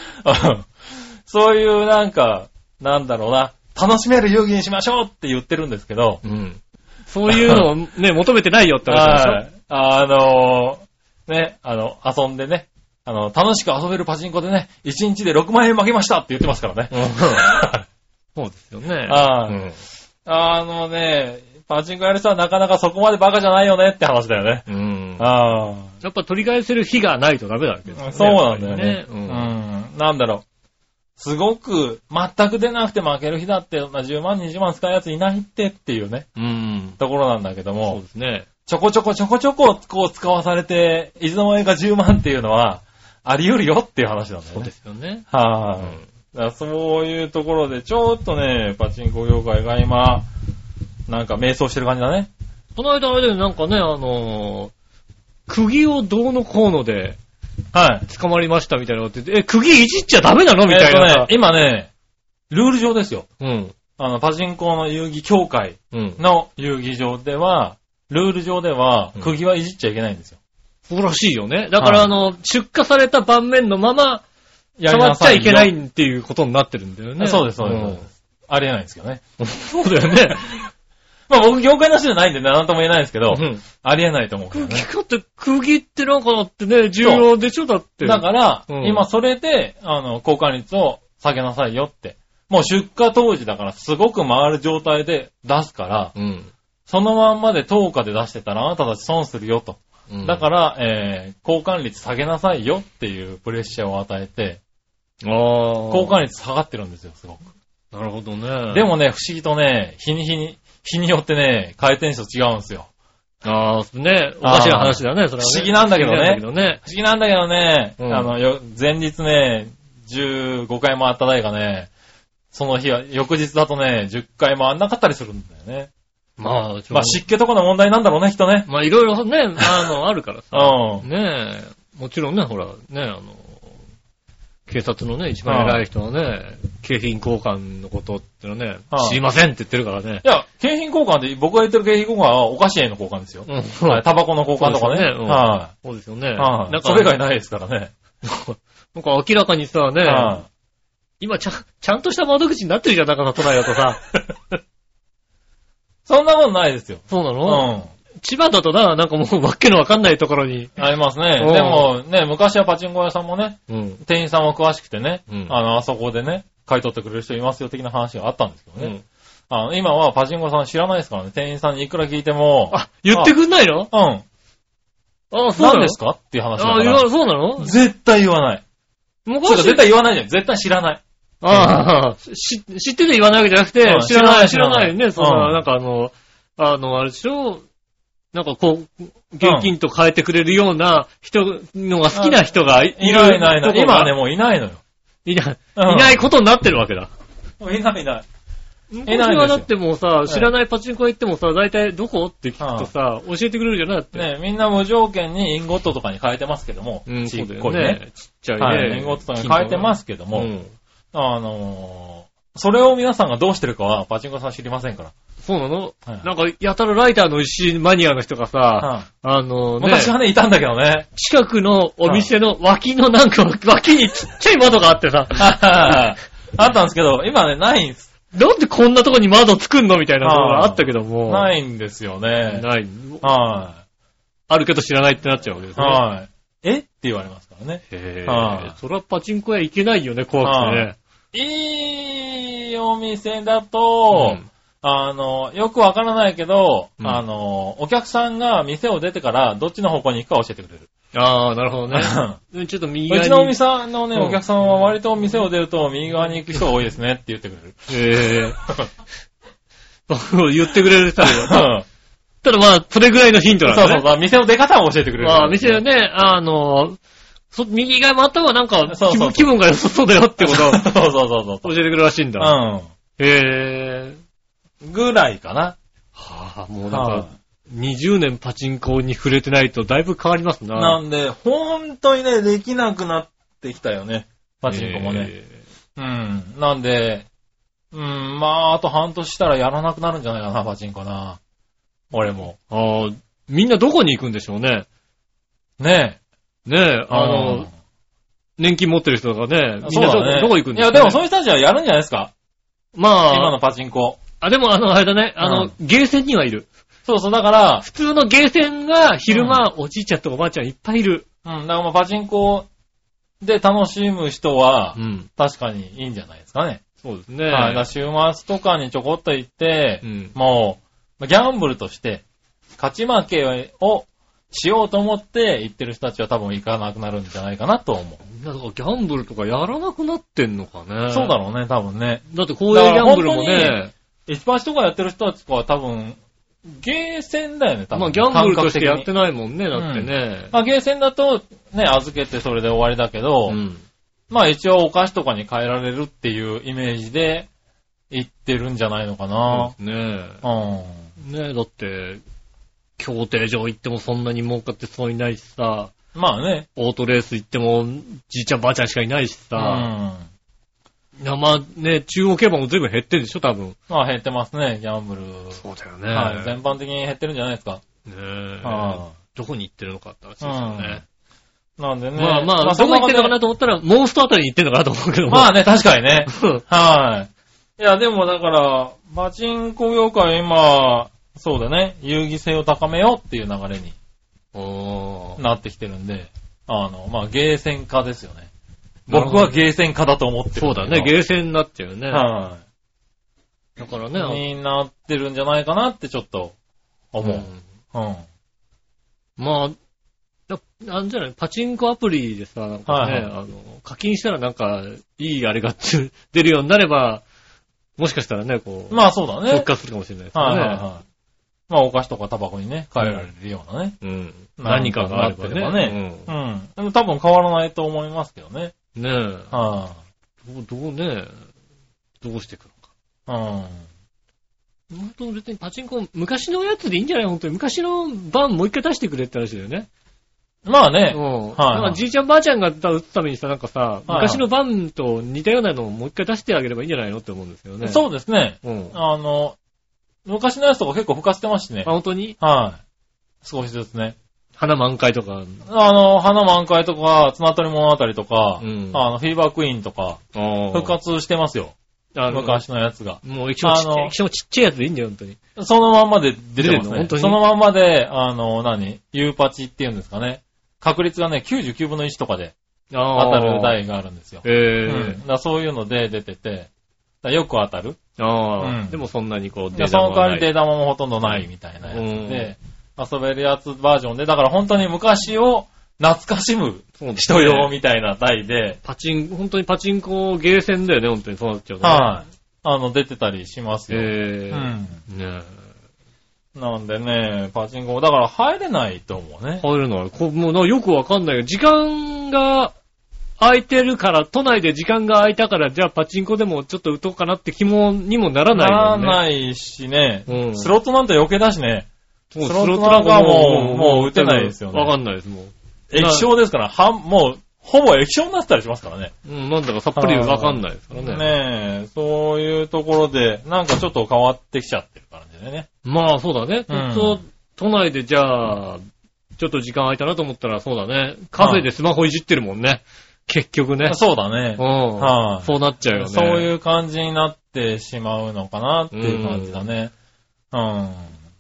[SPEAKER 3] そういうなんか、なんだろうな、楽しめる遊戯にしましょうって言ってるんですけど、
[SPEAKER 2] うん。そういうのをね、求めてないよって話で
[SPEAKER 3] はいあのーね、あの、遊んでね、あの、楽しく遊べるパチンコでね、1日で6万円負けましたって言ってますからね
[SPEAKER 2] し。ょ。うん そうですよね。
[SPEAKER 3] あー
[SPEAKER 2] うん
[SPEAKER 3] あのね、パチンコやる人はなかなかそこまでバカじゃないよねって話だよね。
[SPEAKER 2] うん。
[SPEAKER 3] ああ。
[SPEAKER 2] やっぱ取り返せる日がないとダメだけどね。
[SPEAKER 3] そうなんだよ
[SPEAKER 2] やっ
[SPEAKER 3] ね。
[SPEAKER 2] ぱ
[SPEAKER 3] う
[SPEAKER 2] りうん
[SPEAKER 3] ん。なんだろう。すごく、全く出なくて負ける日だって、まあ10万、20万使うやついないってっていうね、
[SPEAKER 2] うん。
[SPEAKER 3] ところなんだけど
[SPEAKER 2] そう
[SPEAKER 3] も
[SPEAKER 2] で、すね。
[SPEAKER 3] ちょこちょこちょこちょこ、こう使わされて、いつの間にか10万っていうのは、あり得るよっていう話なんだ
[SPEAKER 2] そ
[SPEAKER 3] よね。
[SPEAKER 2] うですよね。
[SPEAKER 3] はい、
[SPEAKER 2] うん
[SPEAKER 3] だからそういうところで、ちょっとね、パチンコ業界が今、なんか迷走してる感じだね。
[SPEAKER 2] この間あれでなんかね、あのー釘をどうのこうので
[SPEAKER 3] はい。
[SPEAKER 2] 捕まりましたみたいなこと言って、え、釘いじっちゃダメなのみたい
[SPEAKER 3] えっと
[SPEAKER 2] な
[SPEAKER 3] ね、今ね、ルール上ですよ。
[SPEAKER 2] うん。
[SPEAKER 3] あの、パチンコの遊戯協会
[SPEAKER 2] うん。
[SPEAKER 3] の遊戯場では、ルール上では
[SPEAKER 2] うん、
[SPEAKER 3] 釘はいじっちゃいけないんですよ。
[SPEAKER 2] そうらしいよね。だから、
[SPEAKER 3] はい
[SPEAKER 2] あの、出荷された盤面のまま、
[SPEAKER 3] やり
[SPEAKER 2] 触
[SPEAKER 3] な
[SPEAKER 2] っちゃ
[SPEAKER 3] さ
[SPEAKER 2] い
[SPEAKER 3] よ
[SPEAKER 2] けないっていうことになってるんだよね。
[SPEAKER 3] そうですそうですそうですありえないんですけどね。
[SPEAKER 2] うん。そうだよね。
[SPEAKER 3] まあ僕、業界の人じゃないんで、なんとも言えないですけど、
[SPEAKER 2] うん。
[SPEAKER 3] ありえないと思うけど
[SPEAKER 2] 釘
[SPEAKER 3] ね。
[SPEAKER 2] かって、釘ってなんかだってね、重要でしょだって。
[SPEAKER 3] だから、
[SPEAKER 2] うん
[SPEAKER 3] 今それで、あの、交換率を下げなさいよって。もう出荷当時だから、すごく回る状態で出すから、
[SPEAKER 2] うん。
[SPEAKER 3] そのまんまで10日で出してたら、あなたたち損するよと。
[SPEAKER 2] うん。
[SPEAKER 3] だから、えー、交換率下げなさいよっていうプレッシャーを与えて、
[SPEAKER 2] ら、ああ。
[SPEAKER 3] 交換率下がってるんですよ、すごく。
[SPEAKER 2] なるほどね。
[SPEAKER 3] でも、ね、不思議とね、日に日に、日によってね、回転数違うんですよ。
[SPEAKER 2] ああ、ね、おかしな話だね、それはね。
[SPEAKER 3] 不思議なんだけどね
[SPEAKER 2] 不思議なんだけ
[SPEAKER 3] 不思議なんだけど
[SPEAKER 2] う
[SPEAKER 3] ね、
[SPEAKER 2] ん
[SPEAKER 3] あの、よ前日ね、15回回った台がね、その日は、翌日だとね、10回回んなかったりするんだよね。
[SPEAKER 2] どね。まあ、ちょ
[SPEAKER 3] まあ、湿気とかの問題なんだろうね、人ね。
[SPEAKER 2] まあ、いろいろね、あの、あ るから
[SPEAKER 3] う
[SPEAKER 2] さ。
[SPEAKER 3] ん。
[SPEAKER 2] ねえ、もちろんね、ほら、ねえ、あの、警察のね、一番偉い人はね、景品交換のことってのはね
[SPEAKER 3] は、い
[SPEAKER 2] 知りませんって言ってるからね。
[SPEAKER 3] いや、景品交換で、僕が言ってる景品交換はお菓子への交換ですよ。
[SPEAKER 2] うん、
[SPEAKER 3] はいタバコの交換とか
[SPEAKER 2] そうで
[SPEAKER 3] ね。
[SPEAKER 2] すよねうん
[SPEAKER 3] は
[SPEAKER 2] そうですよね。
[SPEAKER 3] い。はい、
[SPEAKER 2] なんか、
[SPEAKER 3] それ以外ないですからね。
[SPEAKER 2] なんか明らかにさ、ね、
[SPEAKER 3] はい
[SPEAKER 2] 今ちゃん、ちゃんとした窓口になってるじゃん、だから都内だと さ。
[SPEAKER 3] そんなことないですよ。
[SPEAKER 2] そうな
[SPEAKER 3] う
[SPEAKER 2] の、
[SPEAKER 3] ん。
[SPEAKER 2] 千葉だとな、なんかもうわっけのわかんないところに。
[SPEAKER 3] ありますね。
[SPEAKER 2] うん
[SPEAKER 3] でもね、昔はパチンコ屋さんもね、
[SPEAKER 2] うん。
[SPEAKER 3] 店員さんも詳しくてね、
[SPEAKER 2] うん
[SPEAKER 3] あの、あそこでね、買い取ってくれる人いますよ的な話があったんですけど
[SPEAKER 2] う
[SPEAKER 3] ね。
[SPEAKER 2] ん。
[SPEAKER 3] あの、今はパチンコさん知らないですからね、店員さんにいくら聞いても、
[SPEAKER 2] あ、言ってくんないの
[SPEAKER 3] うん、
[SPEAKER 2] あ、そうな
[SPEAKER 3] 何
[SPEAKER 2] の
[SPEAKER 3] ですかっていう話だ
[SPEAKER 2] あ、
[SPEAKER 3] か
[SPEAKER 2] 言わ
[SPEAKER 3] ら、
[SPEAKER 2] そうなの
[SPEAKER 3] 絶対言わない。そう
[SPEAKER 2] 昔
[SPEAKER 3] か、絶対言わないじゃん。絶対知らない。
[SPEAKER 2] ああ、し知ってて言わないわけじゃなく
[SPEAKER 3] う
[SPEAKER 2] て
[SPEAKER 3] ん、
[SPEAKER 2] 知らない、知
[SPEAKER 3] 知
[SPEAKER 2] ら
[SPEAKER 3] ら
[SPEAKER 2] な
[SPEAKER 3] ないい
[SPEAKER 2] ね。そんな、
[SPEAKER 3] うん
[SPEAKER 2] なんかあの、あの、あれでしょなんかこう、現金と変えてくれるような人のが好きな人がい
[SPEAKER 3] い
[SPEAKER 2] い
[SPEAKER 3] ない
[SPEAKER 2] る
[SPEAKER 3] いないいな
[SPEAKER 2] とこ
[SPEAKER 3] い。今
[SPEAKER 2] が
[SPEAKER 3] はね、もういないのよ。
[SPEAKER 2] いない、
[SPEAKER 3] うん
[SPEAKER 2] いないことになってるわけだ。
[SPEAKER 3] もういないいない。
[SPEAKER 2] 昔はだってもうさ、
[SPEAKER 3] い
[SPEAKER 2] 知らないパチンコ屋行ってもさ、大体どこって聞くとさ、教えてくれるじゃないだって。
[SPEAKER 3] ね、みんな無条件にインゴットとかに変えてますけども、
[SPEAKER 2] うん、
[SPEAKER 3] ち
[SPEAKER 2] そう
[SPEAKER 3] っ
[SPEAKER 2] だよ
[SPEAKER 3] こいね。
[SPEAKER 2] ね。ちっちゃ
[SPEAKER 3] はいい、
[SPEAKER 2] ね。
[SPEAKER 3] インゴットとかに変えてますすけど
[SPEAKER 2] う
[SPEAKER 3] も、
[SPEAKER 2] ん。
[SPEAKER 3] あのー、それを皆さんがどうしてるかは、パチンコさん知りませんから。
[SPEAKER 2] そうなの
[SPEAKER 3] はい
[SPEAKER 2] なんか、やたらライターの石マニアの人がさ、
[SPEAKER 3] は
[SPEAKER 2] あのね、
[SPEAKER 3] い昔はね、いたんだけど ね。
[SPEAKER 2] 近くのお店の脇のなんか、脇にちっちゃい窓があってさ、
[SPEAKER 3] あったんですけど、今ね、ないんです。
[SPEAKER 2] なんでこんなとこに窓作んのみたいなのがあったけども。。
[SPEAKER 3] ないいんですよね。
[SPEAKER 2] ない。
[SPEAKER 3] は
[SPEAKER 2] あるけど知らないってなっちゃうわけで
[SPEAKER 3] い。
[SPEAKER 2] すね。
[SPEAKER 3] はい。えって言われますからね。
[SPEAKER 2] へ
[SPEAKER 3] は
[SPEAKER 2] ぇそれはパチンコ屋行けないよね、怖くてね。
[SPEAKER 3] いいお店だ
[SPEAKER 2] う
[SPEAKER 3] と、
[SPEAKER 2] ん
[SPEAKER 3] あの、よくわからないけど、
[SPEAKER 2] うん
[SPEAKER 3] あの、お客さんが店を出てから、どっちの方向に行くか教えてくれる。
[SPEAKER 2] ああ、なるほどね。うんちょっと右側
[SPEAKER 3] う
[SPEAKER 2] に。
[SPEAKER 3] ちのお店のね、
[SPEAKER 2] うん
[SPEAKER 3] お客さんは割と店を出ると、右側に行く人が多いですねって言ってくれる。
[SPEAKER 2] へ ぇ言ってくれる人だよ。ただまあ、それぐらいのヒントなん
[SPEAKER 3] そう
[SPEAKER 2] だ
[SPEAKER 3] そう
[SPEAKER 2] ね。
[SPEAKER 3] そう、店の出方を教えてくれる。
[SPEAKER 2] まあ、店はね、あの、そ右側回った方がなんか
[SPEAKER 3] そうそうそう
[SPEAKER 2] 気分が良さそうだよってこ
[SPEAKER 3] そう
[SPEAKER 2] と
[SPEAKER 3] そうそうそうそ
[SPEAKER 2] を教えてくれるらしいんだ。
[SPEAKER 3] う。
[SPEAKER 2] へぇ
[SPEAKER 3] うん。ぐらいかな。
[SPEAKER 2] はあ、もうなん
[SPEAKER 3] は
[SPEAKER 2] か、20年パチンコに触れてないとだいぶ変わりますな。
[SPEAKER 3] なんで、本当にね、できなくなってきたよね。パチンコもね。
[SPEAKER 2] え
[SPEAKER 3] うん。なんで、うん、まあ、あと半年したらやらなくなるんじゃないかな、パチンコな。俺も。
[SPEAKER 2] ー。ああ、みんなどこに行くんでしょうね。
[SPEAKER 3] ねえ。
[SPEAKER 2] ねえ、あ
[SPEAKER 3] うん
[SPEAKER 2] の、年金持ってる人とかね、みん
[SPEAKER 3] そう
[SPEAKER 2] など,、
[SPEAKER 3] だね
[SPEAKER 2] どこ行くん
[SPEAKER 3] い
[SPEAKER 2] でしょ
[SPEAKER 3] や、
[SPEAKER 2] う、ね。
[SPEAKER 3] でもそういう人たちはやるんじゃないですか
[SPEAKER 2] ま
[SPEAKER 3] 今
[SPEAKER 2] あ
[SPEAKER 3] の、パチンコ。
[SPEAKER 2] あ、でもあの、あれだね、あの、
[SPEAKER 3] うん
[SPEAKER 2] ゲーセンにはいる。
[SPEAKER 3] そうそう、だから、
[SPEAKER 2] 普通のゲーセンが昼間、おじいちゃんとおばあちゃんいっぱいいる。
[SPEAKER 3] うん、だからまあパチンコで楽しむ人は、
[SPEAKER 2] うん。
[SPEAKER 3] 確かにいいんじゃないですかね。
[SPEAKER 2] そうですね。
[SPEAKER 3] はい。だから週末とかにちょこっと行って、
[SPEAKER 2] うん
[SPEAKER 3] もう、ギャンブルとして、勝ち負けをしようと思って行ってる人たちは多分行かなくなるんじゃないかなと思う。
[SPEAKER 2] みんなだからギャンブルとかやらなくなってんのかね。
[SPEAKER 3] そうだろうね、多分ね。
[SPEAKER 2] だって公営ギャンブルも
[SPEAKER 3] だから本
[SPEAKER 2] ね、
[SPEAKER 3] 一チとかやってる人たちとかは多分、ゲーセンだよね、多分。
[SPEAKER 2] まあ、ギャンブルとしてや
[SPEAKER 3] 感覚
[SPEAKER 2] って
[SPEAKER 3] 的に
[SPEAKER 2] ないもんね、だってね。
[SPEAKER 3] まあ、ゲーセンだと、ね、預けてそれで終わりだけど、
[SPEAKER 2] うん。
[SPEAKER 3] まあ一応お菓子とかに変えられるっていうイメージで行ってるんじゃないのかな。
[SPEAKER 2] そうですね
[SPEAKER 3] うん。
[SPEAKER 2] ねえ、だって、競艇場行ってもそんなに儲かってそうにないしさ、
[SPEAKER 3] まあね。
[SPEAKER 2] オートレース行ってもじいちゃんばあちゃんしかいないし
[SPEAKER 3] うん。
[SPEAKER 2] さ、まあね、中央競馬も随分減ってるでしょ、多分。
[SPEAKER 3] まあ減ってますね、ギャンブル。
[SPEAKER 2] そうだよ
[SPEAKER 3] はい。
[SPEAKER 2] ね
[SPEAKER 3] 全般的に減ってるんじゃないですか。
[SPEAKER 2] え。ね
[SPEAKER 3] は
[SPEAKER 2] え。どこに行ってるのかって話ですよね。
[SPEAKER 3] なんでね。
[SPEAKER 2] まあまあ、
[SPEAKER 3] そ
[SPEAKER 2] ど
[SPEAKER 3] ん
[SPEAKER 2] こ
[SPEAKER 3] な
[SPEAKER 2] 行ってるのかなと思ったら、モンストあたりに行ってるのかなと思うけども。
[SPEAKER 3] まあね、確かに ね。
[SPEAKER 2] うん
[SPEAKER 3] はい。いや、でもだから、パチンコ業界は今、そうだね、遊戯性を高めようっていう流れに
[SPEAKER 2] おー
[SPEAKER 3] なってきてるんで、あの、まあ、ゲーセン化ですよね。
[SPEAKER 2] なる
[SPEAKER 3] 僕
[SPEAKER 2] ほど
[SPEAKER 3] はゲーセン化だと思ってる。
[SPEAKER 2] そうだね、
[SPEAKER 3] ー
[SPEAKER 2] ゲーセンになっちゃうね。
[SPEAKER 3] は
[SPEAKER 2] だから
[SPEAKER 3] い。
[SPEAKER 2] ね、
[SPEAKER 3] になってるんじゃないかなってちょっと思う。
[SPEAKER 2] う
[SPEAKER 3] うんん。
[SPEAKER 2] まあ、だなんじゃない、パチンコアプリでさ、なんかね、
[SPEAKER 3] はいはい
[SPEAKER 2] あの、課金したらなんか、いいあれが出るようになれば、もしかしたらね、こう、
[SPEAKER 3] まあそうだね。
[SPEAKER 2] 復活するかもしれないですよ
[SPEAKER 3] はい
[SPEAKER 2] ね。
[SPEAKER 3] はいはい。まあお菓子とかタバコにね、変えられるようなね。
[SPEAKER 2] うん、
[SPEAKER 3] なん
[SPEAKER 2] 何かがあればね。
[SPEAKER 3] なってればうん。でも多分変わらないと思いますけどね。
[SPEAKER 2] うんね
[SPEAKER 3] は
[SPEAKER 2] えどう、どうね、どうしていくのか。
[SPEAKER 3] い。うん。
[SPEAKER 2] 本当別にパチンコ、昔のやつでいいんじゃない本当に。昔の版もう一回出してくれって話だよね。
[SPEAKER 3] まあ
[SPEAKER 2] う
[SPEAKER 3] ね、
[SPEAKER 2] ん。
[SPEAKER 3] はい
[SPEAKER 2] なんかじいちゃんばあちゃんが打つためにさ、なんかさ、
[SPEAKER 3] いはい
[SPEAKER 2] 昔の版と似たようなのをもう一回出してあげればいいんじゃないのって思うんですよね。
[SPEAKER 3] そうですね。
[SPEAKER 2] う。うん。あ、
[SPEAKER 3] あの、昔のやつとか結構吹かせてましたしね。
[SPEAKER 2] 本当に
[SPEAKER 3] はい。少しずつね。
[SPEAKER 2] 花満開とか。
[SPEAKER 3] あの、花満開とか、綱取り物語とか、
[SPEAKER 2] うん
[SPEAKER 3] あの、フィーバークイーンとか、復活してますよ。
[SPEAKER 2] あの
[SPEAKER 3] 昔のやつが。
[SPEAKER 2] もう一応ちっちゃ
[SPEAKER 3] あ
[SPEAKER 2] い、
[SPEAKER 3] の
[SPEAKER 2] 一応ちっちゃいやつでいいんだよ、本当に。
[SPEAKER 3] そのまんまで出てます
[SPEAKER 2] 出てるの本
[SPEAKER 3] ね
[SPEAKER 2] 当。に
[SPEAKER 3] そのまんまで、あの、何ユーパチっていうんですかね。確率がね、99分の1とかで当たる
[SPEAKER 2] 台。
[SPEAKER 3] 台があるんですよ。うん
[SPEAKER 2] え
[SPEAKER 3] だからそういうので出てて、だからよく当たる。
[SPEAKER 2] え。あ
[SPEAKER 3] う
[SPEAKER 2] あ。
[SPEAKER 3] ん
[SPEAKER 2] でもそんなにこう、
[SPEAKER 3] いやその代わりデ
[SPEAKER 2] で
[SPEAKER 3] ータもほとんどないみたいなやつで、遊べるやつバージョンで、だから本当に昔を懐かしむ人用みたいな台で、
[SPEAKER 2] パチン、本当にパチンコゲーセンだよね、本当にそうなっちゃうとね。
[SPEAKER 3] はい。あの、出てたりしますよ。
[SPEAKER 2] ええ。
[SPEAKER 3] うん。
[SPEAKER 2] ね
[SPEAKER 3] なんでね、パチンコ、だから入れないと思う
[SPEAKER 2] え。
[SPEAKER 3] ね。
[SPEAKER 2] 入るのは、こうもうなよくわかんないけど、時間が空いてるから、都内で時間が空いたから、じゃあパチンコでもちょっと打とうかなって気も、にもならない
[SPEAKER 3] なら
[SPEAKER 2] もんね。
[SPEAKER 3] ないしね、
[SPEAKER 2] うん
[SPEAKER 3] スロットなんて余計だしね、
[SPEAKER 2] もう
[SPEAKER 3] スロットなんかもうもう打てないですよね
[SPEAKER 2] わかんないです、もう。
[SPEAKER 3] 液晶ですから、はんもう、ほぼ液晶になってたりしますからね。
[SPEAKER 2] うん、なんだかさっぱりわかんないですからね。
[SPEAKER 3] ねえ、そういうところで、なんかちょっと変わってきちゃってる感じでね。
[SPEAKER 2] まあそうだね。
[SPEAKER 3] うん
[SPEAKER 2] ずっと都内でじゃあ、ちょっと時間空いたなと思ったらそうだね。カフェでスマホいじってるもんね。結局ね。
[SPEAKER 3] そうだね
[SPEAKER 2] う。ん、
[SPEAKER 3] はい
[SPEAKER 2] そうなっちゃうよね。
[SPEAKER 3] そう
[SPEAKER 2] う。
[SPEAKER 3] いう感じになってしまうのかなっていう感じだね。うん。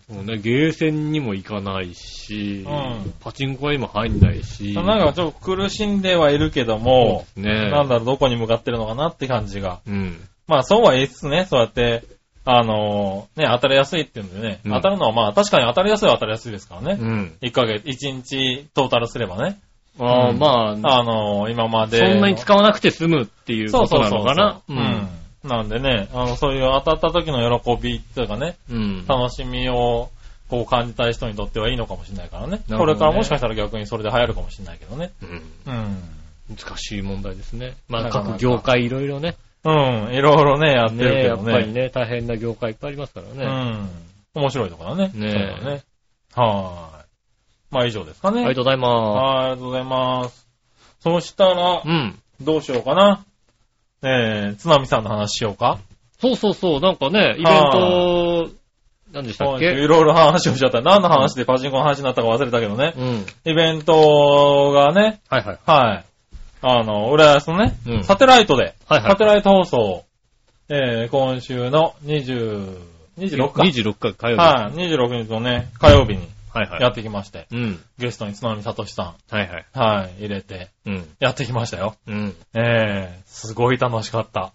[SPEAKER 2] そうね、ゲーセンにも行かないし、
[SPEAKER 3] うん
[SPEAKER 2] パチンコは今入んないし。
[SPEAKER 3] なんかちょっと苦しんではいるけども、
[SPEAKER 2] ね
[SPEAKER 3] なんだろう、どこに向かってるのかなって感じが。
[SPEAKER 2] うん。
[SPEAKER 3] まあそうは言いつつね、そうやって、あのーね、当たりやすいっていうんでね、
[SPEAKER 2] うん
[SPEAKER 3] 当たるのはまあ確かに当たりやすいは当たりやすいですから
[SPEAKER 2] う
[SPEAKER 3] ね。
[SPEAKER 2] ん。
[SPEAKER 3] 1ヶ月、1日トータルすればね、
[SPEAKER 2] ああ、
[SPEAKER 3] うん
[SPEAKER 2] まあ、
[SPEAKER 3] あのー今まで
[SPEAKER 2] そ
[SPEAKER 3] の。
[SPEAKER 2] んなに使わなくて済むっていう
[SPEAKER 3] そ
[SPEAKER 2] こ
[SPEAKER 3] う
[SPEAKER 2] と
[SPEAKER 3] そう
[SPEAKER 2] な
[SPEAKER 3] そ
[SPEAKER 2] の
[SPEAKER 3] う
[SPEAKER 2] かな。
[SPEAKER 3] そう。うん。なんでね、あの、そういう当たった時の喜びというかね、
[SPEAKER 2] うん。うん。
[SPEAKER 3] 楽しみをこう感じたい人にとってはいいのかもしれないからね。
[SPEAKER 2] なるほどね
[SPEAKER 3] これからもしかしたら逆にそれで流行るかもしれないけどね。
[SPEAKER 2] うん
[SPEAKER 3] うん。
[SPEAKER 2] 難しい問題ですね。まあ
[SPEAKER 3] なかなか
[SPEAKER 2] 各業界いろいろね。
[SPEAKER 3] うん、いろいろね、やってる
[SPEAKER 2] ね
[SPEAKER 3] け
[SPEAKER 2] や
[SPEAKER 3] ど
[SPEAKER 2] っ
[SPEAKER 3] ね。
[SPEAKER 2] ぱりね、大変な業界いっぱいありますからね。
[SPEAKER 3] うん。面白いとこだね。
[SPEAKER 2] ねえ
[SPEAKER 3] そうだね。はーい。まあ以上ですかね。
[SPEAKER 2] ありがとうございま
[SPEAKER 3] はいありがとうございます。そしたら
[SPEAKER 2] す。う、ん。
[SPEAKER 3] どうしようかな。えー、津波さんの話しようか。
[SPEAKER 2] そうそうそう、なんかね、イベント、何でしたっ
[SPEAKER 3] いろ
[SPEAKER 2] け
[SPEAKER 3] いろ話をしちゃった。何の話でパチンコの話になったか忘れたけどね。
[SPEAKER 2] うん。
[SPEAKER 3] イベントがね、
[SPEAKER 2] はいはい。
[SPEAKER 3] はい。あの、浦安のね、
[SPEAKER 2] うん
[SPEAKER 3] サテライトで、
[SPEAKER 2] はいはい
[SPEAKER 3] サテライト放送、えー、今週の20、26か。
[SPEAKER 2] 26回火曜日。
[SPEAKER 3] はい、26日のね、火曜日に
[SPEAKER 2] はいは
[SPEAKER 3] や
[SPEAKER 2] い。
[SPEAKER 3] ってきまして、
[SPEAKER 2] うん。
[SPEAKER 3] ゲストに津波聡さ
[SPEAKER 2] はいはい。
[SPEAKER 3] ん、はい、入れて、
[SPEAKER 2] うん。
[SPEAKER 3] やってきましたよ。
[SPEAKER 2] うん。
[SPEAKER 3] えー、すごい楽しかった。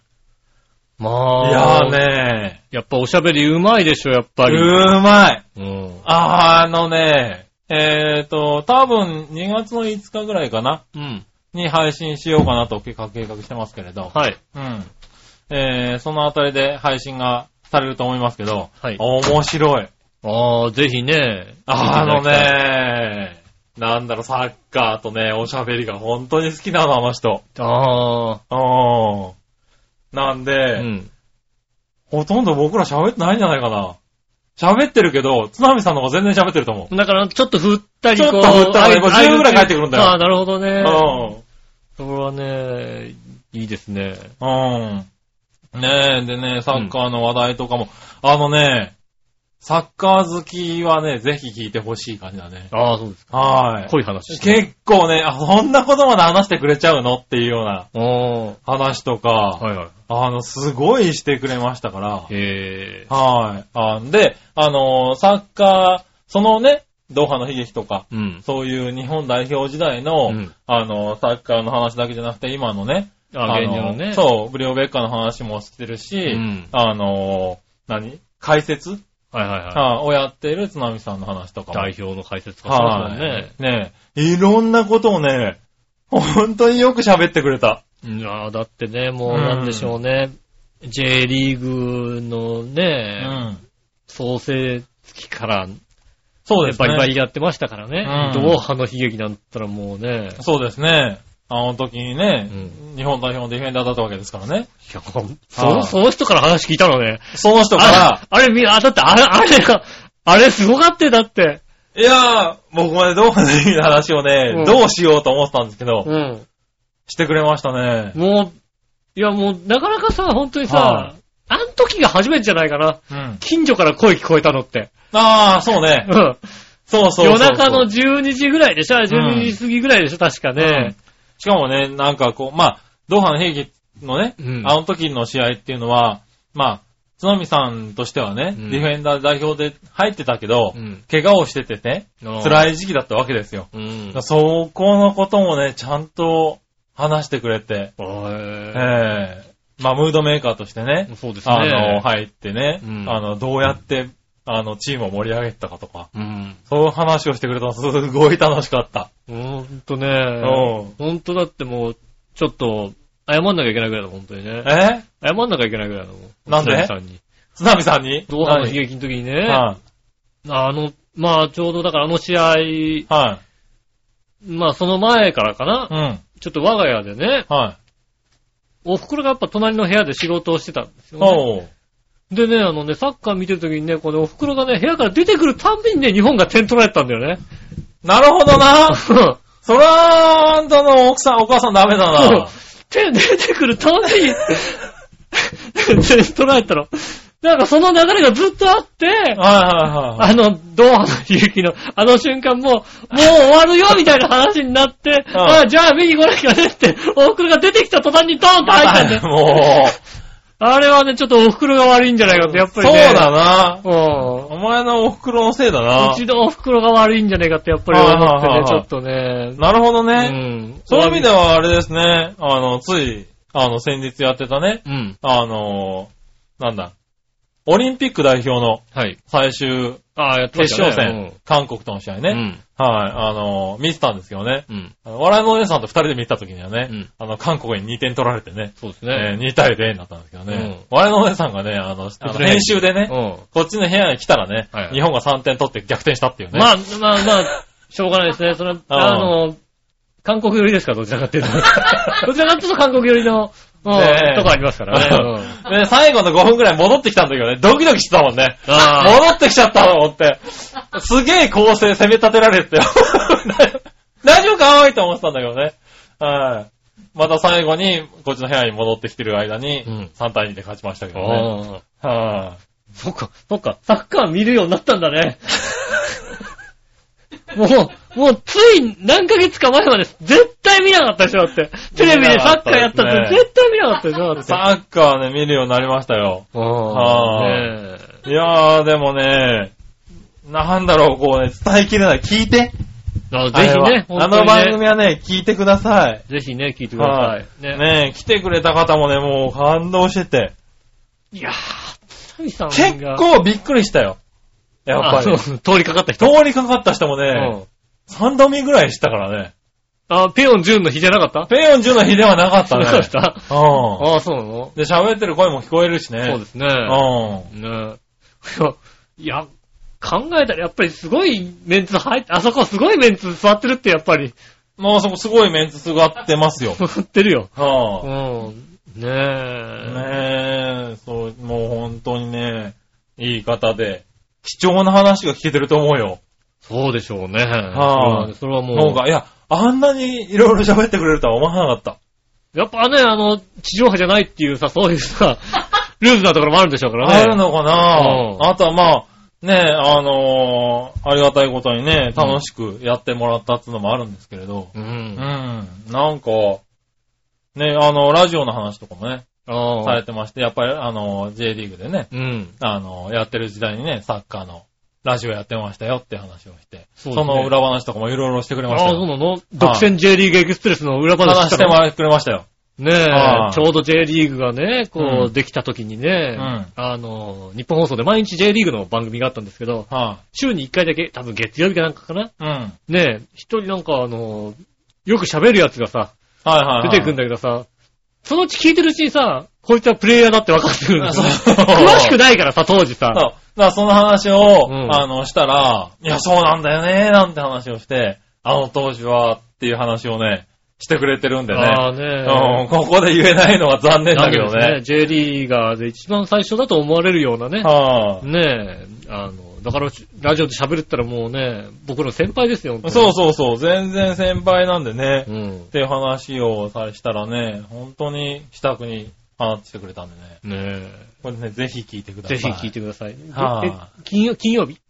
[SPEAKER 2] ま
[SPEAKER 3] い
[SPEAKER 2] あ、
[SPEAKER 3] やー。ね
[SPEAKER 2] やっぱおしゃべりうまいでしょ、やっぱ
[SPEAKER 3] ー、
[SPEAKER 2] り。
[SPEAKER 3] うーまい
[SPEAKER 2] うん。
[SPEAKER 3] あーあのね、えーと、多分2月の5日ぐらいかな、
[SPEAKER 2] うん。
[SPEAKER 3] に配信しようかなと計画計画してますけれど、
[SPEAKER 2] はい。
[SPEAKER 3] うん。えー、そのあたりで配信がされると思いますけど、
[SPEAKER 2] はい
[SPEAKER 3] 面白い。
[SPEAKER 2] ああ、ぜひね。
[SPEAKER 3] あの
[SPEAKER 2] 見ていただき
[SPEAKER 3] ね、なんだろう、サッカーとね、おしゃべりが本当に好きなの、あの人。
[SPEAKER 2] たい。ああ、
[SPEAKER 3] うん。なん
[SPEAKER 2] う
[SPEAKER 3] で、
[SPEAKER 2] ん。
[SPEAKER 3] ほとんど僕ら喋ってないんじゃないかな。喋ってるけど、津波さんの方が全然喋ってると思う。
[SPEAKER 2] だから、ちょっと振ったり、こう。
[SPEAKER 3] ちょっと振ったり
[SPEAKER 2] あ
[SPEAKER 3] もう10ぐらい返ってくるんだよ
[SPEAKER 2] ああ、なるほどね。
[SPEAKER 3] うん
[SPEAKER 2] それはね、いいですね。
[SPEAKER 3] うん。ねえ、でね、サッカーの話題とかも、あのね、サッカー好きはね、ぜひ聞いてほしい感じだね。
[SPEAKER 2] ああ、そうですか。
[SPEAKER 3] は
[SPEAKER 2] 濃い話
[SPEAKER 3] い。
[SPEAKER 2] してる。
[SPEAKER 3] 結構ね、あ、そんなことまで話してくれちゃうのっていうような
[SPEAKER 2] あ
[SPEAKER 3] 話とか、
[SPEAKER 2] あ、はいはい。
[SPEAKER 3] あの、すごいしてくれましたから。
[SPEAKER 2] へえ。
[SPEAKER 3] はい。あで、あの、サッカー、そのね、ドーハの悲劇とか、
[SPEAKER 2] うん。
[SPEAKER 3] そういう日本代表時代の、
[SPEAKER 2] うん
[SPEAKER 3] あの、サッカーの話だけじゃなくて、今のね、
[SPEAKER 2] ああ、現状
[SPEAKER 3] の
[SPEAKER 2] のね。う。
[SPEAKER 3] そう、ブリオベッカの話もしてるし、
[SPEAKER 2] うん
[SPEAKER 3] あの、何解説、
[SPEAKER 2] はいはいはい。
[SPEAKER 3] あをやっている津波さんの話とかも。
[SPEAKER 2] 代表の解説とかそう
[SPEAKER 3] はい。
[SPEAKER 2] ですもんね。
[SPEAKER 3] ねいろんなことをね、本当によく喋ってくれた。
[SPEAKER 2] いやーだってね、もうなんでしょうね。J リーグの
[SPEAKER 3] う
[SPEAKER 2] ね、
[SPEAKER 3] ん。
[SPEAKER 2] 創生月から、
[SPEAKER 3] そうですね。
[SPEAKER 2] バリバリやってましたからね。
[SPEAKER 3] うん
[SPEAKER 2] ドーハの悲劇なんたらもうね、
[SPEAKER 3] そうですね。あの時にね、
[SPEAKER 2] う
[SPEAKER 3] 日本代表のディフェンダーだったわけですからね。
[SPEAKER 2] いやその、その人から話聞いたのね。
[SPEAKER 3] その人
[SPEAKER 2] あ
[SPEAKER 3] か
[SPEAKER 2] あれ、みあ、だって、あれ、あれが、あれすごかったよ、だって。
[SPEAKER 3] ら、いやー、僕までどうかいい話をね、
[SPEAKER 2] うん
[SPEAKER 3] どうしようと思ってたんですけど、
[SPEAKER 2] うん。
[SPEAKER 3] してくれましたね。
[SPEAKER 2] もう、いやもう、なかなかさ、本当にさ
[SPEAKER 3] は、
[SPEAKER 2] あん時が初めてじゃないかな。
[SPEAKER 3] うん。
[SPEAKER 2] 近所から声聞こえたのって。
[SPEAKER 3] ああ、そうね
[SPEAKER 2] う。ん。
[SPEAKER 3] そうそうそうそう
[SPEAKER 2] 夜中の12時ぐらいでしょ ?12 時過ぎぐらいでしょ確かね。
[SPEAKER 3] しかもね、なんかこう、まあ、ドーハの兵器のね、
[SPEAKER 2] うん
[SPEAKER 3] あの時の試合っていうのは、まあ、津波さんとしてはね、
[SPEAKER 2] うん
[SPEAKER 3] ディフェンダー代表で入ってたけど、
[SPEAKER 2] うん
[SPEAKER 3] 怪我をしててね、
[SPEAKER 2] い。
[SPEAKER 3] 辛い時期だったわけですよ。
[SPEAKER 2] うん。
[SPEAKER 3] そこのこともね、ちゃんと話してくれて、
[SPEAKER 2] へ
[SPEAKER 3] ええまあ、ムードメーカーとしてね
[SPEAKER 2] ー、そうですね。
[SPEAKER 3] あの、入ってね、
[SPEAKER 2] うん
[SPEAKER 3] あの、どうやって、あの、チームを盛り上げてたかとか、
[SPEAKER 2] うん。
[SPEAKER 3] そういう話をしてくれたのすごい楽しかった。
[SPEAKER 2] ほんとね。
[SPEAKER 3] うん
[SPEAKER 2] ほんとだってもう、ちょっと、謝んなきゃいけないぐらいだ、ほんとにね。
[SPEAKER 3] え
[SPEAKER 2] 謝んなきゃいけないぐらいだもん。
[SPEAKER 3] なんで
[SPEAKER 2] お客さんに。
[SPEAKER 3] 津波さんに
[SPEAKER 2] ドーハの悲劇の時にね、
[SPEAKER 3] はい
[SPEAKER 2] あの、まあちょうどだからあの試合、
[SPEAKER 3] は
[SPEAKER 2] まあその前からかな、
[SPEAKER 3] い。うん。
[SPEAKER 2] ちょっと我が家でね、
[SPEAKER 3] は
[SPEAKER 2] お袋がやっぱ隣の部屋で仕事をしてたんです
[SPEAKER 3] い。
[SPEAKER 2] よ、ね。
[SPEAKER 3] おう。
[SPEAKER 2] でね、あのね、サッカー見てる時にね、このお袋がね、部屋から出てくるたんびにね、日本が点取られてたんだよね。。
[SPEAKER 3] なるほどな
[SPEAKER 2] そう
[SPEAKER 3] そら、あんたの奥さん、お母さんダメ だな。
[SPEAKER 2] 点出てくるたんびに、 点取られたの。なんかその流れがずっとあって、
[SPEAKER 3] はいはいはい。
[SPEAKER 2] あの、ドーハの悲劇の、あの瞬間もう、もう終わるよみたいな話になって、
[SPEAKER 3] ん
[SPEAKER 2] ああじゃあ見に来なきゃねって、お袋が出てきた途端にドーンと入ったんで、
[SPEAKER 3] も
[SPEAKER 2] あれはね、ちょっとお袋が悪いんじゃないかって、やっ
[SPEAKER 3] う、そ
[SPEAKER 2] ぱ
[SPEAKER 3] う
[SPEAKER 2] りね。
[SPEAKER 3] だな。
[SPEAKER 2] う
[SPEAKER 3] お前のお袋のせいだ
[SPEAKER 2] ん。
[SPEAKER 3] な
[SPEAKER 2] う。ちのお袋が悪いんじゃないかって、やっぱり思って
[SPEAKER 3] はいはいはい
[SPEAKER 2] ね
[SPEAKER 3] は、い
[SPEAKER 2] ちょっとね。
[SPEAKER 3] なるほど
[SPEAKER 2] う
[SPEAKER 3] ね。
[SPEAKER 2] ん。
[SPEAKER 3] そういう意味ではあれですね。あの、つい、あの、先日やってたね。
[SPEAKER 2] うん。
[SPEAKER 3] あの、なんだ。オリンピック代表の
[SPEAKER 2] はい。
[SPEAKER 3] 最終
[SPEAKER 2] ああ、やってまし
[SPEAKER 3] 決
[SPEAKER 2] たね
[SPEAKER 3] 勝戦、韓国との試合ね。はい、あの、見てたんですけどね。
[SPEAKER 2] うん。うん。
[SPEAKER 3] 笑いのお姉さんと二人で見てた時にはね、
[SPEAKER 2] うん
[SPEAKER 3] あの、韓国に2点取られてね、
[SPEAKER 2] そうですね。
[SPEAKER 3] えー2対0になったんですけどね、我々のお姉さんがね、あの、あの
[SPEAKER 2] ね
[SPEAKER 3] 編集でね、
[SPEAKER 2] う
[SPEAKER 3] こっちの部屋に来たらね、
[SPEAKER 2] はいはい。
[SPEAKER 3] 日本が3点取って逆転したっていうんね。
[SPEAKER 2] まあ、まあ、まあ、しょうがないですね。 それは、あの、韓国寄りですから、どちらかっていうと。 どちらかっていうと韓国寄りの、うん
[SPEAKER 3] ねえ
[SPEAKER 2] とかありますから ね。うん
[SPEAKER 3] あで、最後の5分くらい戻ってきたんだけどね、ドキドキしてたもんね。
[SPEAKER 2] あ
[SPEAKER 3] 戻ってきちゃったと思って。すげえ構成攻め立てられてた よ。大丈夫かおいと思ってたんだけどね。はい。また最後に、こっちの部屋に戻ってきてる間に
[SPEAKER 2] うん、
[SPEAKER 3] 3対2で勝ちましたけ
[SPEAKER 2] あ。
[SPEAKER 3] どね。
[SPEAKER 2] ああ。
[SPEAKER 3] はい。
[SPEAKER 2] そっか、そっか、サッカー見るようになったんだ ね。もう、もうつい何ヶ月か前まで絶対見なかったでしょ、だって。テレビでサッカーやった
[SPEAKER 3] 見な
[SPEAKER 2] っ
[SPEAKER 3] かったです
[SPEAKER 2] て
[SPEAKER 3] ね
[SPEAKER 2] 絶対見なかったでしょ、だって。
[SPEAKER 3] サッカーね、見るようになりましたよ。
[SPEAKER 2] あね
[SPEAKER 3] いやー、でもね、なんだろう、こうね、伝えきれない。聞いて。
[SPEAKER 2] えあ
[SPEAKER 3] あれは
[SPEAKER 2] ぜひね、
[SPEAKER 3] あ
[SPEAKER 2] 本
[SPEAKER 3] の番
[SPEAKER 2] 当に
[SPEAKER 3] 組
[SPEAKER 2] ね。
[SPEAKER 3] はね、聞いてください。
[SPEAKER 2] ぜひね、聞いてください。ね
[SPEAKER 3] ね来てくれた方もね、もう感動してて。
[SPEAKER 2] いやー、サミさんが。
[SPEAKER 3] 結構びっくりしたよ。やっぱ
[SPEAKER 2] あ
[SPEAKER 3] り。
[SPEAKER 2] そう通りかかった人。
[SPEAKER 3] 通りかかった人も
[SPEAKER 2] う
[SPEAKER 3] ね、
[SPEAKER 2] ん
[SPEAKER 3] 3度見ぐらいしたからね。
[SPEAKER 2] あ、ペヨンジュンの日じゃなかった
[SPEAKER 3] ペヨンジュの日ではなかった
[SPEAKER 2] なかっ
[SPEAKER 3] ね。
[SPEAKER 2] た
[SPEAKER 3] うん。
[SPEAKER 2] ああ、そうなの
[SPEAKER 3] で、喋ってる声も聞こえるしね。
[SPEAKER 2] そうですね。
[SPEAKER 3] うん。
[SPEAKER 2] ねえ。いや、いや、考えたらやっぱりすごいメンツ入って、あそこすごいメンツ座ってるってやっぱり、
[SPEAKER 3] もうそこすごいメンツすがってますよ。
[SPEAKER 2] 座ってるよ。うん。
[SPEAKER 3] は
[SPEAKER 2] ねえ。
[SPEAKER 3] あ、ねえ、そう、もう本当にね、いい方で、貴重な話が聞けてると思うよ。
[SPEAKER 2] そうでしょうね。
[SPEAKER 3] はあ
[SPEAKER 2] それはもう。
[SPEAKER 3] なんか、いや、あんなにいろいろ喋ってくれるとは思わなかった。
[SPEAKER 2] やっぱね、あの、地上波じゃないっていうさ、そういう さ、ルーズなところもあるんでしょうからね。
[SPEAKER 3] あるのかな、
[SPEAKER 2] うん
[SPEAKER 3] あとはまあ、ねえ、あのーありがたいことにね、楽しくやってもらったっていうのもあるんですけれど。
[SPEAKER 2] う
[SPEAKER 3] うん、
[SPEAKER 2] ん。
[SPEAKER 3] なんか、ね、あの、ラジオの話とかもね、
[SPEAKER 2] あ
[SPEAKER 3] さ
[SPEAKER 2] あ
[SPEAKER 3] れ。てまして、やっぱり、あの、J リーグでね、
[SPEAKER 2] うん。
[SPEAKER 3] あの、やってる時代にね、サッカーのラジオやってましたよって話をして、
[SPEAKER 2] そ
[SPEAKER 3] そ,、
[SPEAKER 2] うですね
[SPEAKER 3] の裏話とかもいろいろしてくれまし
[SPEAKER 2] ああ、
[SPEAKER 3] た
[SPEAKER 2] そう
[SPEAKER 3] よ。
[SPEAKER 2] なの独占 J リーグエクスプレスの裏話
[SPEAKER 3] 話
[SPEAKER 2] し
[SPEAKER 3] したて
[SPEAKER 2] の
[SPEAKER 3] くれましたよ。
[SPEAKER 2] ね
[SPEAKER 3] は
[SPEAKER 2] え、
[SPEAKER 3] い
[SPEAKER 2] ちょうど J リーグがね、こ
[SPEAKER 3] う
[SPEAKER 2] う、できた時にね
[SPEAKER 3] うん、
[SPEAKER 2] あの、日本放送で毎日 J リーグの番組があったんですけど、
[SPEAKER 3] は
[SPEAKER 2] 週に1回だけ、多分月曜日かなんかかな
[SPEAKER 3] あ、うん。はい
[SPEAKER 2] ねえ、一人なんかあの、よく喋るやつがさ、
[SPEAKER 3] はい、は
[SPEAKER 2] 出
[SPEAKER 3] い。
[SPEAKER 2] てくん
[SPEAKER 3] だ
[SPEAKER 2] だけどさ、そのうち聞いてるうちにさ、こいつはプレイヤーだって分かってくるんだよね
[SPEAKER 3] そう
[SPEAKER 2] 詳しくないからさ、当時さ
[SPEAKER 3] そう。。だからその話を、
[SPEAKER 2] うん
[SPEAKER 3] あの、したら、いや、そうなんだよね、なんて話をして、あの当時は、っていう話をね、してくれてるんでね。
[SPEAKER 2] ああね
[SPEAKER 3] うん、ここで言えないのは残念だけど
[SPEAKER 2] なんで。
[SPEAKER 3] ね
[SPEAKER 2] す J リーガーで一番最初だと思われるようなね。
[SPEAKER 3] はあ
[SPEAKER 2] ねえ、あの、だから、ラジオで喋るって言ったらもうね、僕の先輩ですよ、本当に
[SPEAKER 3] そうそうそう、全然先輩なんでね。
[SPEAKER 2] うん
[SPEAKER 3] っ。ていう話をさしたらね、本当に気さくに話してくれたんでね。
[SPEAKER 2] ね
[SPEAKER 3] これね、ぜひ聞いてく
[SPEAKER 2] え。
[SPEAKER 3] だ
[SPEAKER 2] ぜ
[SPEAKER 3] さい。
[SPEAKER 2] ひ聞いてください。
[SPEAKER 3] はい
[SPEAKER 2] え金曜、金曜日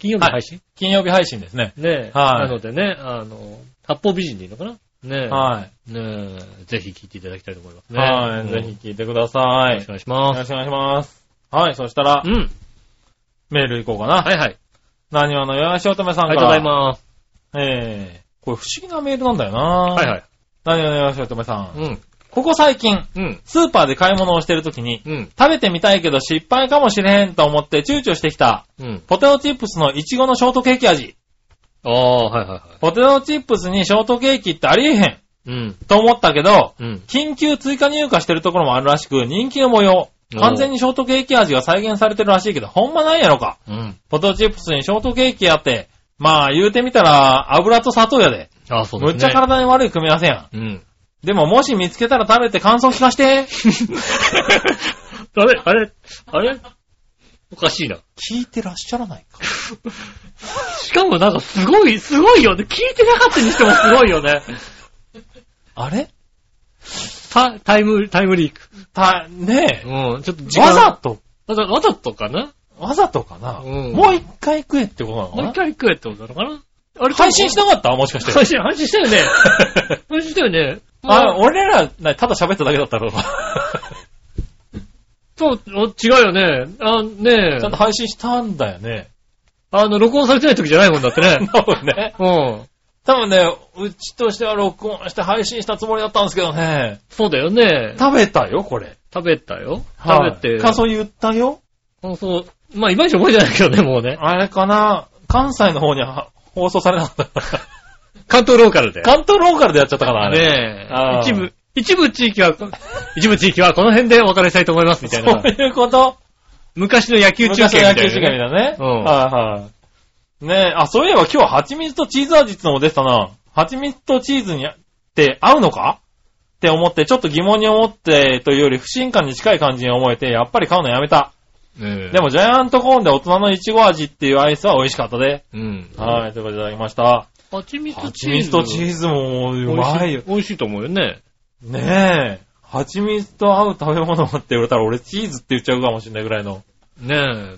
[SPEAKER 2] 金曜日
[SPEAKER 3] はい
[SPEAKER 2] 配信、
[SPEAKER 3] 金曜日配信ですね。
[SPEAKER 2] ねえ。
[SPEAKER 3] は
[SPEAKER 2] な
[SPEAKER 3] い
[SPEAKER 2] のでね、あの、八方美人でいいのかなねえ。
[SPEAKER 3] は
[SPEAKER 2] ねえ、ぜひ聞いていただきたいと思います
[SPEAKER 3] い。
[SPEAKER 2] ね。
[SPEAKER 3] は
[SPEAKER 2] う
[SPEAKER 3] い。
[SPEAKER 2] ん
[SPEAKER 3] ぜ
[SPEAKER 2] よ
[SPEAKER 3] ひ聞いてくださ
[SPEAKER 2] ろし
[SPEAKER 3] い
[SPEAKER 2] く。お願いし
[SPEAKER 3] よ
[SPEAKER 2] ま
[SPEAKER 3] ろ
[SPEAKER 2] す。
[SPEAKER 3] しくお願いします。はい。そしたら
[SPEAKER 2] う、ん。
[SPEAKER 3] メールいこうかな。
[SPEAKER 2] はいはい。
[SPEAKER 3] 何話のよやしおとめさん
[SPEAKER 2] あ
[SPEAKER 3] か
[SPEAKER 2] り
[SPEAKER 3] ら。
[SPEAKER 2] がとうございます。
[SPEAKER 3] えー、これ不思議なメールなんだよな。
[SPEAKER 2] はいはいい。
[SPEAKER 3] 何話のよやしおとめさん。
[SPEAKER 2] うん。
[SPEAKER 3] ここ最近、
[SPEAKER 2] うん。
[SPEAKER 3] スーパーで買い物をしてるときに、
[SPEAKER 2] うん。
[SPEAKER 3] 食べてみたいけど失敗かもしれへんと思って躊躇してきた、
[SPEAKER 2] うん。
[SPEAKER 3] ポテトチップスのイチゴのショートケーキ味。
[SPEAKER 2] ああ、はいはいは
[SPEAKER 3] ポテトチップスにショートケーキってありえへん
[SPEAKER 2] い。うん。
[SPEAKER 3] と思ったけど、
[SPEAKER 2] うん。
[SPEAKER 3] 緊急追加入荷してるところもあるらしく、人気の模様。
[SPEAKER 2] お
[SPEAKER 3] 完全にショートケーキ味が再現されてるらしいけど、ほんまなんやろか。
[SPEAKER 2] うん。
[SPEAKER 3] ポテトチップスにショートケーキやって、まあ言うてみたら油と砂糖やで。
[SPEAKER 2] ああ、そう
[SPEAKER 3] む
[SPEAKER 2] ですね。
[SPEAKER 3] っちゃ体に悪い組み合わせや
[SPEAKER 2] うん。
[SPEAKER 3] ん。でももし見つけたら食べて感想聞かして。
[SPEAKER 2] あれあれあれおかしいな。
[SPEAKER 3] 聞いてらっしゃらないか。
[SPEAKER 2] しかもなんかすごい、すごいよね。聞いてなかったにしてもすごいよね。
[SPEAKER 3] あれ
[SPEAKER 2] タタイム、タイムリーク。
[SPEAKER 3] た、ねえ。
[SPEAKER 2] うん。ちょっと時
[SPEAKER 3] わ
[SPEAKER 2] 間。
[SPEAKER 3] ざと、
[SPEAKER 2] わざわざとかな
[SPEAKER 3] わざとかな。
[SPEAKER 2] うん
[SPEAKER 3] もう一回食えってことなのか
[SPEAKER 2] もう
[SPEAKER 3] な
[SPEAKER 2] 一回食えってことなのかなあれ
[SPEAKER 3] 配信しなかったもしかして。
[SPEAKER 2] 配信、配信したよね。 配信したよね。
[SPEAKER 3] あ、
[SPEAKER 2] あ、
[SPEAKER 3] 俺ら、なただ喋っただけだ ったろ。ち
[SPEAKER 2] そう、お違うよね。あ、ねえ
[SPEAKER 3] ゃんと。配信したんだよね。
[SPEAKER 2] あの、録音されてない時じゃないもんだってね。
[SPEAKER 3] 多分ね。
[SPEAKER 2] うん。
[SPEAKER 3] 多分ね、うちとしては録音して配信したつもりだったんですけどね。
[SPEAKER 2] そうだよね。
[SPEAKER 3] 食べたよ、これ。
[SPEAKER 2] 食べたよ。食べて。
[SPEAKER 3] はい感想言ったよ。
[SPEAKER 2] 感想。まあ、いまいち覚えてないけどね、もうね。
[SPEAKER 3] あれかな、関西の方には放送されなか った。
[SPEAKER 2] 関東ローカルで。
[SPEAKER 3] 関東ローカルでやっちゃったかな、あれ。
[SPEAKER 2] ねえ
[SPEAKER 3] あー
[SPEAKER 2] 一部、一部地域は、 一部地域はこの辺でお別れしたいと思います、みたいな
[SPEAKER 3] そ。ういうこと
[SPEAKER 2] 昔の野球中継みたいな
[SPEAKER 3] 昔の野球中継みた
[SPEAKER 2] ね。
[SPEAKER 3] いなね。
[SPEAKER 2] うん
[SPEAKER 3] はいはい。ねえ、あ、そういえば今日蜂蜜とチーズ味ってのも出てたな。蜂蜜とチーズにあって合うのかって思って、ちょっと疑問に思ってというより不信感に近い感じに思えて、やっぱり買うのやめた。
[SPEAKER 2] ねえ
[SPEAKER 3] で、もジャイアントコーンで大人のイチゴ味っていうアイスは美味しかったで。
[SPEAKER 2] うん。
[SPEAKER 3] はい、ということでいただきました。
[SPEAKER 2] い。蜂蜜とチ
[SPEAKER 3] 蜂
[SPEAKER 2] ー
[SPEAKER 3] 蜜
[SPEAKER 2] ズ。
[SPEAKER 3] とチーズもうまいよ。
[SPEAKER 2] 美味しいと思うよね。
[SPEAKER 3] ねえ。蜂蜜と合う食べ物って言われたら俺チーズって言っちゃうかもしれないぐらいの
[SPEAKER 2] ね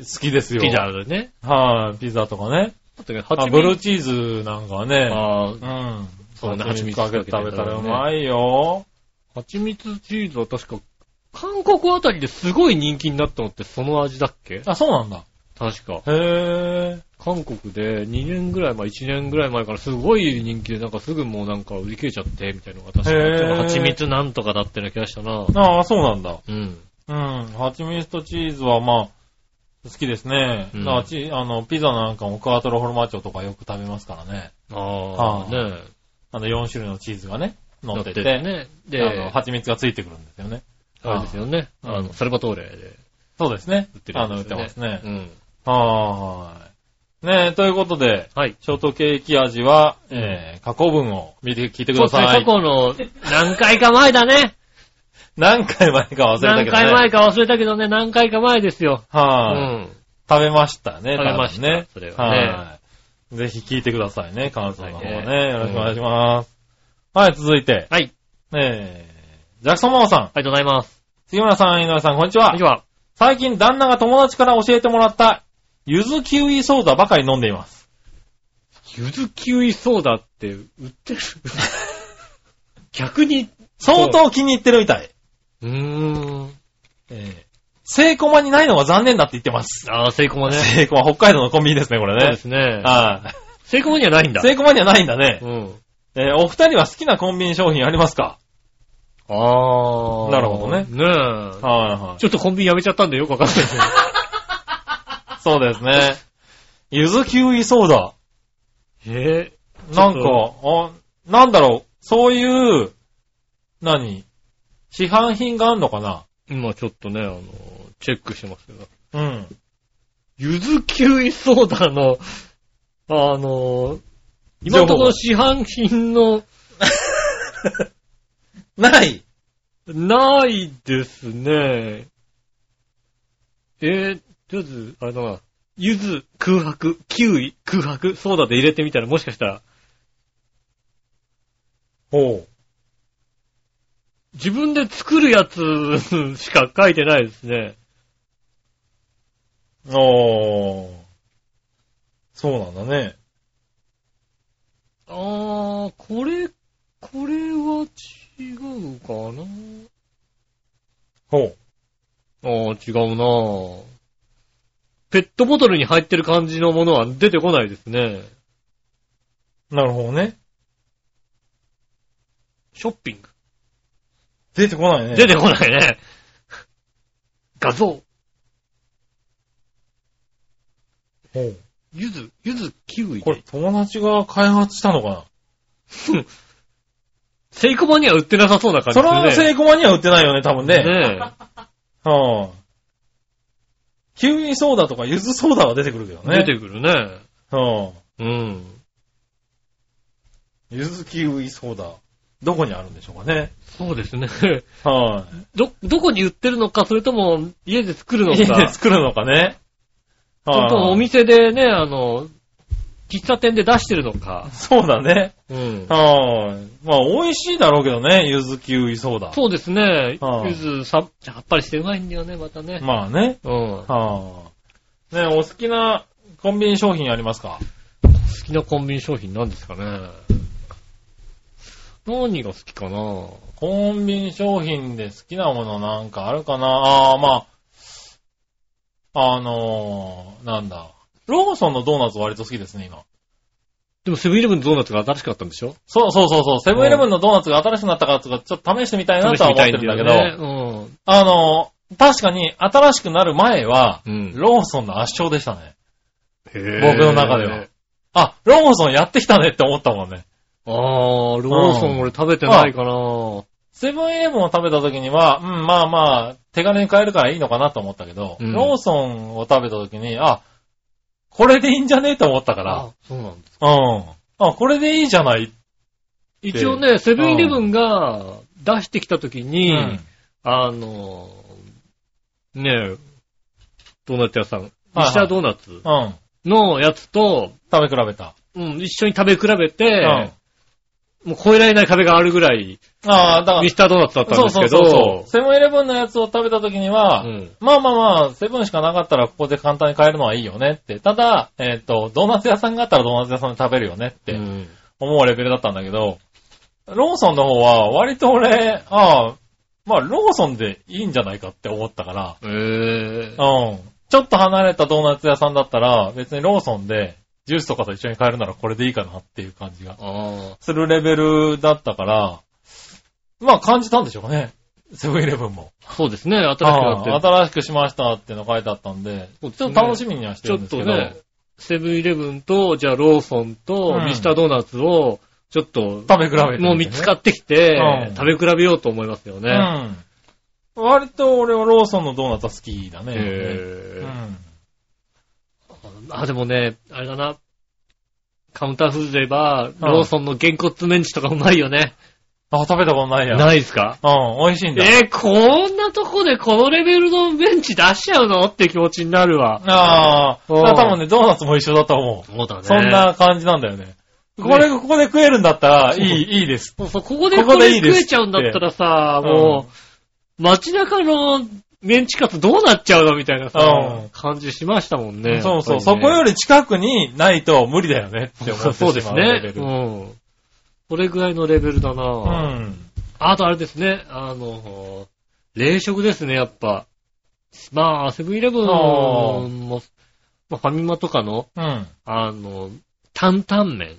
[SPEAKER 3] 好きです
[SPEAKER 2] え。
[SPEAKER 3] よ。
[SPEAKER 2] ピザでね。
[SPEAKER 3] はい、ピザとかね。
[SPEAKER 2] だってね、
[SPEAKER 3] あ、
[SPEAKER 2] 蜂
[SPEAKER 3] ブルー
[SPEAKER 2] 蜜。
[SPEAKER 3] チーズなんかはね、
[SPEAKER 2] ああ、
[SPEAKER 3] うん。
[SPEAKER 2] そうね
[SPEAKER 3] 蜂蜜かけて食べたら
[SPEAKER 2] 蜂蜜か
[SPEAKER 3] う
[SPEAKER 2] けて
[SPEAKER 3] まいよ。
[SPEAKER 2] 蜂蜜チーズは確か、韓国あたりですごい人気になったのってその味だっけ
[SPEAKER 3] あ、そうなんだ。
[SPEAKER 2] 確か。
[SPEAKER 3] へ
[SPEAKER 2] 韓国で2年ぐらい前、1年ぐらい前からすごい人気で、なんかすぐもうなんか売り切れちゃって、みたいなのが確か
[SPEAKER 3] へー
[SPEAKER 2] ちょっと蜂蜜なんとかだってな気がしたな
[SPEAKER 3] ぇ。ー。ああ、そうなんだ。
[SPEAKER 2] うん。
[SPEAKER 3] うん。蜂蜜とチーズはまあ、好きですね。
[SPEAKER 2] うん
[SPEAKER 3] だからチあの、ピザなんかもクワトロフォルマッチョとかよく食べますからね。
[SPEAKER 2] あ
[SPEAKER 3] は
[SPEAKER 2] あ、
[SPEAKER 3] あ
[SPEAKER 2] ね
[SPEAKER 3] あの、4種類のチーズがね、
[SPEAKER 2] え。
[SPEAKER 3] 乗ってて、
[SPEAKER 2] ね。
[SPEAKER 3] あの、
[SPEAKER 2] で、
[SPEAKER 3] 蜂蜜がついてくるんですよね。
[SPEAKER 2] あれですよね。
[SPEAKER 3] うん
[SPEAKER 2] あの、サルバトーレで
[SPEAKER 3] そうですね。
[SPEAKER 2] 売ってる
[SPEAKER 3] あ
[SPEAKER 2] やつ
[SPEAKER 3] の、売
[SPEAKER 2] で
[SPEAKER 3] っ
[SPEAKER 2] す
[SPEAKER 3] て
[SPEAKER 2] よね。
[SPEAKER 3] ますね。
[SPEAKER 2] うん。
[SPEAKER 3] はーい。ねえ、ということで、
[SPEAKER 2] はい。
[SPEAKER 3] ショートケーキ味は、えー、過去文を見て、聞いてくださ
[SPEAKER 2] そうですね
[SPEAKER 3] い。
[SPEAKER 2] 過去の何回か前だね。
[SPEAKER 3] 何回前か忘れたけどね。
[SPEAKER 2] 何回前か忘れたけどね、何回か前ですよ。う
[SPEAKER 3] はい、
[SPEAKER 2] ん。
[SPEAKER 3] 食べましたね。
[SPEAKER 2] 食べました
[SPEAKER 3] 多分ね。
[SPEAKER 2] それはね
[SPEAKER 3] はい。ぜひ聞いてくださいね、感想の方
[SPEAKER 2] はいね
[SPEAKER 3] ね。よろしくお願いします。はい、続いて。
[SPEAKER 2] はい。
[SPEAKER 3] えー、ジャクソンママさん、
[SPEAKER 2] ありがとうございます。
[SPEAKER 3] 杉村さん、井上さん、こんにちは
[SPEAKER 2] こんに。ちは。
[SPEAKER 3] 最近旦那が友達から教えてもらった、ゆずキウイソーダばかり飲んでいます。
[SPEAKER 2] ゆずキウイソーダって売ってる 逆に、
[SPEAKER 3] 相当気に入ってるみたい。
[SPEAKER 2] うーん。
[SPEAKER 3] えー、セイコマにないのは残念だって言ってます。
[SPEAKER 2] ああ、セイコマね。
[SPEAKER 3] セイコマ、北海道のコンビニですね、これ
[SPEAKER 2] そうで
[SPEAKER 3] ね。
[SPEAKER 2] すね。
[SPEAKER 3] は
[SPEAKER 2] セイコマにはないん
[SPEAKER 3] い。
[SPEAKER 2] だ。
[SPEAKER 3] セイコマにはないんだね
[SPEAKER 2] う。ん。
[SPEAKER 3] えー、お二人は好きなコンビニ商品ありますか
[SPEAKER 2] ああ。
[SPEAKER 3] なるほどね
[SPEAKER 2] ねえ。
[SPEAKER 3] はいはい。
[SPEAKER 2] ちょっとコンビニやめちゃったんでよくわかんないですね。
[SPEAKER 3] そうです ね。ゆずキウイソーダ。
[SPEAKER 2] えー
[SPEAKER 3] なん
[SPEAKER 2] ち
[SPEAKER 3] か、
[SPEAKER 2] ょ
[SPEAKER 3] あ、なんだろう、そういう、何市販品があんのかな
[SPEAKER 2] 今ちょっとね、あの、チェックしてますけど。
[SPEAKER 3] うん。
[SPEAKER 2] ゆずキウイソーダの、あの、今のところ市販品の、
[SPEAKER 3] ない
[SPEAKER 2] ないですね。えー、とりあえず、あれだな、ゆず空白、キウイ空白、ソーダで入れてみたらもしかしたら、
[SPEAKER 3] ほ
[SPEAKER 2] 自分で作るやつ しか書いてないですね。
[SPEAKER 3] う。おー。そうなんだね。
[SPEAKER 2] あー、これ、これは違うかな
[SPEAKER 3] ほう。
[SPEAKER 2] あー、違うなぁペットボトルに入ってる感じのものは出てこないですね。
[SPEAKER 3] なるほどね。
[SPEAKER 2] ショッピング。
[SPEAKER 3] 出てこないね。
[SPEAKER 2] 出てこないね。画像。
[SPEAKER 3] ほう。
[SPEAKER 2] ゆず、ゆず、キウイ
[SPEAKER 3] こ
[SPEAKER 2] で
[SPEAKER 3] れ、友達が開発したのか
[SPEAKER 2] セイコマには売ってなさそうな感じ
[SPEAKER 3] なそ
[SPEAKER 2] で
[SPEAKER 3] れ
[SPEAKER 2] すね。
[SPEAKER 3] はセイコマには売ってないよね、多分ね。
[SPEAKER 2] ね
[SPEAKER 3] はあ。キウイソーダとかゆずソーダは出てくるけど
[SPEAKER 2] え。
[SPEAKER 3] ね。
[SPEAKER 2] 出てくるね。
[SPEAKER 3] はあ。
[SPEAKER 2] うん。
[SPEAKER 3] ゆずキウイソーダ。どこにあるんでしょうかね。
[SPEAKER 2] そうですね。
[SPEAKER 3] は
[SPEAKER 2] ど、どこに売ってるのか、それとも家で作る
[SPEAKER 3] い、
[SPEAKER 2] のか。
[SPEAKER 3] 家で作るのかね。
[SPEAKER 2] それともお
[SPEAKER 3] はい
[SPEAKER 2] 店でね、あの、喫茶店で出してるのか。
[SPEAKER 3] そうだね。
[SPEAKER 2] うん。
[SPEAKER 3] はい。まあ、美味しいだろうけどね、ゆずキウイソーダ。
[SPEAKER 2] そうですね
[SPEAKER 3] は。い
[SPEAKER 2] ゆずさ、さっぱりしてうまいんだよね、またね。
[SPEAKER 3] まあね。
[SPEAKER 2] うん。好
[SPEAKER 3] はあ。ね、お好きなコンビニ商品ありますか
[SPEAKER 2] きなコンビニ商品なんですかね。何が好きかな
[SPEAKER 3] コンビニ商品で好きなものなんかあるかなああ、まあ。あのー、なんだ。ローソンのドーナツ割と好きですね、今。
[SPEAKER 2] でもセブンイレブンのドーナツが新しかったんでしょ
[SPEAKER 3] そうそうそうそう。セブンイレブンのドーナツが新しくなったからとか、ちょっと試してみたいなとは思ってるんだけど、
[SPEAKER 2] ど。
[SPEAKER 3] あのー、確かに新しくなる前は、
[SPEAKER 2] うん。うん。
[SPEAKER 3] ローソンの圧勝でしたね。
[SPEAKER 2] 僕
[SPEAKER 3] 僕の中では。あ、ローソンやってきたねって思ったもんね。
[SPEAKER 2] あー、ローソン俺食べてないかなう
[SPEAKER 3] セブンイレブンを食べた時には、うん、まあまあ、手軽に買えるからいいのかなと思ったけど、
[SPEAKER 2] うん
[SPEAKER 3] ローソンを食べた時に、あ、これでいいんじゃねえと思ったから
[SPEAKER 2] あ、そうなんです。
[SPEAKER 3] うん。あ、これでいいじゃない。
[SPEAKER 2] 一応ね、セブンイレブンが出してきた時に、
[SPEAKER 3] うん
[SPEAKER 2] あの、ねえ、ドーナツ屋さん、
[SPEAKER 3] はい
[SPEAKER 2] 石田ドーナツ
[SPEAKER 3] うん。
[SPEAKER 2] のやつと、
[SPEAKER 3] 食べ比べた。
[SPEAKER 2] うん、一緒に食べ比べ
[SPEAKER 3] う
[SPEAKER 2] て
[SPEAKER 3] ん、
[SPEAKER 2] もう超えられない壁があるぐらい、
[SPEAKER 3] ああ、だから
[SPEAKER 2] ミ、スタードーナツだったんですけど、
[SPEAKER 3] そうそうそうそう。セブンイレブンのやつを食べた時には、
[SPEAKER 2] うん
[SPEAKER 3] まあまあまあ、セブンしかなかったらここで簡単に買えるのはいいよねって。ただ、えっ、と、ドーナツ屋さんがあったらドーナツ屋さんで食べるよねっ
[SPEAKER 2] う
[SPEAKER 3] て
[SPEAKER 2] ん
[SPEAKER 3] 思うレベルだったんだけど、ローソンの方は割と俺、ああ、まあローソンでいいんじゃないかって思ったか
[SPEAKER 2] へえ
[SPEAKER 3] ら、うん。ちょっと離れたドーナツ屋さんだったら、別にローソンでジュースとかと一緒に買えるならこれでいいかなっていう感じが
[SPEAKER 2] あ
[SPEAKER 3] するレベルだったから、まあ感じたんでしょうかね。セブンイレブンも。
[SPEAKER 2] ーそうですね、新しくなって
[SPEAKER 3] ああ新しくしましたっていうの書いてあったんで、
[SPEAKER 2] そうです
[SPEAKER 3] ち
[SPEAKER 2] ね
[SPEAKER 3] ょっと楽しみにはして
[SPEAKER 2] ちょ
[SPEAKER 3] るん
[SPEAKER 2] っ
[SPEAKER 3] です
[SPEAKER 2] と
[SPEAKER 3] けど。
[SPEAKER 2] ね、セブンイレブンと、じゃあローソンと
[SPEAKER 3] う、ん
[SPEAKER 2] ミスタードーナツを、ちょっと、
[SPEAKER 3] 食べ比べてみてね
[SPEAKER 2] もう3つ買ってきて
[SPEAKER 3] う、ん
[SPEAKER 2] 食べ比べようと思いますよね。
[SPEAKER 3] うん。割と俺はローソンのドーナツは好きだね。
[SPEAKER 2] へ
[SPEAKER 3] うん。
[SPEAKER 2] あ、でもね、あれだな。カウンターフーズで言えば、ローソンのげんこつメンチとかうまいよね。
[SPEAKER 3] あ、食べたことないや。
[SPEAKER 2] ないですか
[SPEAKER 3] うん、美味しいんだ。
[SPEAKER 2] えーこんなとこでこのレベルのメンチ出しちゃうのって気持ちになるわ。
[SPEAKER 3] ああ、
[SPEAKER 2] うん
[SPEAKER 3] 多分ね、ドーナツも一緒だと思う。
[SPEAKER 2] そうだね。
[SPEAKER 3] そんな感じなんだよね。これ、ここで食えるんだったら、い
[SPEAKER 2] そう
[SPEAKER 3] い、いいです。
[SPEAKER 2] そうそう、ここで
[SPEAKER 3] こ
[SPEAKER 2] こ
[SPEAKER 3] こ
[SPEAKER 2] れ
[SPEAKER 3] でいいで
[SPEAKER 2] 食
[SPEAKER 3] す
[SPEAKER 2] えちゃうんだったらさ、
[SPEAKER 3] うん
[SPEAKER 2] もう、街中のメンチカツどうなっちゃうのみたいなさ、
[SPEAKER 3] うん
[SPEAKER 2] 感じしましたもんね。
[SPEAKER 3] そうそう、
[SPEAKER 2] やっぱ
[SPEAKER 3] そ
[SPEAKER 2] りね
[SPEAKER 3] こより近くにないと無理だよねって思ってしま
[SPEAKER 2] そうです
[SPEAKER 3] レベ
[SPEAKER 2] ね。
[SPEAKER 3] ル
[SPEAKER 2] うん。これぐらいのレベルだな
[SPEAKER 3] う
[SPEAKER 2] ぁ、
[SPEAKER 3] ん。
[SPEAKER 2] あとあれですね、あの、冷食ですね、やっぱ。まあ、セブンイレブン
[SPEAKER 3] あー
[SPEAKER 2] も、まあファミマとかの、
[SPEAKER 3] うん。
[SPEAKER 2] あの、担々麺。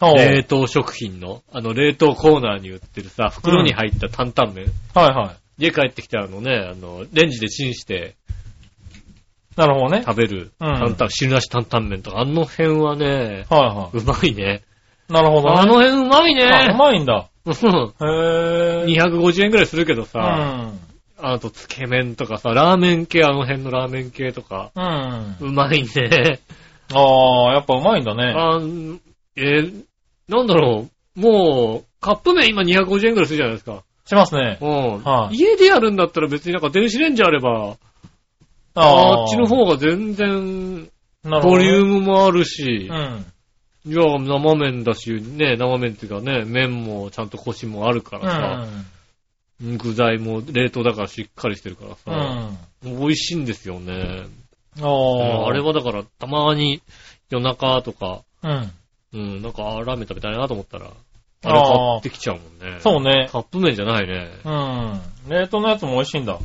[SPEAKER 3] ほう
[SPEAKER 2] 冷凍食品の、あの、冷凍コーナーに売ってるさ、袋に入った担々麺。
[SPEAKER 3] はいは
[SPEAKER 2] 家帰ってきたあのね、あの、レンジでチンして
[SPEAKER 3] い。なるほどね。
[SPEAKER 2] 食べる、
[SPEAKER 3] うん
[SPEAKER 2] 担々、汁なし担々麺とか、あの辺はね、
[SPEAKER 3] はいは
[SPEAKER 2] うまいね。
[SPEAKER 3] い。なるほどね。
[SPEAKER 2] あの辺うまい
[SPEAKER 3] あう
[SPEAKER 2] ね。
[SPEAKER 3] まいんだ。
[SPEAKER 2] うん
[SPEAKER 3] へぇー。
[SPEAKER 2] 250円くらいするけど
[SPEAKER 3] う
[SPEAKER 2] さ、
[SPEAKER 3] ん。
[SPEAKER 2] あと、つけ麺とかさ、ラーメン系、あの辺のラーメン系とか、
[SPEAKER 3] うん。
[SPEAKER 2] うまいね。
[SPEAKER 3] ああ、やっぱうまいんだね。
[SPEAKER 2] あんえーなんだろう、もう、カップ麺今250円くらいするじゃないですか。
[SPEAKER 3] しますね。
[SPEAKER 2] うん
[SPEAKER 3] はい
[SPEAKER 2] 家でやるんだったら別になんか電子レンジあれば、
[SPEAKER 3] ー
[SPEAKER 2] あっちの方が全然、
[SPEAKER 3] な
[SPEAKER 2] ボ
[SPEAKER 3] るほどね
[SPEAKER 2] リュームもあるし
[SPEAKER 3] う、ん。
[SPEAKER 2] いや、生麺だし、ね、生麺っていうかね、麺もちゃんとコシもあるか
[SPEAKER 3] う
[SPEAKER 2] らさ、
[SPEAKER 3] ん。
[SPEAKER 2] 具材も冷凍だからしっかりしてるから
[SPEAKER 3] う
[SPEAKER 2] さ、
[SPEAKER 3] ん。
[SPEAKER 2] 美味しいんですよね。
[SPEAKER 3] あ
[SPEAKER 2] あ
[SPEAKER 3] あ。
[SPEAKER 2] れはだから、たまに夜中とか、
[SPEAKER 3] うん。
[SPEAKER 2] うん、なんか、あーラーメン食べたいなと思ったら、あれ買
[SPEAKER 3] あ
[SPEAKER 2] っ
[SPEAKER 3] あ
[SPEAKER 2] てきちゃうもんね。
[SPEAKER 3] そうね。
[SPEAKER 2] カップ麺じゃないね。
[SPEAKER 3] うん。冷凍のやつも美味しいんだ。
[SPEAKER 2] 冷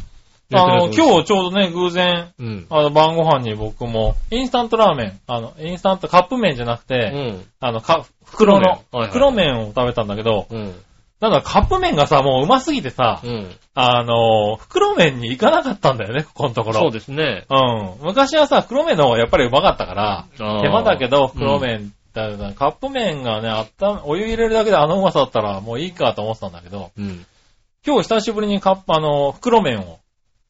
[SPEAKER 2] 凍
[SPEAKER 3] あ
[SPEAKER 2] の
[SPEAKER 3] の、
[SPEAKER 2] やつ美味しい
[SPEAKER 3] 今日ちょうどね、偶然、
[SPEAKER 2] うん。
[SPEAKER 3] あの、晩ご飯に僕も、インスタントラーメン、あの、インスタントカップ麺じゃなく
[SPEAKER 2] う
[SPEAKER 3] て、
[SPEAKER 2] ん。
[SPEAKER 3] あの、か、袋の
[SPEAKER 2] 袋麺はいはい、
[SPEAKER 3] 袋麺を食べたんだけど、
[SPEAKER 2] うん。
[SPEAKER 3] なんかカップ麺がさ、もううますぎてさ
[SPEAKER 2] う、ん。
[SPEAKER 3] あの、袋麺に行かなかったんだよね、ここのところ。
[SPEAKER 2] そうですね。
[SPEAKER 3] うん。昔はさ、袋麺の方がやっぱりうまかったから、
[SPEAKER 2] 手
[SPEAKER 3] 手間だけど、袋。麺、だからカップ麺がね、あった、お湯入れるだけであのうまさだったらもういいかと思ってたんだけど、
[SPEAKER 2] うんうん。
[SPEAKER 3] 今日久しぶりにカップ、あの、袋麺を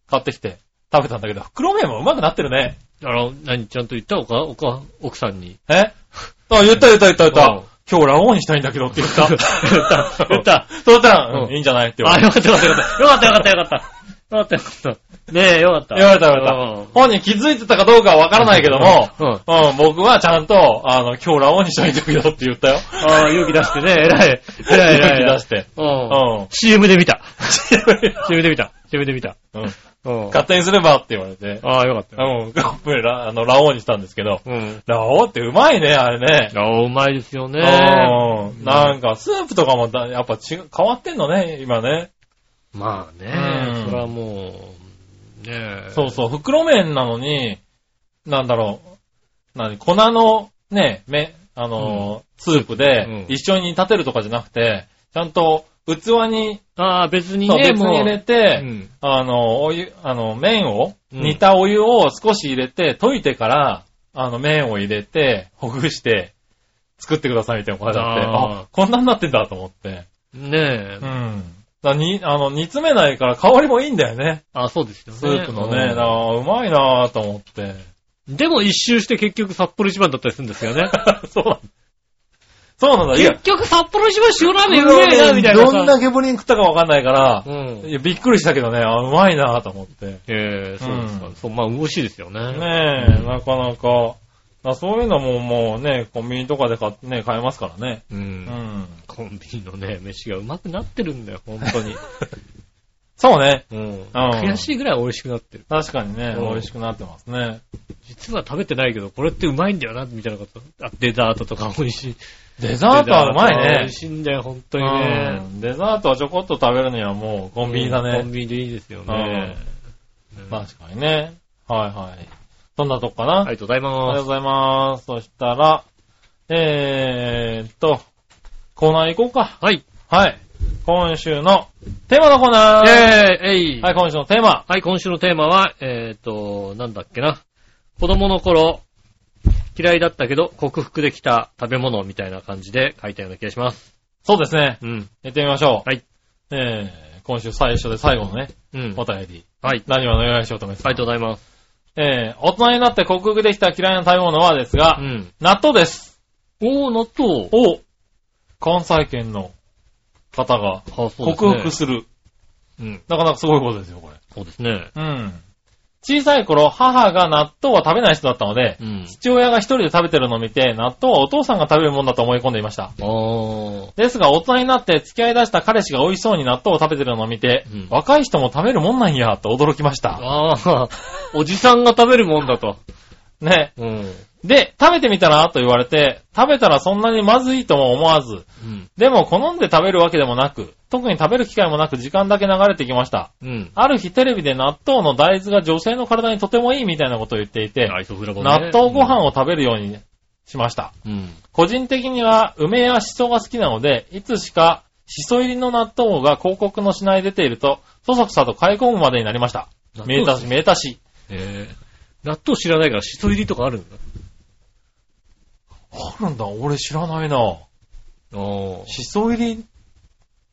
[SPEAKER 3] 買ってきて食べたんだけど、袋麺もうまくなってるね。
[SPEAKER 2] あの、何、ちゃんと言ったおか、おか、奥さんに。
[SPEAKER 3] えあ、言った言った言った言っ
[SPEAKER 2] うん
[SPEAKER 3] た。今日ラオウにしたいんだけどって言っ た。
[SPEAKER 2] 言った言った。
[SPEAKER 3] そうしたら、
[SPEAKER 2] う
[SPEAKER 3] うんん、いいんじゃないって言わ
[SPEAKER 2] あ、
[SPEAKER 3] れた。
[SPEAKER 2] よかったよ かったよかった。よかったよかったよかった。よかったよかった。ねえ、よかった。
[SPEAKER 3] 言われた言われた。本人気づいてたかどうかはわからないけども、
[SPEAKER 2] うんうん
[SPEAKER 3] うん、僕はちゃんと、あの、今日ラオウにしたいんだけどって言ったよ。
[SPEAKER 2] ああ、勇気出してね、偉い。偉い、偉い。
[SPEAKER 3] 勇気出して。
[SPEAKER 2] う
[SPEAKER 3] うん
[SPEAKER 2] ん。。CM で見た。
[SPEAKER 3] う
[SPEAKER 2] CM で見た。CM で見た。
[SPEAKER 3] ん。
[SPEAKER 2] うん。
[SPEAKER 3] 勝手にすればって言われて。
[SPEAKER 2] ああ、よかったよ。
[SPEAKER 3] うん、カップ麺ラ、あの、ラオウにしたんですけど。
[SPEAKER 2] うん。
[SPEAKER 3] ラオウってうまいね、あれね。
[SPEAKER 2] ああ、うまいですよね。
[SPEAKER 3] うん。なんか、スープとかもだ、やっぱ違う、変わってんのね、今ね。
[SPEAKER 2] まあね
[SPEAKER 3] う、ん
[SPEAKER 2] それはもう、ねえ。
[SPEAKER 3] そうそう、袋麺なのに、なんだろう、なに、粉の、ね、め、あのー、スープ
[SPEAKER 2] うん
[SPEAKER 3] で、一緒に立てるとかじゃなくて、ちゃんと、器に、
[SPEAKER 2] ああ、別に
[SPEAKER 3] そう
[SPEAKER 2] ね、
[SPEAKER 3] 別に
[SPEAKER 2] も
[SPEAKER 3] 入れ
[SPEAKER 2] う。
[SPEAKER 3] て、
[SPEAKER 2] うん
[SPEAKER 3] あの、お湯、あの、麺を、
[SPEAKER 2] うん
[SPEAKER 3] 煮たお湯を少し入れて、溶いてから、あの、麺を入れて、ほぐして、作ってくださいみたいな感じだって、
[SPEAKER 2] あー
[SPEAKER 3] あ、こんなになってんだと思って。
[SPEAKER 2] ねえ
[SPEAKER 3] う。ん。だに、あの、煮詰めないから香りもいいんだよね。
[SPEAKER 2] ああ、そうですよね。
[SPEAKER 3] スープのね。
[SPEAKER 2] う
[SPEAKER 3] だ
[SPEAKER 2] ん
[SPEAKER 3] からうまいなぁと思って。
[SPEAKER 2] でも一周して結局札幌一番だったりするんです よね。
[SPEAKER 3] そうなんだ。そうなんだ。いや、
[SPEAKER 2] 結局札幌一番塩ラーメンうめえな、みたいなさ。
[SPEAKER 3] どんだけぶりに食ったかわかんないから、
[SPEAKER 2] うん
[SPEAKER 3] い。や、びっくりしたけどね、あ、うまいなぁと思って。
[SPEAKER 2] ええそうですか。
[SPEAKER 3] うん
[SPEAKER 2] そう、まあ、美味しいですよね。
[SPEAKER 3] ねえ、なかなか。まあそういうのももうね、コンビニとかで買っね、買えますからね。
[SPEAKER 2] う。
[SPEAKER 3] うんん。
[SPEAKER 2] コンビニのね、飯がうまくなってるんだよ、本当 に。
[SPEAKER 3] そうね。
[SPEAKER 2] うん。悔しいぐらい美味しくなってる。
[SPEAKER 3] 確かにね、
[SPEAKER 2] うん
[SPEAKER 3] 美味しくなってますね。
[SPEAKER 2] 実は食べてないけど、これってうまいんだよな、みたいなこと。あ、デザートとか美味しい。
[SPEAKER 3] デザートはうまい
[SPEAKER 2] デザートは美
[SPEAKER 3] ね
[SPEAKER 2] 味。しいんだよ、本当に
[SPEAKER 3] う
[SPEAKER 2] ね。
[SPEAKER 3] んデザートはちょこっと食べるにはもうコンビニだ
[SPEAKER 2] コン
[SPEAKER 3] ね。
[SPEAKER 2] ビニでいいですよね。うん
[SPEAKER 3] 確かにね。はいはい。そんなとこか
[SPEAKER 2] あ
[SPEAKER 3] な。
[SPEAKER 2] りがとうござい
[SPEAKER 3] ありが
[SPEAKER 2] ま
[SPEAKER 3] とう
[SPEAKER 2] す。
[SPEAKER 3] ございます。そしたら、えーっと、コーナー行こうか。
[SPEAKER 2] はい。
[SPEAKER 3] はい。今週のテーマのコーナー。
[SPEAKER 2] えー、えい。
[SPEAKER 3] はい、今週のテーマ。
[SPEAKER 2] はい、今週のテーマは、えーと、なんだっけな。子供の頃、嫌いだったけど、克服できた食べ物みたいな感じで書いたような気がします。
[SPEAKER 3] そうですね。
[SPEAKER 2] うん。
[SPEAKER 3] やってみましょう。
[SPEAKER 2] はい。
[SPEAKER 3] えー、今週最初で最後のね、
[SPEAKER 2] うん。
[SPEAKER 3] お便り。
[SPEAKER 2] はい。
[SPEAKER 3] 何話のよしおとめさん。
[SPEAKER 2] ありがとうございます。
[SPEAKER 3] えー、大人になって克服できた嫌いな食べ物はですが、
[SPEAKER 2] うん。
[SPEAKER 3] 納豆です。
[SPEAKER 2] おー、納豆。
[SPEAKER 3] お関西圏の方が
[SPEAKER 2] あ、そうですね。
[SPEAKER 3] 克服する。
[SPEAKER 2] うん。
[SPEAKER 3] なかなかすごいことですよ、これ。
[SPEAKER 2] そうですね。
[SPEAKER 3] うん。小さい頃、母が納豆は食べない人だったので、
[SPEAKER 2] うん。
[SPEAKER 3] 父親が一人で食べてるのを見て、納豆はお父さんが食べるもんだと思い込んでいました。
[SPEAKER 2] あー。
[SPEAKER 3] ですが、大人になって付き合い出した彼氏が美味しそうに納豆を食べてるのを見て、
[SPEAKER 2] うん
[SPEAKER 3] 若い人も食べるもんなんや、と驚きました。
[SPEAKER 2] あー、 おじさんが食べるもんだと。
[SPEAKER 3] ね。
[SPEAKER 2] うん。
[SPEAKER 3] で、食べてみたらと言われて、食べたらそんなにまずいとも思わず、
[SPEAKER 2] うん。
[SPEAKER 3] でも好んで食べるわけでもなく、特に食べる機会もなく時間だけ流れてきました。
[SPEAKER 2] うん。
[SPEAKER 3] ある日テレビで納豆の大豆が女性の体にとてもいいみたいなことを言っていて、
[SPEAKER 2] アイソフラボね
[SPEAKER 3] 納豆ご飯を食べるようにしました。
[SPEAKER 2] うん。
[SPEAKER 3] 個人的には梅やシソが好きなので、いつしかシソ入りの納豆が広告の品に出ていると、そそくさと買い込むまでになりました。
[SPEAKER 2] 納
[SPEAKER 3] 名
[SPEAKER 2] 豆
[SPEAKER 3] 足し、名足し。
[SPEAKER 2] えー納豆知らないから、シソ入りとかあるんだ。
[SPEAKER 3] あるんだ、俺知らないな。
[SPEAKER 2] ああ。
[SPEAKER 3] シソ入り、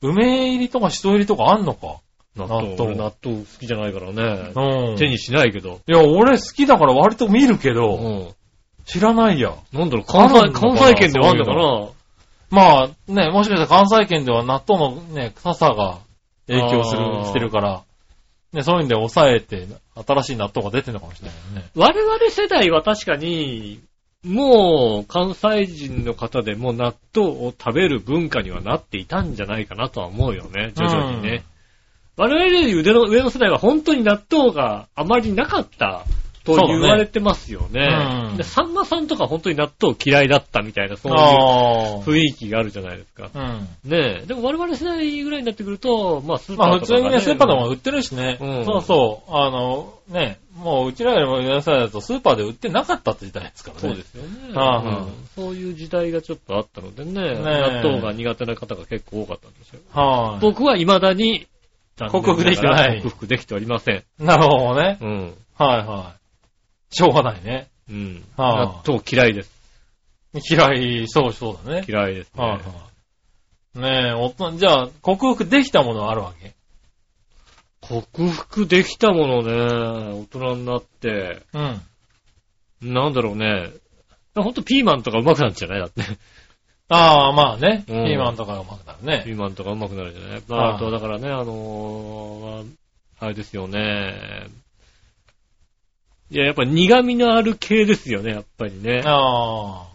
[SPEAKER 3] 梅入りとかシソ入りとかあんのか。
[SPEAKER 2] 納
[SPEAKER 3] 豆
[SPEAKER 2] 豆。俺納豆好きじゃないからね。
[SPEAKER 3] うん。
[SPEAKER 2] 手
[SPEAKER 3] い
[SPEAKER 2] にしないけど。
[SPEAKER 3] や、俺好きだから割と見るけ
[SPEAKER 2] う
[SPEAKER 3] ど、
[SPEAKER 2] ん。
[SPEAKER 3] 知らないや。
[SPEAKER 2] なんだろう、関
[SPEAKER 3] ある
[SPEAKER 2] 西、
[SPEAKER 3] のかな
[SPEAKER 2] 関西圏ではあるのかな
[SPEAKER 3] まあね、もしかしたら関西圏では納豆のね、臭さが影響す
[SPEAKER 2] あ
[SPEAKER 3] る、
[SPEAKER 2] ー
[SPEAKER 3] してるから、ね、そういうんで抑えて、新しい納豆が出てるのかもしれないよね。
[SPEAKER 2] 我々世代は確かに、もう関西人の方でも納豆を食べる文化にはなっていたんじゃないかなとは思うよね、徐々にね。我々より腕の上の世代は本当に納豆があまりなかったと
[SPEAKER 3] そうだ
[SPEAKER 2] 言
[SPEAKER 3] ね
[SPEAKER 2] われてますよね。
[SPEAKER 3] うん
[SPEAKER 2] でさんまさんとか本当に納豆嫌いだったみたいな、そういう
[SPEAKER 3] あ
[SPEAKER 2] 雰囲気があるじゃないですか。
[SPEAKER 3] あ。うん。
[SPEAKER 2] ねえ。でも我々世代ぐらいになってくると、まあスーパ
[SPEAKER 3] まあ
[SPEAKER 2] ーと
[SPEAKER 3] 普通
[SPEAKER 2] かが、
[SPEAKER 3] にね、スーパーでも売ってるしね。
[SPEAKER 2] うん
[SPEAKER 3] そうそう。あの、ね、もううちらよりも皆さんだとスーパーで売ってなかったって時代ですからね。
[SPEAKER 2] そうですよね。
[SPEAKER 3] ああ
[SPEAKER 2] うんそういう時代がちょっとあったのでね、
[SPEAKER 3] え
[SPEAKER 2] 納豆が苦手な方が結構多かったんですよ。
[SPEAKER 3] はい、
[SPEAKER 2] 僕は未だに、
[SPEAKER 3] 克服できてない
[SPEAKER 2] 克服できておりません。
[SPEAKER 3] なるほどね。
[SPEAKER 2] うん。
[SPEAKER 3] はいはい。しょうがないね。
[SPEAKER 2] うん。
[SPEAKER 3] ああ
[SPEAKER 2] 納豆嫌いです。
[SPEAKER 3] 嫌い、そうそうだね。
[SPEAKER 2] 嫌いですね。
[SPEAKER 3] はいはい、ねえ、おとじゃあ、克服できたものはあるわけ
[SPEAKER 2] 克服できたものね、大人になって、
[SPEAKER 3] うん。
[SPEAKER 2] なんだろうね。ほんとピーマンとかうまくなるんじゃないだって。
[SPEAKER 3] ああ、まあね。ピ
[SPEAKER 2] うん
[SPEAKER 3] ーマンとかがうまくなる
[SPEAKER 2] ピ
[SPEAKER 3] ね。
[SPEAKER 2] ーマンとかうまくなるじゃない
[SPEAKER 3] ああ
[SPEAKER 2] あとはだからね、あのーあれですよね。いや、やっぱ苦味のある系ですよね、やっぱりね。
[SPEAKER 3] あ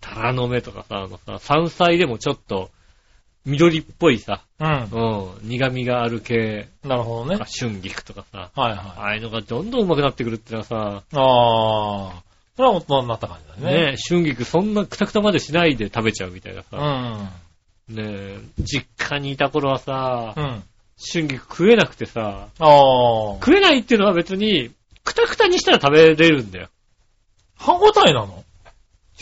[SPEAKER 2] タラの芽とかさ、あのさ、山菜でもちょっと緑っぽいさ、
[SPEAKER 3] あ。
[SPEAKER 2] うん、苦味がある系、
[SPEAKER 3] うん。なるほどね。
[SPEAKER 2] 春菊とかさ、
[SPEAKER 3] はいはい。
[SPEAKER 2] ああいうのがどんどんうまくなってくるってのはさ、
[SPEAKER 3] ああ。それは大人になった感じだね。
[SPEAKER 2] ね春菊そんなくたくたまでしないで食べちゃうみたいな
[SPEAKER 3] う
[SPEAKER 2] さ、
[SPEAKER 3] ん。
[SPEAKER 2] ねえ実家にいた頃はさ
[SPEAKER 3] う、ん。
[SPEAKER 2] 春菊食えなくてさ、
[SPEAKER 3] ああ。
[SPEAKER 2] 食えないっていうのは別に、くたくたにしたら食べれるんだよ。
[SPEAKER 3] 歯応えなの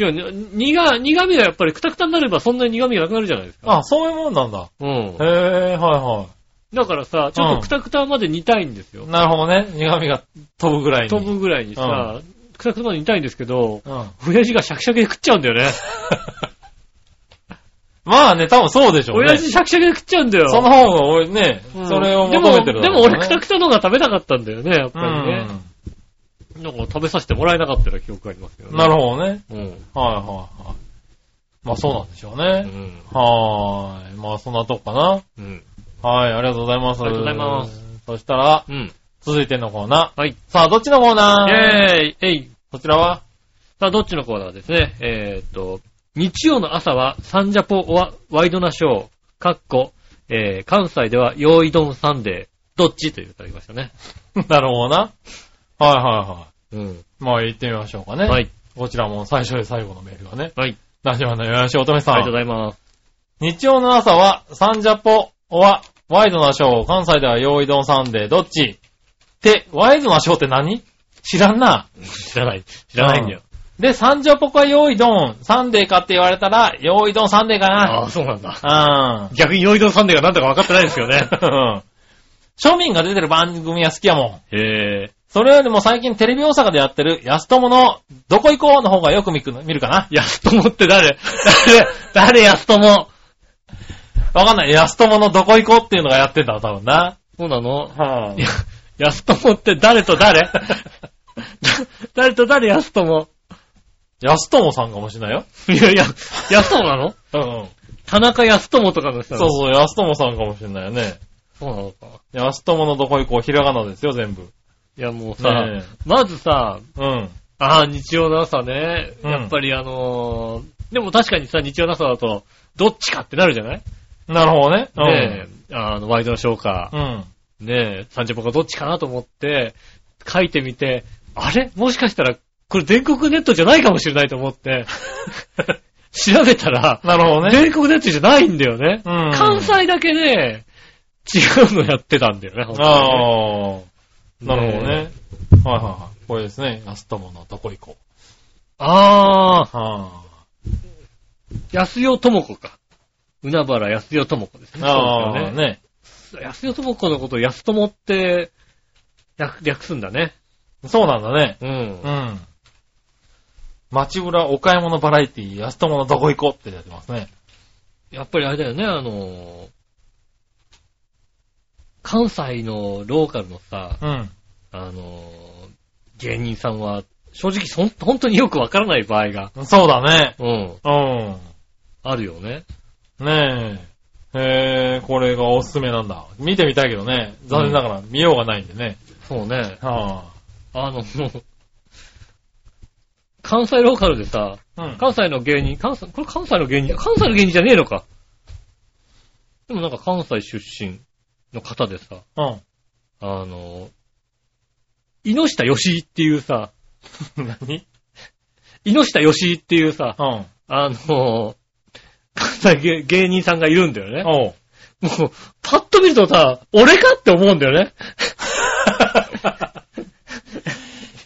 [SPEAKER 2] 違う、に苦、苦味がやっぱりくたくたになればそんなに苦味がなくなるじゃないですか。
[SPEAKER 3] あ、そういうもんなんだ。
[SPEAKER 2] うん
[SPEAKER 3] へ。え、は
[SPEAKER 2] だからさ、ちょっ
[SPEAKER 3] うん
[SPEAKER 2] とくたくたまで煮たいんです
[SPEAKER 3] いは
[SPEAKER 2] よ
[SPEAKER 3] い。。なるほどね。苦味が飛ぶぐらいに。
[SPEAKER 2] 飛。ぶぐらいにさ、くたくたまで煮たいんですけど、
[SPEAKER 3] うん。
[SPEAKER 2] 親父がシャキシャキで食っちゃうんだよね。
[SPEAKER 3] まあね、多分そうでしょうね。
[SPEAKER 2] 親父シャキシャキで食っちゃうんだよ。
[SPEAKER 3] その方が俺ね、
[SPEAKER 2] うん
[SPEAKER 3] それを求めてる
[SPEAKER 2] で
[SPEAKER 3] だろ
[SPEAKER 2] も、
[SPEAKER 3] う
[SPEAKER 2] で
[SPEAKER 3] ね
[SPEAKER 2] も俺くたくたのが食べたかったんだよね、やっぱりね。
[SPEAKER 3] うん
[SPEAKER 2] なんか食べさせてもらえなかったような記憶がありますよね。
[SPEAKER 3] なるほどね。
[SPEAKER 2] ほど。うん。
[SPEAKER 3] はいはいはい。まあそうなんでしょう
[SPEAKER 2] う
[SPEAKER 3] ね。
[SPEAKER 2] ん。
[SPEAKER 3] はーい。まあそんなとこかな。
[SPEAKER 2] うん。
[SPEAKER 3] はい、ありがとうございます。
[SPEAKER 2] ありがとうございます。
[SPEAKER 3] そしたら、
[SPEAKER 2] うん。
[SPEAKER 3] 続いてのコーナ
[SPEAKER 2] はい。
[SPEAKER 3] ー。さあ、どっちのコーナ
[SPEAKER 2] イ
[SPEAKER 3] ー
[SPEAKER 2] ェーイえい
[SPEAKER 3] こちらは
[SPEAKER 2] さあ、どっちのコーナーはですね、えーっと、日曜の朝はサンジャポワワイドナショー、かっこ、えー、関西では用意丼サンデー、どっちというありましたね。
[SPEAKER 3] なるほどな。はいはいは
[SPEAKER 2] うん。
[SPEAKER 3] い。まあ行ってみましょうかね。
[SPEAKER 2] はい。
[SPEAKER 3] こちらも最初で最後のメールがね。
[SPEAKER 2] はい。
[SPEAKER 3] ラジオのよやしおとめさん。
[SPEAKER 2] ありがとうございます。
[SPEAKER 3] 日曜の朝は、サンジャポは、ワイドなショー、関西では用意丼サンデー、どっちって、ワイドなショーって何知らんな。
[SPEAKER 2] 知らない。知らないんだよ。
[SPEAKER 3] で、サンジャポか用意丼サンデーかって言われたら、用意丼サンデーか
[SPEAKER 2] あ
[SPEAKER 3] な。
[SPEAKER 2] あ、そうなんだ。
[SPEAKER 3] うん。
[SPEAKER 2] 逆に用意丼サンデーが何だか分かってないですよね。
[SPEAKER 3] 庶民が出てる番組は好きやも ん。
[SPEAKER 2] へえ。
[SPEAKER 3] それよりも最近テレビ大阪でやってる、安友の、どこ行こうの方がよく見く見るかな。
[SPEAKER 2] 安友って 誰誰誰安友
[SPEAKER 3] わかんない。安友のどこ行こうっていうのがやってんだろう、多分な。
[SPEAKER 2] そうなの
[SPEAKER 3] はい
[SPEAKER 2] や、安友って誰と誰誰誰と誰安友。
[SPEAKER 3] 安友さんかもしれないよ。
[SPEAKER 2] いやいや、安友なの
[SPEAKER 3] うん
[SPEAKER 2] 田中安友とかの人な
[SPEAKER 3] そう
[SPEAKER 2] の
[SPEAKER 3] そう、安友さんかもしれないよね。
[SPEAKER 2] そうなのか。
[SPEAKER 3] 安友のどこ行こう、ひらがなですよ、全部。
[SPEAKER 2] いやもうさ、
[SPEAKER 3] ね
[SPEAKER 2] まずさ、
[SPEAKER 3] えうん。
[SPEAKER 2] ああ、日曜の朝ね。
[SPEAKER 3] うん
[SPEAKER 2] やっぱりあのーでも確かにさ、日曜の朝だと、どっちかってなるじゃない
[SPEAKER 3] なるほどね。うん。
[SPEAKER 2] ねえ、あの、ワイドショーか
[SPEAKER 3] う、ん。
[SPEAKER 2] ねえ、30分かどっちかなと思って、書いてみて、あれもしかしたら、これ全国ネットじゃないかもしれないと思 って、調べたら、
[SPEAKER 3] なるほどね。
[SPEAKER 2] 全国ネットじゃないんだよね。
[SPEAKER 3] うん
[SPEAKER 2] 関西だけで、違うのやってたんだよね、本当にね
[SPEAKER 3] ああ。なるほどね。はい
[SPEAKER 2] え
[SPEAKER 3] はいはい。これですね。安友のどこ行こ
[SPEAKER 2] ああ、
[SPEAKER 3] う。は
[SPEAKER 2] 安代智子か。海原安代智子ですね。
[SPEAKER 3] あ。あ
[SPEAKER 2] そ
[SPEAKER 3] あ、
[SPEAKER 2] うで
[SPEAKER 3] ね。
[SPEAKER 2] すよね。安代智子のことを安友って略、略すんだね。
[SPEAKER 3] そうなんだね。
[SPEAKER 2] うん
[SPEAKER 3] う。ん。街裏お買い物バラエティー、安友のどこ行こうってやってますね。
[SPEAKER 2] やっぱりあれだよね、あのー関西のローカルのさ、
[SPEAKER 3] うん。
[SPEAKER 2] あのー芸人さんは、正直そん、本当によくわからない場合が、
[SPEAKER 3] そうだね。
[SPEAKER 2] うん、
[SPEAKER 3] う
[SPEAKER 2] あるよね。
[SPEAKER 3] ん。ねえ。へえ、これがおすすめなんだ。見てみたいけどね。残念ながら見ようがないんでね。
[SPEAKER 2] そうね。
[SPEAKER 3] は
[SPEAKER 2] あの、もう関西ローカルでさ、
[SPEAKER 3] あ。うん。
[SPEAKER 2] 関西の芸人、関西、これ関西の芸人、関西の芸人じゃねえのか。でもなんか関西出身の方でさ、あの、猪下義井っていうさ、
[SPEAKER 3] うん。 何
[SPEAKER 2] 猪下義井っていうさ、
[SPEAKER 3] うん。
[SPEAKER 2] あの、関西芸芸人さんがいるんだよね。
[SPEAKER 3] おう。
[SPEAKER 2] もう、パッと見るとさ、俺かって思うんだよね。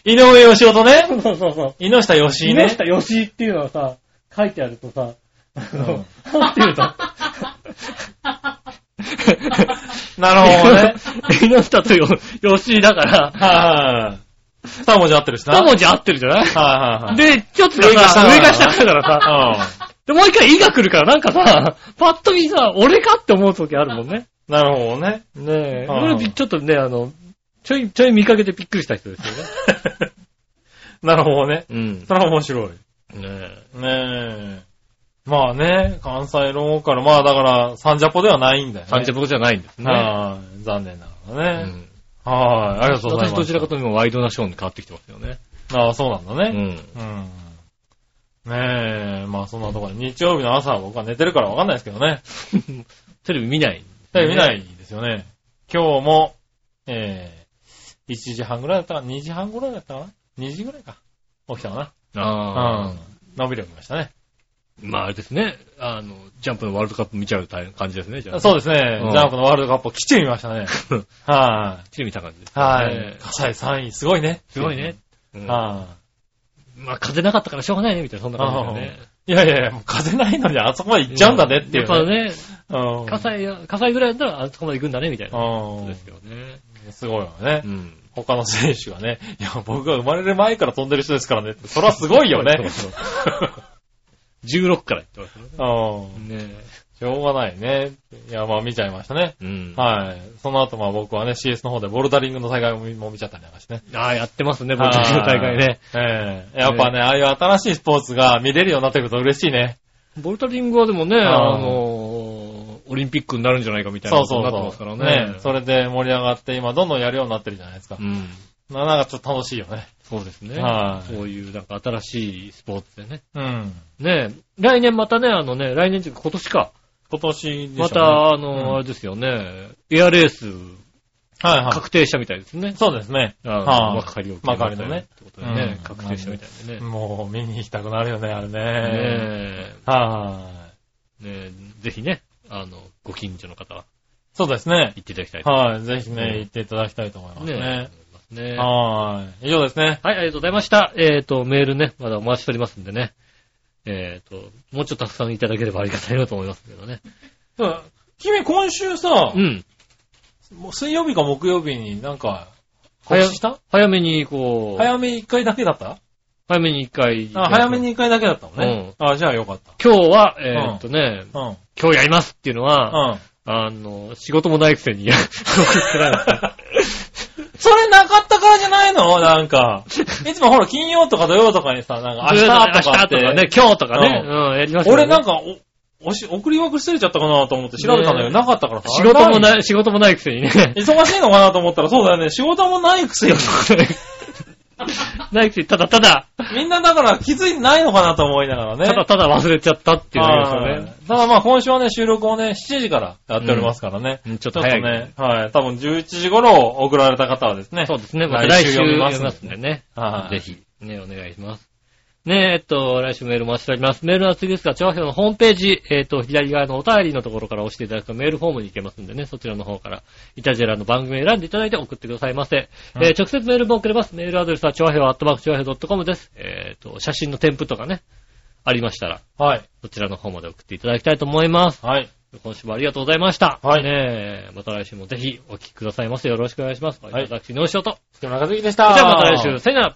[SPEAKER 3] 井上義雄とね。
[SPEAKER 2] そうそうそう。
[SPEAKER 3] 井下義雄
[SPEAKER 2] 猪
[SPEAKER 3] ね。
[SPEAKER 2] 下義井っていうのはさ、書いてあるとさ、あ
[SPEAKER 3] う
[SPEAKER 2] の
[SPEAKER 3] ん
[SPEAKER 2] パッと見る と、
[SPEAKER 3] なる ほどね。
[SPEAKER 2] 猪下とよ義井だから、
[SPEAKER 3] はい。二文字合ってるしな。
[SPEAKER 2] 二文字合ってるじゃない
[SPEAKER 3] はいはいはい。
[SPEAKER 2] で、ちょっとさ、上
[SPEAKER 3] 上
[SPEAKER 2] が下
[SPEAKER 3] が下
[SPEAKER 2] が下だからさ、
[SPEAKER 3] う
[SPEAKER 2] で、もう一回「い」が来るから、なんかさ、パッと見さ、俺かって思う時あるもんね。
[SPEAKER 3] ん。なるほど ね。
[SPEAKER 2] ねえ。
[SPEAKER 3] うん
[SPEAKER 2] これちょっとね、あの、ちょい、ちょい見かけてびっくりした人ですよね。
[SPEAKER 3] なるほどね。
[SPEAKER 2] うん。ね
[SPEAKER 3] それは面白い。ね
[SPEAKER 2] え。
[SPEAKER 3] え。まあね、関西論から、まあだから、サンジャポではないんだよね。
[SPEAKER 2] 三着じゃないんですね。
[SPEAKER 3] はい。残念なが
[SPEAKER 2] う
[SPEAKER 3] らね。
[SPEAKER 2] ん
[SPEAKER 3] はい。ありがとうござい
[SPEAKER 2] 私
[SPEAKER 3] ます。
[SPEAKER 2] どちらかともワイドなショーに変わってきてますよね。
[SPEAKER 3] ああ、そうなんだ
[SPEAKER 2] う
[SPEAKER 3] ね。
[SPEAKER 2] ん。
[SPEAKER 3] うん。ねえ、まあそんなところで、日曜日の朝は僕は寝てるからわかんないですけどね。
[SPEAKER 2] テレビ見ない。
[SPEAKER 3] テレビ見ないですよね。今日も、えー、1時半ぐらいだったかな ?2 時半ぐらいだったかな ?2 時ぐらいか。起きたかな。
[SPEAKER 2] あ
[SPEAKER 3] うん。伸びるようになりましたね。
[SPEAKER 2] あ。まあ、あれですね。あの、ジャンプのワールドカップ見ちゃうタイ感じですね、じゃあ。
[SPEAKER 3] そうですね。
[SPEAKER 2] うん
[SPEAKER 3] ジャンプのワールドカップをきっちり見ました ね。は
[SPEAKER 2] テレビ見た感じです
[SPEAKER 3] い。
[SPEAKER 2] ね。
[SPEAKER 3] はい。葛西3位、すごいね。
[SPEAKER 2] すごいね。。うん
[SPEAKER 3] は
[SPEAKER 2] まあ、風なかったからしょうがないね、みたいな、そんな感じだよね。
[SPEAKER 3] い。いやいやいや、もう風ないのにあそこまで行っちゃうんだねって
[SPEAKER 2] や
[SPEAKER 3] いう
[SPEAKER 2] っぱね、
[SPEAKER 3] うん。
[SPEAKER 2] 火災、火災ぐらいだったらあそこまで行くんだね、みたいな。そうです
[SPEAKER 3] う
[SPEAKER 2] よね。
[SPEAKER 3] ん。すごいよね
[SPEAKER 2] う。ん。
[SPEAKER 3] 他の選手がね、いや、僕が生まれる前から飛んでる人ですからねって、それはすごい よね。
[SPEAKER 2] そうそう16から言ってま
[SPEAKER 3] うん。
[SPEAKER 2] すね。ね
[SPEAKER 3] しょうがないね。いや、まあ見ちゃいましたね。
[SPEAKER 2] え。うん。あ
[SPEAKER 3] はい。その後、まあ僕はね、CS の方でボルダリングの大会もも見ちゃったりなんかしてね。
[SPEAKER 2] あ、やってますね、僕の大会ね。
[SPEAKER 3] はい。ええやっぱね、ああいう新しいスポーツが見れるようになってくると嬉しいね。
[SPEAKER 2] ボルタリングはでもね、あ
[SPEAKER 3] あー
[SPEAKER 2] のー、オリンピックになるんじゃないかみたいな
[SPEAKER 3] そ
[SPEAKER 2] こ
[SPEAKER 3] う
[SPEAKER 2] と
[SPEAKER 3] そ
[SPEAKER 2] にな
[SPEAKER 3] う
[SPEAKER 2] ってま
[SPEAKER 3] そう
[SPEAKER 2] すからね。
[SPEAKER 3] それで盛り上がって、今どんどんやるようになってるじゃないですか。
[SPEAKER 2] うん。
[SPEAKER 3] ななんかちょっと楽しいよね。
[SPEAKER 2] そうですね。
[SPEAKER 3] はい
[SPEAKER 2] そういうなんか新しいスポーツでね。
[SPEAKER 3] うん。
[SPEAKER 2] ねえ、来年またね、あのね、来年っていうか今年か。
[SPEAKER 3] 今年でしょ
[SPEAKER 2] ま
[SPEAKER 3] うね
[SPEAKER 2] た、あ
[SPEAKER 3] うん
[SPEAKER 2] の、あれですよね、エアレース
[SPEAKER 3] はいは
[SPEAKER 2] 確定したみたいですね
[SPEAKER 3] い。。そうですね。
[SPEAKER 2] あの
[SPEAKER 3] はい
[SPEAKER 2] 幕張を
[SPEAKER 3] 幕張のね。
[SPEAKER 2] ってことでね
[SPEAKER 3] う、ん
[SPEAKER 2] 確定したみたいでね。ね
[SPEAKER 3] もう見に行きたくなるよね、あれね。
[SPEAKER 2] え
[SPEAKER 3] はい。
[SPEAKER 2] ねえぜひね、あの、ご近所の方は
[SPEAKER 3] そうですね。
[SPEAKER 2] 行っていただきたいと
[SPEAKER 3] はい。ぜひ
[SPEAKER 2] うん
[SPEAKER 3] ね、行っていただきたいと思います
[SPEAKER 2] 思いま
[SPEAKER 3] ね。
[SPEAKER 2] すね。はい、
[SPEAKER 3] はい。以上ですね。
[SPEAKER 2] ありがとうございました。えっ、と、メールね、まだお待ちしておりますんでね。えっ、と、もうちょっとたくさんいただければありがたいなと思いますけどね。
[SPEAKER 3] うん君今週さ
[SPEAKER 2] う、ん。
[SPEAKER 3] もう水曜日か木曜日になんか、告
[SPEAKER 2] 早
[SPEAKER 3] 知した
[SPEAKER 2] 早めに、こう、
[SPEAKER 3] 早め一回だけだった
[SPEAKER 2] 早めに一回。
[SPEAKER 3] あ早めに一回だけだったのね。あじゃあよかっ
[SPEAKER 2] 今日は、えっ、とね、
[SPEAKER 3] た。うん。うん。
[SPEAKER 2] 今日やりますっていうのは、
[SPEAKER 3] あ
[SPEAKER 2] あの、仕事もないくせにや、送ってない。
[SPEAKER 3] それなかったからじゃないのな んか。いつもほら、金曜とか土曜とかにさ、なんか明日とか
[SPEAKER 2] 明
[SPEAKER 3] っ
[SPEAKER 2] 日とかね
[SPEAKER 3] て。、
[SPEAKER 2] 今日とかね、
[SPEAKER 3] う
[SPEAKER 2] うん、やりました
[SPEAKER 3] 俺なん
[SPEAKER 2] か、
[SPEAKER 3] か、お、おし、送り忘れちゃったかなと思って調べたんだけ
[SPEAKER 2] ね
[SPEAKER 3] ど、なかったからさ。
[SPEAKER 2] 仕事も
[SPEAKER 3] い。
[SPEAKER 2] ない、仕事もないくせにね。
[SPEAKER 3] 忙しいのかなと思ったら、そうだよね。仕事もないくせに。
[SPEAKER 2] ないくせに、ただただ、
[SPEAKER 3] みんなだから気づいてないのかなと思いながらね。
[SPEAKER 2] ただただ忘れちゃったっていうのですよね
[SPEAKER 3] はいただまあ今週はね、収録をね、7時からやっておりますからね。
[SPEAKER 2] うん。ちょっ
[SPEAKER 3] ち
[SPEAKER 2] と
[SPEAKER 3] ょっと
[SPEAKER 2] 早い。
[SPEAKER 3] ね、はい。多分11時頃送られた方はですね。
[SPEAKER 2] そうですね。また
[SPEAKER 3] 来
[SPEAKER 2] 来
[SPEAKER 3] 週
[SPEAKER 2] 週
[SPEAKER 3] 読
[SPEAKER 2] 読
[SPEAKER 3] み
[SPEAKER 2] み
[SPEAKER 3] ま
[SPEAKER 2] ますす
[SPEAKER 3] んで
[SPEAKER 2] んでね。
[SPEAKER 3] は
[SPEAKER 2] ぜ
[SPEAKER 3] い
[SPEAKER 2] ひ、ね、お願いします。ねえ、えっと、来週メールお待ちしております。メールは次ですが、調和表のホームページ、えっと、左側のお便りのところから押していただくとメールフォームに行けますんでね、そちらの方から、イタジェラの番組を選んでいただいて送ってくださいませ。
[SPEAKER 3] うん
[SPEAKER 2] えー直接メールも送れます。メールアドレスは、調和表、アットマーク、調和表 .com です。えっと、写真の添付とかね、ありましたら、
[SPEAKER 3] はい。
[SPEAKER 2] そちらの方まで送っていただきたいと思います。
[SPEAKER 3] はい。
[SPEAKER 2] 今週もありがとうございました。
[SPEAKER 3] はい
[SPEAKER 2] ねえ、また来週もぜひお聞きくださいませ。よろしくお願いします。
[SPEAKER 3] はい
[SPEAKER 2] 私、のおしおと。
[SPEAKER 3] 月村和之でした。
[SPEAKER 2] じゃあまた来週。さよなら。